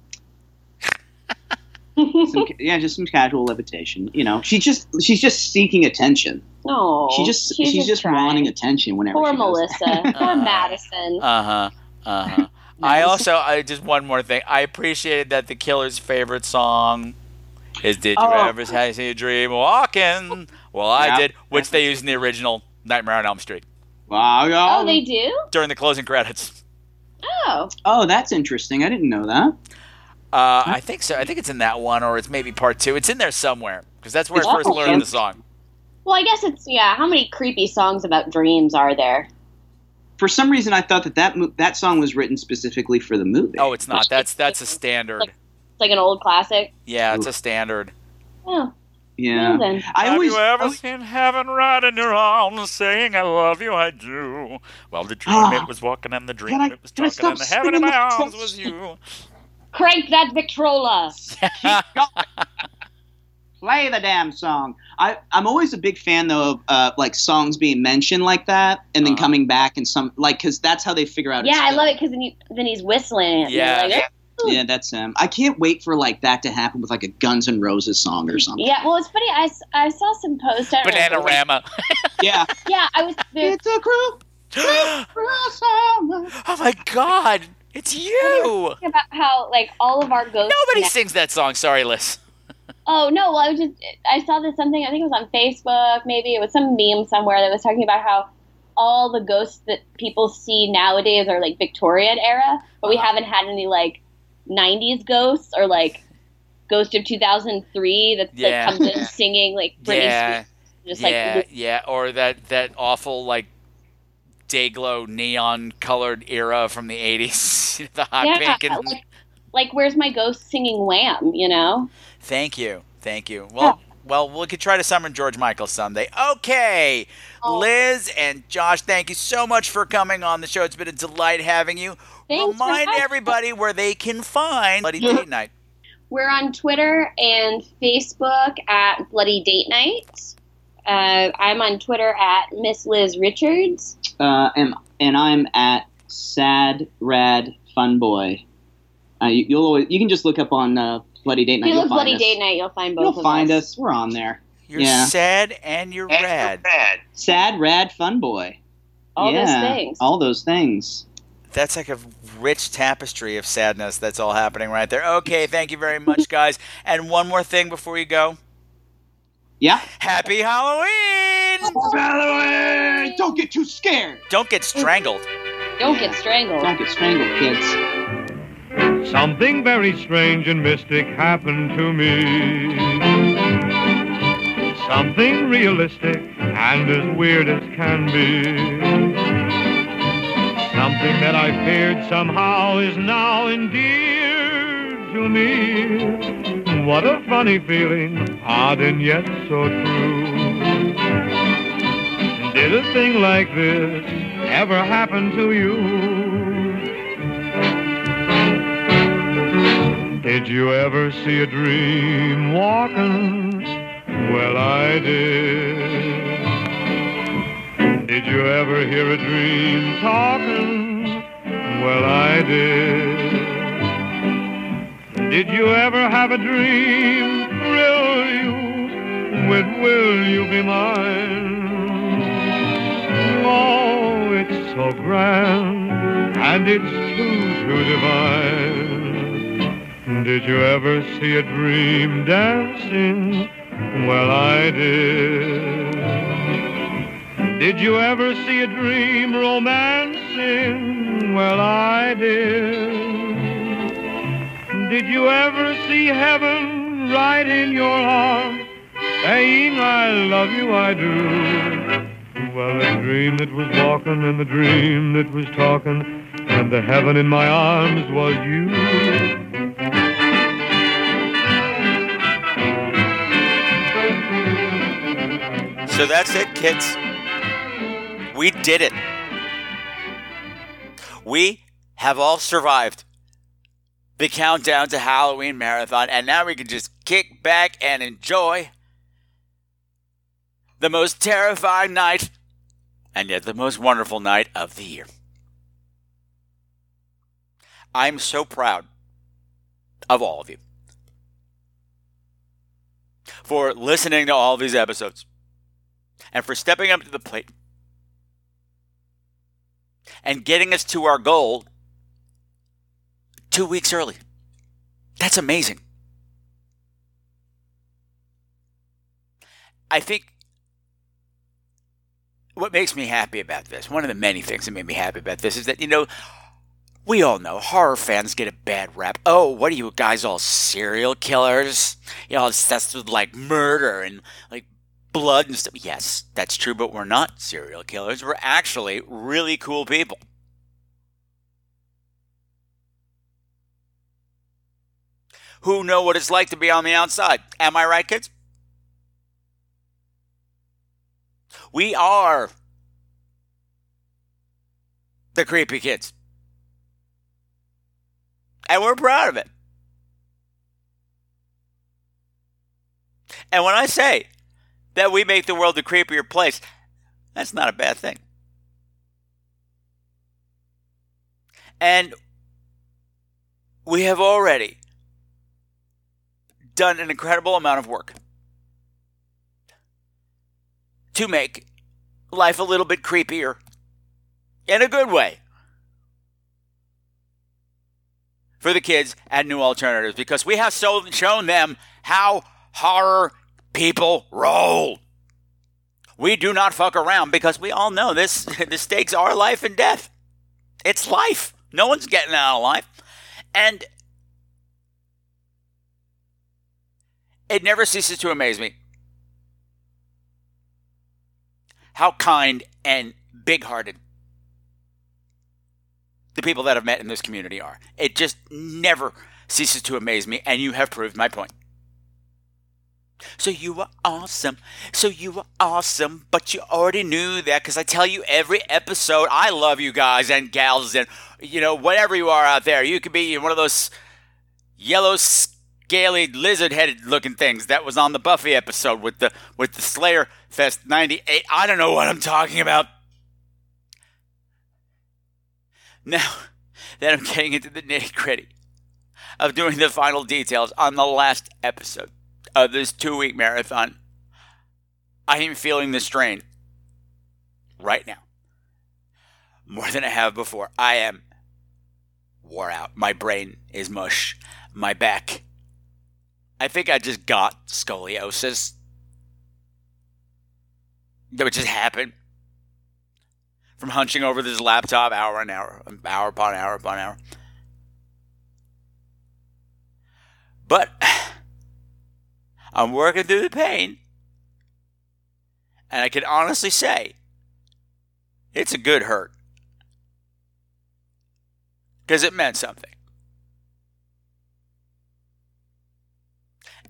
S7: Some, yeah, just some casual levitation. You know, she just she's just seeking attention.
S6: No.
S7: she just she's, just, wanting attention whenever.
S6: Poor
S7: she does
S6: Melissa. Poor Madison.
S2: Uh huh. Uh huh. I also I just one more thing. I appreciated that the Killer's favorite song is "Did You
S16: Oh.
S2: Ever See a Dream Walking?" Well, I
S16: Yeah.
S2: did, which they used in the original Nightmare on Elm Street
S7: Wow.
S6: Oh, they do?
S2: during the closing credits.
S6: Oh.
S7: Oh, that's interesting. I didn't know that.
S2: Uh, I think so. I think it's in that one, or it's maybe part two. It's in there somewhere because that's where I
S6: It's
S2: first learned the song.
S6: Well, I guess it's yeah. How many creepy songs about dreams are there?
S7: For some reason, I thought that that mo- that song was written specifically for the movie.
S2: Oh, it's not. That's that's a standard.
S6: It's like an old classic.
S2: Yeah, it's a standard.
S6: Oh,
S7: Yeah.
S6: well then.
S7: I always
S2: ever seen heaven right in your arms, saying "I love you, I do"? Well, the dream
S6: Ah.
S2: it was walking, and the dream
S6: Can I-
S2: it was
S6: can I
S2: talking, and the
S6: stop
S2: heaven in
S6: spinning
S2: my
S6: my
S2: arms
S6: toes?
S2: was you.
S6: crank that Victrola.
S7: play the damn song. I, I'm always a big fan though of uh, like songs being mentioned like that, and then coming back and some like because that's how they figure out.
S6: Uh-huh. yeah,
S7: it's
S6: I love it because then, you- then he's whistling. It yeah. Like, "Eh."
S7: yeah, that's him. I can't wait for like that to happen with like a Guns N' Roses song or something.
S6: yeah. Well, it's funny. I, s- I saw some post. I don't know if it was-
S7: yeah.
S6: Yeah, I was.
S7: It's a group.
S2: oh my god, it's you!
S6: talking about how like all of our ghosts.
S2: Nobody
S6: now-
S2: sings that song. Sorry, Liz.
S6: Oh no! Well, I was just I saw this something. I think it was on Facebook. Maybe it was some meme somewhere that was talking about how all the ghosts that people see nowadays are like Victorian era, but we
S2: Uh-huh.
S6: haven't had any like '90s ghosts or like ghost of 2003 that
S2: Yeah.
S6: like comes in singing like Britney
S2: yeah,
S6: Spears, just
S2: yeah,
S6: like
S2: yeah, or that that awful like dayglow neon colored era from the '80s, the hot
S6: Yeah,
S2: pink and
S6: like, like where's my ghost singing Wham? You know?
S2: Thank you. Thank you. Well, well, we could try to summon George Michael someday. Okay. Oh. Liz and Josh, thank you so much for coming on the show. It's been a delight having you. Remind everybody where they can find Bloody Date Night.
S6: We're on Twitter and Facebook at Bloody Date Night. Uh, I'm on Twitter at Miss Liz Richards.
S7: Uh, and and I'm at sad rad fun boy. Uh, you, you'll always, you can just look up on uh, bloody date
S6: If
S7: night.
S6: you
S7: you'll
S6: look
S7: find
S6: Bloody
S7: us.
S6: Date Night, you'll find both
S7: You'll
S6: of
S7: find
S6: us.
S7: us. We're on there.
S2: You're
S7: yeah.
S2: sad and you're rad.
S7: Sad rad fun boy.
S2: All those
S7: Yeah,
S2: things.
S7: All those things.
S2: That's like a rich tapestry of sadness that's all happening right there. Okay, thank you very much, guys. And one more thing before you go.
S7: Yeah.
S2: Happy Halloween!
S7: Halloween! Don't get too scared.
S2: Don't get strangled.
S6: Don't get strangled.
S7: Don't get strangled, kids.
S15: Something very strange and mystic happened to me. Something realistic and as weird as can be. Something that I feared somehow is now endeared to me. What a funny feeling, odd and yet so true. Did a thing like this ever happen to you? Did you ever see a dream walking? Well, I did. Did you ever hear a dream talking? Well, I did. Did you ever have a dream thrill you with will you be mine? Oh, it's so grand and it's too, too divine. Did you ever see a dream dancing? Well, I did. Did you ever see a dream romancing? Well, I did. Did you ever see heaven right in your arms, saying, I love you, I do? Well, the dream that was walking and the dream that was talking and the heaven in my arms was you.
S2: So that's it, kids. We did it. We have all survived the countdown to Halloween marathon, and now we can just kick back and enjoy the most terrifying night, and yet the most wonderful night of the year. I'm so proud of all of you for listening to all these episodes and for stepping up to the plate and getting us to our goal two weeks early. That's amazing. I think what makes me happy about this, one of the many things that made me happy about this, is that, you know, we all know horror fans get a bad rap. Oh, what are you guys all serial killers? Y'all obsessed with like murder and like blood and stuff. Yes, that's true, but we're not serial killers. We're actually really cool people. Who know what it's like to be on the outside? Am I right, kids? We are the creepy kids. And we're proud of it. And when I say that we make the world a creepier place, that's not a bad thing. And we have already done an incredible amount of work to make life a little bit creepier in a good way for the kids at New Alternatives because we have so shown them how horror people roll. We do not fuck around because we all know this the stakes are life and death. It's life. No one's getting out alive. And it never ceases to amaze me how kind and big hearted the people that I've met in this community are. It just never ceases to amaze me, and you have proved my point. So you are awesome. So you are awesome, but you already knew that because I tell you every episode, I love you guys and gals and, you know, whatever you are out there. You could be one of those yellow, scaly, lizard headed looking things that was on the Buffy episode with the, with the Slayer Fest 98. I don't know what I'm talking about. Now that I'm getting into the nitty gritty of doing the final details on the last episode of this two week marathon, I am feeling the strain right now more than I have before. I am wore out. My brain is mush. My back. I think I just got scoliosis. That just happened from hunching over this laptop hour and hour, hour upon hour upon hour. But I'm working through the pain, and I can honestly say it's a good hurt because it meant something.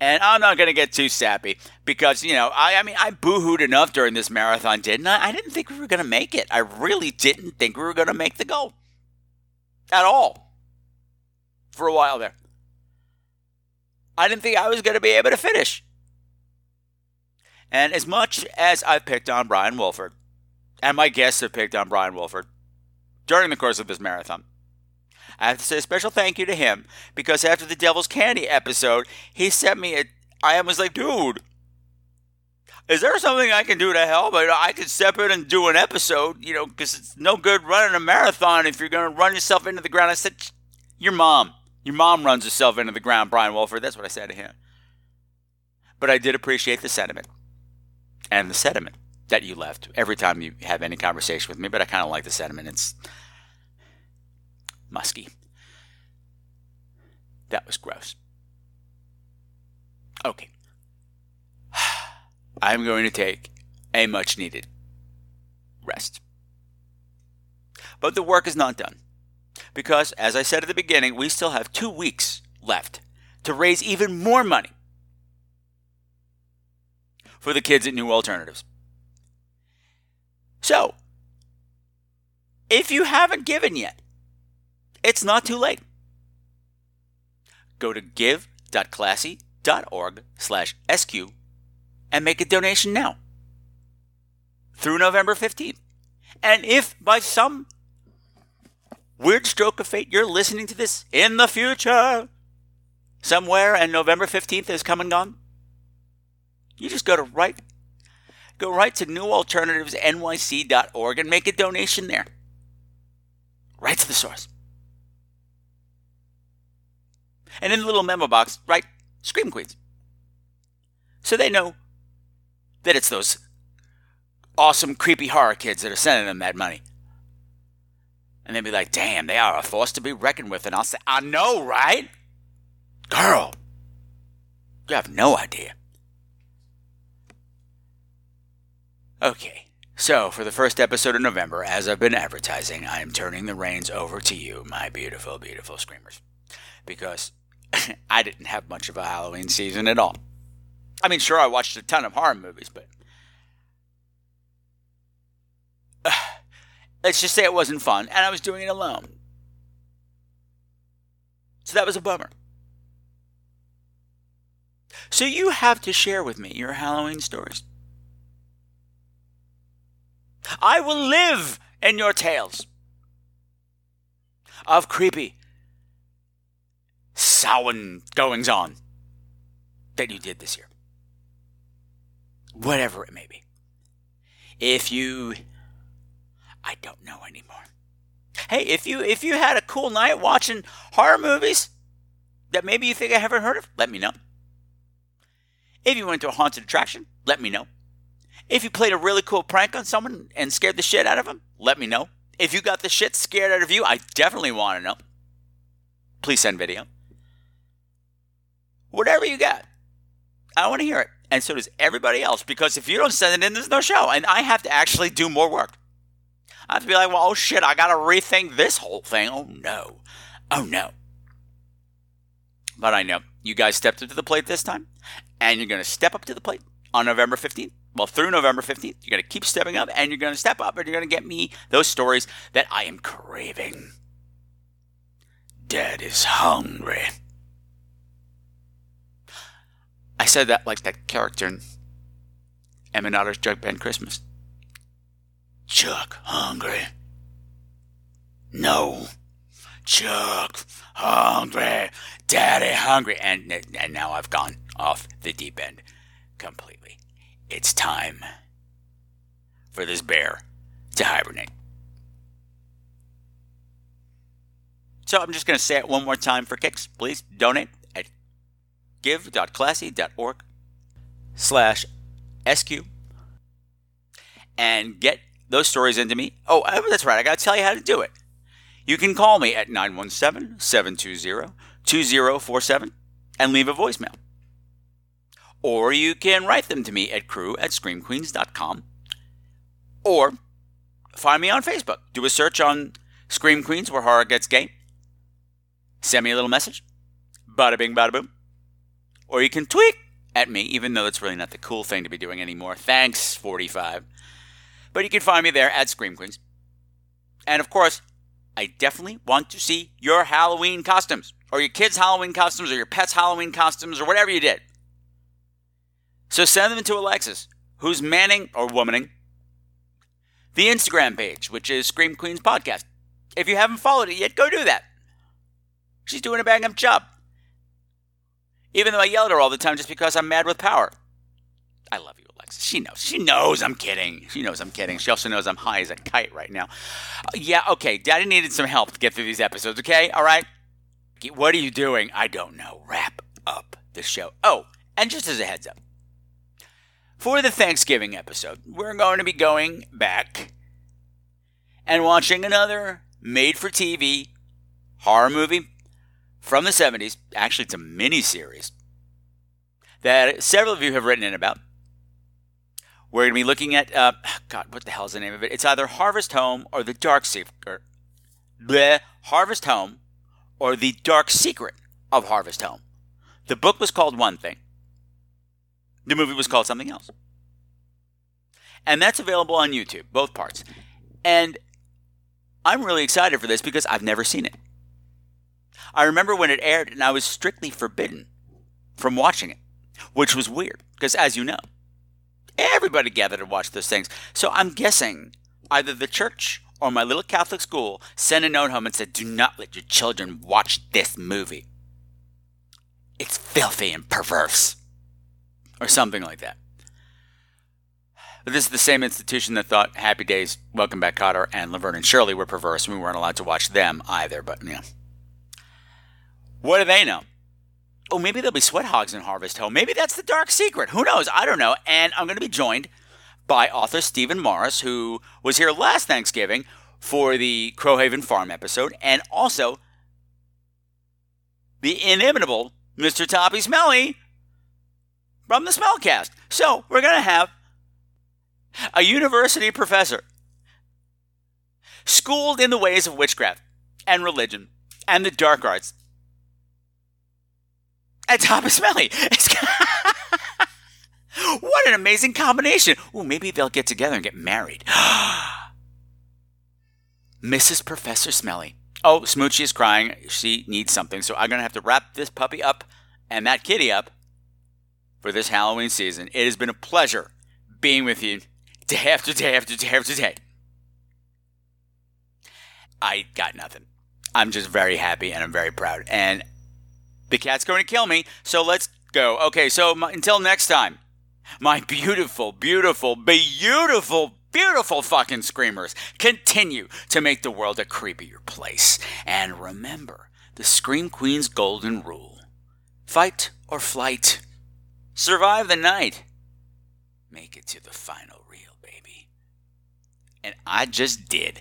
S2: And I'm not going to get too sappy because, you know, I, I mean, I boohooed enough during this marathon, didn't I? I didn't think we were going to make it. I really didn't think we were going to make the goal at all for a while there. I didn't think I was going to be able to finish. And as much as I've picked on Brian Wilford, and my guests have picked on Brian Wilford during the course of this marathon, I have to say a special thank you to him because after the Devil's Candy episode, he sent me a. I was like, dude, is there something I can do to help? I, I could step in and do an episode, you know, because it's no good running a marathon if you're going to run yourself into the ground. I said, your mom. Your mom runs herself into the ground, Brian Wolford. That's what I said to him. But I did appreciate the sentiment and the sentiment that you left every time you have any conversation with me, but I kind of like the sentiment. It's musky. That was gross. Okay. I'm going to take a much needed rest. But the work is not done. Because, as I said at the beginning, we still have two weeks left to raise even more money for the kids at New Alternatives. So, if you haven't given yet, it's not too late. Go to give.classy.org slash SQ and make a donation now. through November 15th. And if by some weird stroke of fate you're listening to this in the future, somewhere and November 15th is come and gone, you just go to right go right to newalternativesnyc.org and make a donation there. Right to the source. And in the little memo box, write Scream Queens. So they know that it's those awesome, creepy horror kids that are sending them that money. And they'd be like, damn, they are a force to be reckoned with. And I'll say, I know, right? Girl, you have no idea. Okay, so for the first episode of November, as I've been advertising, I am turning the reins over to you, my beautiful, beautiful screamers. Because I didn't have much of a Halloween season at all. I mean, sure, I watched a ton of horror movies, but. let's just say it wasn't fun, and I was doing it alone. So that was a bummer. So you have to share with me your Halloween stories. I will live in your tales of creepy, sound goings on that you did this year. Whatever it may be. If you I don't know anymore. Hey, if you if you had a cool night watching horror movies that maybe you think I haven't heard of, let me know. If you went to a haunted attraction, let me know. If you played a really cool prank on someone and scared the shit out of them, let me know. If you got the shit scared out of you, I definitely want to know. Please send video. Whatever you got, I want to hear it. And so does everybody else, because if you don't send it in, there's no show. And I have to actually do more work. I have to be like, well, oh shit, I gotta rethink this whole thing. Oh no. Oh no. But I know you guys stepped up to the plate this time, and you're gonna step up to the plate on November 15th. Well, through November 15th, you're gonna keep stepping up, and you're gonna step up, and you're gonna get me those stories that I am craving. Dad is hungry. I said that like that character in Emma Notter's Jug Band Christmas. Chuck hungry. No. Chuck hungry. Daddy hungry. And, and now I've gone off the deep end completely. It's time for this bear to hibernate. So I'm just going to say it one more time for kicks. Please donate at give.classy.org slash SQ and get those stories into me. Oh, oh, that's right. I got to tell you how to do it. You can call me at 917 720 2047 and leave a voicemail. Or you can write them to me at crew at screamqueens.com. Or find me on Facebook. Do a search on Scream Queens where horror gets gay. Send me a little message. Bada bing, bada boom. Or you can tweet at me, even though that's really not the cool thing to be doing anymore. Thanks, 45. But you can find me there at Scream Queens. And of course, I definitely want to see your Halloween costumes, or your kids' Halloween costumes, or your pets' Halloween costumes, or whatever you did. So send them to Alexis, who's manning or womaning the Instagram page, which is Scream Queens Podcast. If you haven't followed it yet, go do that. She's doing a bang up job. Even though I yell at her all the time just because I'm mad with power. I love you, Alexis. She knows. She knows I'm kidding. She knows I'm kidding. She also knows I'm high as a kite right now. Uh, yeah, okay. Daddy needed some help to get through these episodes, okay? All right? What are you doing? I don't know. Wrap up the show. Oh, and just as a heads up, for the Thanksgiving episode, we're going to be going back and watching another made for TV horror movie from the 70s. Actually, it's a mini series that several of you have written in about. We're going to be looking at, uh, God, what the hell's the name of it? It's either Harvest Home or The Dark Secret. Bleh, Harvest Home or The Dark Secret of Harvest Home. The book was called one thing, the movie was called something else. And that's available on YouTube, both parts. And I'm really excited for this because I've never seen it. I remember when it aired and I was strictly forbidden from watching it, which was weird because, as you know, Everybody gathered to watch those things. So I'm guessing either the church or my little Catholic school sent a note home and said, Do not let your children watch this movie. It's filthy and perverse. Or something like that. But this is the same institution that thought Happy Days, Welcome Back, Cotter, and Laverne and Shirley were perverse, and we weren't allowed to watch them either, but you know. What do they know? Oh, maybe there'll be sweat hogs in Harvest Hill. Maybe that's the dark secret. Who knows? I don't know. And I'm going to be joined by author Stephen Morris, who was here last Thanksgiving for the Crowhaven Farm episode, and also the inimitable Mr. Toppy Smelly from the Smellcast. So we're going to have a university professor schooled in the ways of witchcraft and religion and the dark arts and Thomas Smelly. It's what an amazing combination. Ooh, maybe they'll get together and get married. Mrs. Professor Smelly. Oh, Smoochie is crying. She needs something. So I'm going to have to wrap this puppy up and that kitty up for this Halloween season. It has been a pleasure being with you day after day after day after day. I got nothing. I'm just very happy and I'm very proud. And the cat's going to kill me, so let's go. Okay, so my, until next time, my beautiful, beautiful, beautiful, beautiful fucking screamers continue to make the world a creepier place. And remember the Scream Queen's golden rule fight or flight, survive the night, make it to the final reel, baby. And I just did.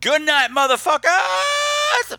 S2: Good night, motherfuckers!